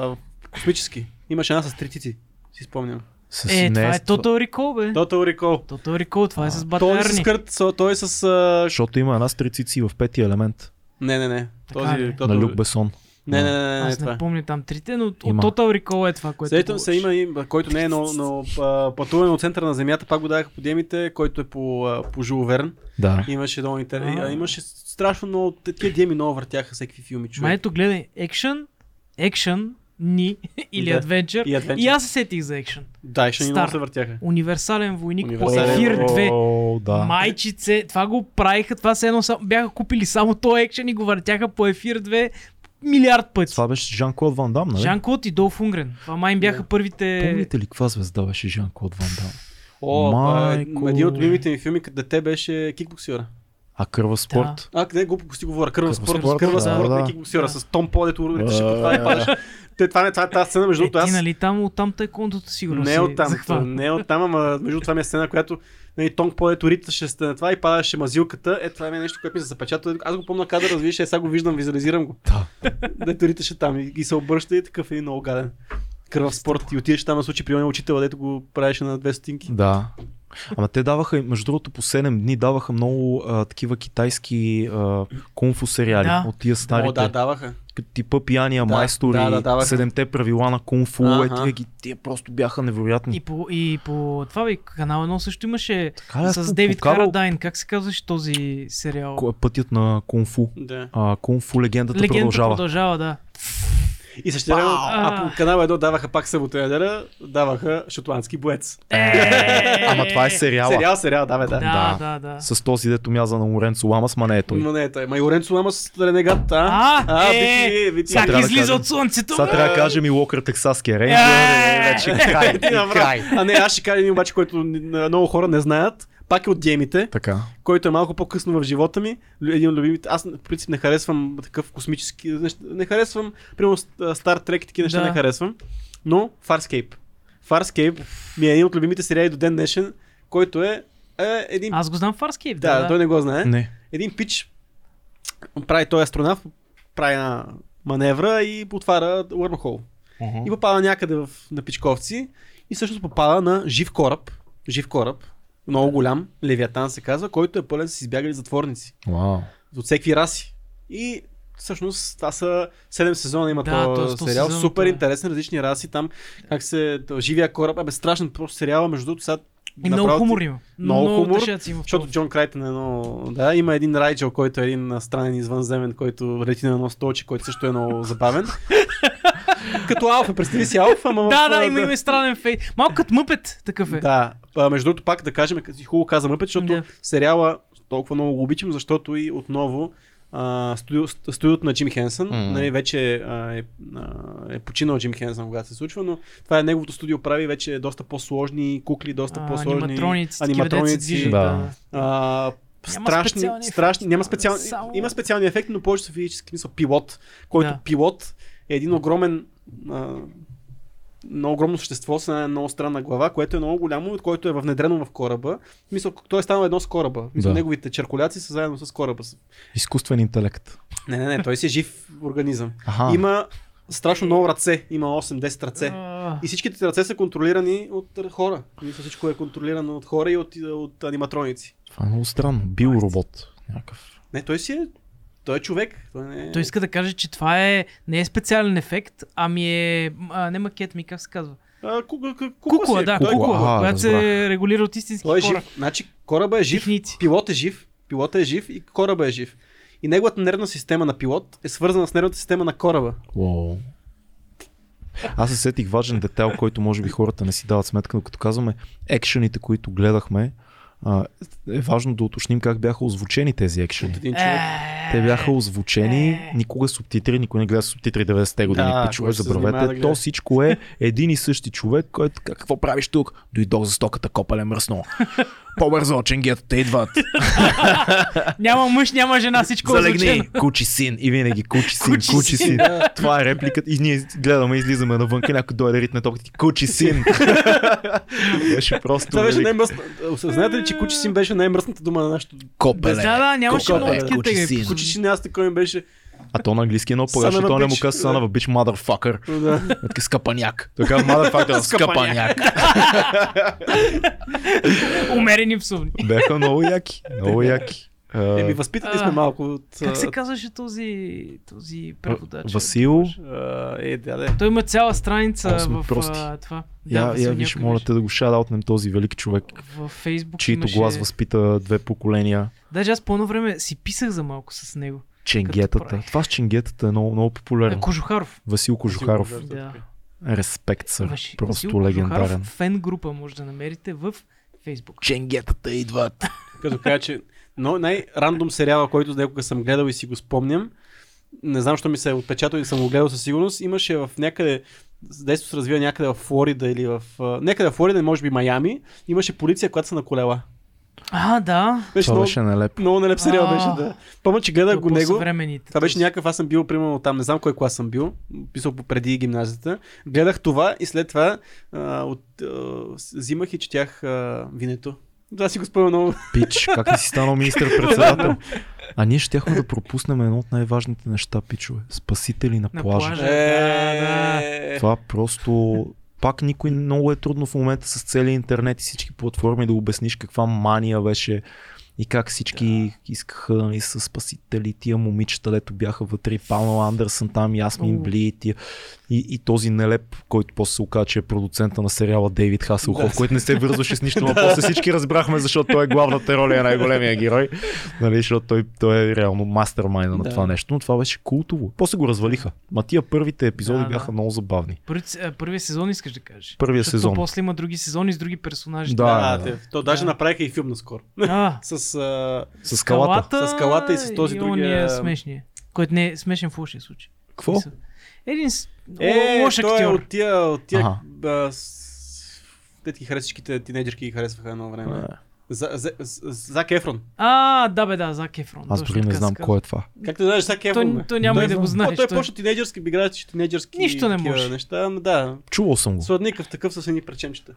в космически. Имаше една с тритици, си спомням. С Е, това е не, Total Recall, бе. Total Recall. Total Recall, това е с Той е с батерни. кърт, со- той е с... а, ш- Защото има една стрицици в петия елемент Не, не, не. Така Този ли? Total- на Люк Бесон. Не, не, не, не, не, Аз Е, това. не помня там трите, но от Има. Total Recall е това, което Сетям се говориш. има и който не е, но, но а, пътуване от центъра на Земята, пак го даваха по демите, който е по, а, по Жул Верн. Да. Имаше много интер... А. а, Имаше страшно много, тия деми много въртяха всеки филми, човек. Ма ето, гледай, екшън, екшън, ни или Да. адвенчър. И Adventure. И аз се сетих за екшън. Да, и ще ни Стар. много се въртяха. Универсален войник Универсален по Ефир войник. 2. О, да. Майчице, това го правиха, това се едно само- бяха купили само то екшен и го въртяха по Ефир 2 милиард пъти. Това беше Жан-Клод Ван Дам, нали? Жан е. Клод и Долф Унгрен. Това май им бяха Да. първите... Помните ли каква звезда беше Жан-Клод Ван Дам? О, Майко. Майко... един от любимите ми филми като дете беше Кикбоксиора. А Кърва спорт? А, къде глупо си говоря? Кърва Кърва спорт, спорт, кърва да, спорт да. на Кикбоксиора с Том Полето, Да. ще това и падаш. Те, това не това е тази сцена, между Е, другото, ти, аз нали, там, оттам тайкондото сигурно не се е от там, захвана. не е от там, ама между това ми е сцена, която нали, Тонг Полето риташе сте на това и падаше мазилката. Е, това ми е нещо, което ми се запечата. Аз го помня кадъра, развиш, е, сега го виждам, визуализирам го. Да. Дето риташе там и, и се обръща и е такъв един много гаден. Кръв спорт и отидеш там на случай при оня учителя, дето го правеше на две стотинки. Да. Ама те даваха, между другото, по 7 дни даваха много а, такива китайски а, кунфу сериали Да. да. от тия старите. О, да, даваха. като типа пияния Да, майстори, да, да, даваха. седемте правила на кунг-фу, е, Аха. тия, ги, тия просто бяха невероятни. И по, и по това бе, канал едно също имаше Така ли, аз с съм Дейвид покарал Карадайн. Как се казваше този сериал? ко- е Пътят на кунг-фу. Да. А, кунг-фу легендата, Легенда продължава. продължава, да. И също време, а А. по канал едно даваха пак събота и неделя, даваха шотландски боец. Е! Ама това е сериала. Сериал, сериал, да, бе, да. Да, Да. да, да. С този, дето мяза на Лоренцо Ламас, ма не е той. Но не, е той. Ма и Лоренцо Ламас Ренегат, а? А, а е, вити, вити. трябва Как да излиза кажем. от слънцето? Сега бе? е. трябва да кажем и Локър Тексаския рейнджер. Е! е, Вече край. Ти направо. А не, аз ще кажа един обаче, който н- н- много хора не знаят. Пак е от геймите, Така. който е малко по-късно в живота ми. Лю- Един от любимите. Аз по принцип не харесвам такъв космически. нещ- Не харесвам, примерно, Star Trek и такива неща Да. не харесвам. Но Farscape. Farscape ми е един от любимите сериали до ден днешен, който е, е един Аз го знам Фарскейп. Да, Да, той да. не го знае. Не. Един пич прави той астронавт, прави една маневра и отваря Уърмхол. И попада някъде в, на Пичковци и всъщност попада на жив кораб. Жив кораб, много голям, Левиатан се казва, който е пълен с избягали затворници Вау. от всеки раси. И всъщност това са 7 сезона има Да, да, то е този 100 сериал. сезона, Супер това е. интересен, различни раси там, как се... то- Живия кораб, абе страшен просто сериала, между другото сега И много направо ти- хумор има. Много хумор, дъшаци има в защото този. Джон Крайтън е едно... Да, има един Райджел, който е един а, странен извънземен, който лети на едно столче, който също е много забавен. Като Алфа, представи си Алфа, ама... Да, да, има, има странен фей. Малко като мъпет такъв е. Да, а, между другото пак да кажем, като си хубаво каза Мъпет, защото Да. сериала толкова много го обичам, защото и отново а, студио, студиото на Джим Хенсън, М. нали, вече а, е, а, е починал Джим Хенсън, когато се случва, но това е неговото студио прави вече доста по-сложни кукли, доста А, по-сложни аниматроници, такива деца се аниматроници. движат. Да. Да. А, Няма страшни, специални ефекти, страшни, няма специални, само- има специални ефекти, но повече са физически, в смисъл пилот, който Да. пилот е един огромен а, на огромно същество с една много странна глава, което е много голямо, от което е внедрено в кораба. В Мисъл, той е станал едно с кораба. В Мисъл, Да. Неговите черкуляци са заедно с кораба. Изкуствен интелект. Не, не, не, той си е жив организъм. Аха. Има страшно много ръце, има 8-10 ръце. А, И всичките ръце са контролирани от хора. Мисля, всичко е контролирано от хора и от, от аниматроници. Това е много странно. Биоробот. Някакъв. Не, той си е. Той е човек. Той не е... Той иска да каже, че това е, не е специален ефект, ами е, а, не макет ми, как се казва? А, кукла, кукла, си Кукла, е. да, Той, кукла. кукла, А, която се разбрах. регулира от истински той е хора. жив. Значи кораба е жив, Техници. пилот е жив, пилот е жив и кораба е жив. И неговата нервна система на пилот е свързана с нервната система на кораба. Уау. Аз се сетих важен детайл, който може би хората не си дават сметка, но като казваме екшените, които гледахме, а, е важно да уточним как бяха озвучени тези екшени. Един човек. Е, Те бяха озвучени, никога субтитри, никой не гледа субтитри 90-те години. Е. Да, Да, кой Пичове, ще се занимава да забравете. гледа? То всичко е един и същи човек, който «Как- какво правиш тук? Дойдох за стоката, копале мръсно. По-бързо, ченгетата идват. Няма мъж, няма жена, всичко е озвучено. Залегни, кучи син. И винаги кучи син, Кучи кучи, син, син. Това е репликата. И ние гледаме, излизаме навънка, някой дойде ритне топката. ти, Кучи син. Беше просто. Това беше велик. най-мръсната. Осъзнаете ли, че кучи си беше най-мръсната дума на нашото. Копеле. Да, да, нямаше Копеле, много такива кучи тегли. син. Кучи си не аз такой ми беше. А то на английски е много по-ясно, Son of a то не му bitch. казва Son of a bitch motherfucker. Да. Е така скъпаняк. Той казва motherfucker, скъпаняк. Умерени псовни. Бяха много яки, много яки. А, Еми, възпитани сме А, малко от... Как се а, казваше този, този преводач? Васил, а, Е, да, да. Той има цяла страница Осми в прости. а, това. я, Васил я виж, някой моля беше. те да го шадаутнем този велик човек, Във Фейсбук чието имаше... глас възпита две поколения. Даже аз по едно време си писах за малко с него. Ченгетата. прави. Това с ченгетата е много, много А, популярно. Кожухаров. Васил Кожухаров. Васил Кожухаров. Да. Респект, сър. Имаше Васил Просто Кожухаров, легендарен. Фен група може да намерите в Фейсбук. Ченгетата идват. Като кажа, че но най-рандом сериала, който някога съм гледал и си го спомням, не знам, що ми се е отпечатал и съм го гледал със сигурност, имаше в някъде Действо се развива някъде в Флорида или в... а, Някъде в Флорида, може би Майами, имаше полиция, която са на колела. А, да. Беше Това много, беше нелепо. много нелеп сериал А. беше, да. Помня, че гледах го него. По-съвременните. Това беше някакъв, аз съм бил примерно там, не знам кой клас съм бил, писал по- преди гимназията. Гледах това и след това а, от, а, с- взимах и четях а, винето. Да, си го спомням много. Пич, как не си станал министър-председател? А ние щяхме да пропуснем едно от най-важните неща, пичове. Спасители на На плажа. плажа. Е, да, Е. Това просто... Пак никой много е трудно в момента с целия интернет и всички платформи да обясниш каква мания беше и как всички да. искаха нали, са спасители, тия момичета, дето бяха вътре, и Памела Андерсън, там Ясмин О. Бли и, тия, и, и, този нелеп, който после се оказа, че е продуцента на сериала Дейвид Хаселхоф, Да. който не се вързваше с нищо, но после всички разбрахме, защото той е главната роля и е най-големия герой, нали, защото той, той е реално мастермайна на Да. това нещо, но това беше култово. После го развалиха. Ма тия първите епизоди Да, да. бяха много забавни. Първи, а, първия сезон искаш да кажеш. Първия Защото сезон. после има други сезони с други персонажи. Да. Да, да, те- То даже Да. направиха и филм наскоро. А, С, а, С скалата. С скалата и с този и другия- ония смешния. Който не е смешен в лошия случай. Какво? Мисъл. Един с... е, е, лош той е актьор. от тия, от тия Ага. а, с... Те ти харесват, всичките тинейджерки ги харесваха едно време. За, за, за, Зак Ефрон. А, да бе, да, Зак Ефрон. Аз точно дори не така знам се казва. кой е това. Как те знаеш Зак Ефрон? бе? Той, той няма Да, и да го О, знам. знаеш. той е той- почна тинейджерски, играеше тинейджерски Нищо не такива може. неща. ама Да, Чувал съм го. сладникъв такъв с едни преченчета.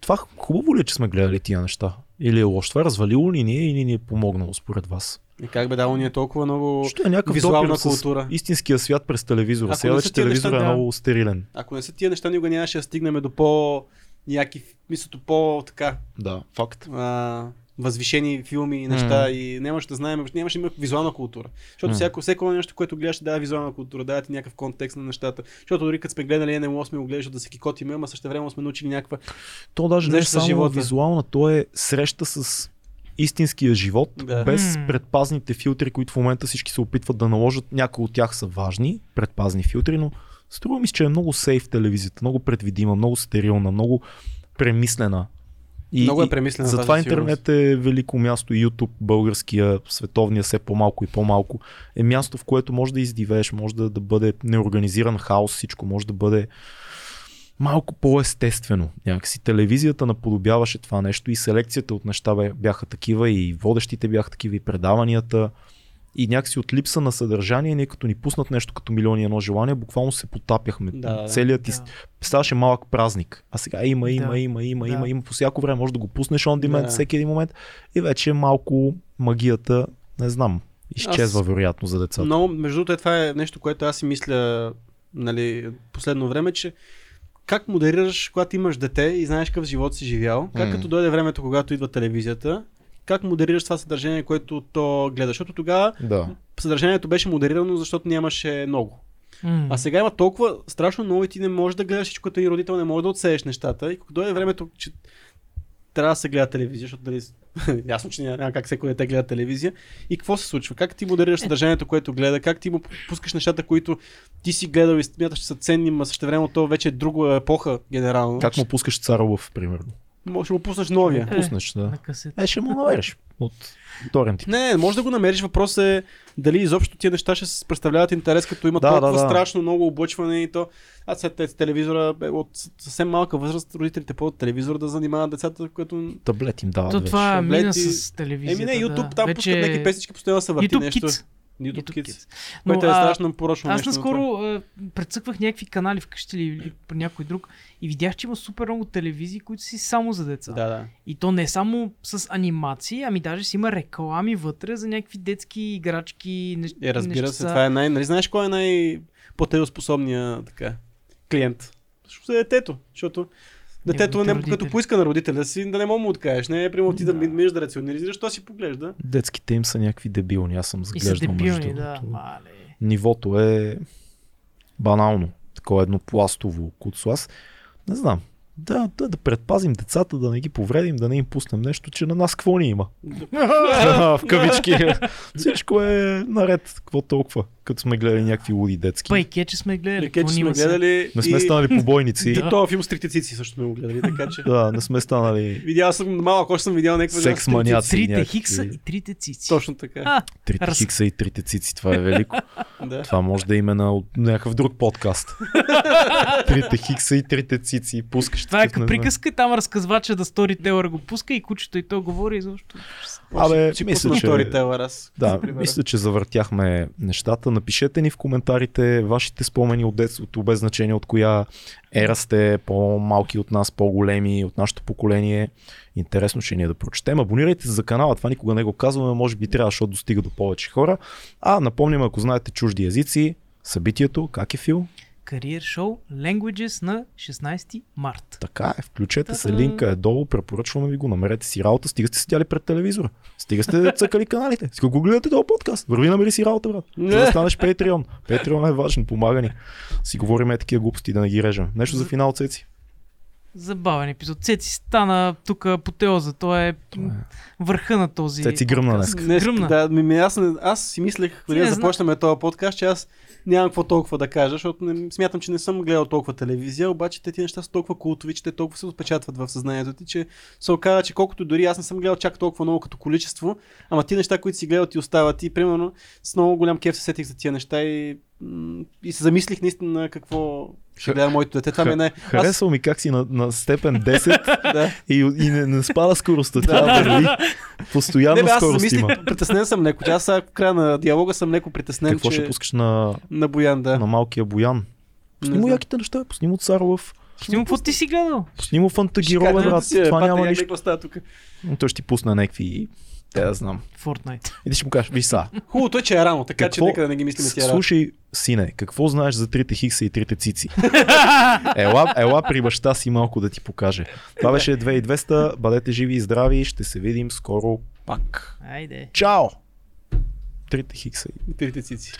Това хубаво ли е, че сме гледали тия неща? Или е лошо? Това е развалило ли ни е или ни е помогнало според вас? И как бе дало ни е толкова много... Що е някакъв визуална допир с култура. истинския свят през телевизора. Ако Сега не вече са тия телевизора неща, е да. много стерилен. Ако не са тия неща, ние нямаше да стигнем до по... Яки, мислото по така Да, факт. а, възвишени филми и неща Мгм. и нямаше да знаем, нямаше да има визуална култура. Защото Мгм. всяко, всяко нещо, което гледаш, дава визуална култура, дава ти някакъв контекст на нещата. Защото дори като сме гледали НМО, сме го гледали, защото да се кикотиме, ама също време сме научили някаква. То даже не е Нещо за само живота. визуална, то е среща с истинския живот, Да. без М. предпазните филтри, които в момента всички се опитват да наложат. Някои от тях са важни, предпазни филтри, но струва ми се, че е много сейф телевизията, много предвидима, много стерилна, много премислена. И, Много е и премислена тази Затова сигурност. интернет е велико място, YouTube, българския, световния, все по-малко и по-малко. Е място, в което може да издивееш, може да, да бъде неорганизиран хаос, всичко може да бъде малко по-естествено. Някакси телевизията наподобяваше това нещо и селекцията от неща бе- бяха такива и водещите бяха такива и предаванията. И някакси от липса на съдържание, ние като ни пуснат нещо като милиони и едно желание, буквално се потапяхме. Да, да. Целият ти Да. ставаше малък празник. А сега има, има, Да. има, има, Да. има, има. По всяко време може да го пуснеш он demand Да. всеки един момент. И вече малко магията, не знам, изчезва Аз- вероятно за децата. Но, между другото, е, това е нещо, което аз си мисля нали, последно време, че как модерираш, когато имаш дете и знаеш какъв живот си живял, как М. като дойде времето, когато идва телевизията, как модерираш това съдържание, което то гледа. Защото тогава Да. съдържанието беше модерирано, защото нямаше много. М. А сега има толкова страшно много и ти не можеш да гледаш всичко, като един родител не може да отсееш нещата. И когато дойде времето, че трябва да се гледа телевизия, защото дали... Ясно, че няма, няма как всеко дете гледа телевизия. И какво се случва? Как ти модерираш съдържанието, което гледа? Как ти му пускаш нещата, които ти си гледал и смяташ, че са ценни, но също време то вече е друга епоха, генерално. Как му пускаш цар Лъв, примерно? Може да му пуснеш новия. Е. Пуснеш, да. На касета. Е, ще му намериш от торентите. Не, не, може да го намериш. Въпрос е дали изобщо тия неща ще се представляват интерес, като има Да, толкова да, да. страшно много облъчване и то. Аз след те- телевизора бе, от съвсем малка възраст родителите по телевизора да занимават децата, което. Таблет им дават То вече. това Таблети. мина с телевизията. Еми не, YouTube да. там Вече пускат някакви песички, постоянно се върти YouTube нещо. Kids. Нито YouTube Kids. Kids. Но, Което е а, страшно порочно Аз нещо, но наскоро това- а, предсъквах някакви канали вкъщи или, или по някой друг и видях, че има супер много телевизии, които си само за деца. Да, да. И то не само с анимации, ами даже си има реклами вътре за някакви детски играчки. Нещ... Е, разбира се, нещица. това е най... Нали знаеш кой е най-платежоспособния така, клиент? Защото е детето, защото детето Неговите не, като родители. поиска на родителя си, да не мога му откажеш. Не, е примерно ти да, Да. ми- минеш да рационализираш, то си поглежда. Детските им са някакви дебилни, аз съм И са сглеждал дебилни, между да. другото. Мале. Нивото е банално, такова еднопластово куцо. Аз не знам. Да, да, да предпазим децата, да не ги повредим, да не им пуснем нещо, че на нас какво ни има. в кавички. Всичко е наред. Какво толкова, като сме гледали някакви луди детски. Пайке, че сме гледали. Реке, Е, какво че сме ни има сега? гледали. Не сме и- станали побойници. И Да. този филм Стриктицици също сме го гледали, така че. да, не сме станали Видял съм малък, още съм видял някаква жена с секс маняци. Трите някакви. хикса и трите цици. Точно така. А, Трите Раз- хикса и трите цици, това е велико. Да. Това може да има на от- някакъв друг подкаст. Трите хикса и трите цици. Пускаш Това е такъв, не като знам. приказка, там разказвача да сторителър го пуска и кучето и то говори изобщо. Абе, Ще мисля, пусна че- Storyteller аз. Да, за примера. мисля, че завъртяхме нещата. Напишете ни в коментарите вашите спомени от детството, без значение от коя ера сте, по-малки от нас, по-големи, от нашето поколение. Интересно ще ни е да прочетем. Абонирайте се за канала, това никога не го казваме, може би трябва, защото достига до повече хора. А напомням, ако знаете чужди езици, събитието, как е Фил? Кариер шоу Languages на 16 март. Така е, включете се, Та-дам! линка е долу, препоръчваме ви го, намерете си работа, стига сте седяли пред телевизора, стига сте цъкали каналите, стига го гледате този подкаст, върви намери си работа, брат, за да станеш Patreon. Patreon е важен, помага ни. Си говориме е такива глупости, да не ги режем. Нещо за финал, Цеци. Забавен епизод. Цеци стана тук апотеоза. Той е е. върха на този. Цеци гръмна днес. Днес, Гръмна. да, ми, ми, аз, не, аз си мислех, преди не да зна- започнем този подкаст, че аз нямам какво толкова да кажа, защото не, смятам, че не съм гледал толкова телевизия, обаче те ти неща са толкова култови, че те толкова се отпечатват в съзнанието ти, че се оказа, че колкото дори аз не съм гледал чак толкова много като количество, ама ти неща, които си гледал, ти остават и примерно с много голям кеф се сетих за тия неща и, м, и се замислих наистина какво ще Ха- гледа моето дете. Това ми е най... Аз, Харесва ми как си на, на степен 10 да. и, и не, не спада скоростта. Тя върви Не, постоянно бе, аз се скорост замислих, има. притеснен съм леко. Че Аз сега в края на диалога съм леко притеснен, Какво че... ще пускаш на, На Боян, да. на малкия Боян? Пусни му знам. яките неща, бе, пусни му Царлов, Стимо, какво ти си гледал? пусни му Фантагирове, Как да брат. си, бе, Това пате, нали, няма я нищо. какво става тук? Но Той ще ти пусне някакви... Те да знам. Fortnite. И ти ще му кажеш, виж са, Хубавото е, че е рано, така че е Какво- нека да не ги мислим тия работи. Слушай, сине, какво знаеш за трите хикса и трите цици? ела, ела при баща си малко да ти покаже. Това беше 2200, бъдете живи и здрави, ще се видим скоро пак. Айде. Чао! Трите хикса и Трите цици.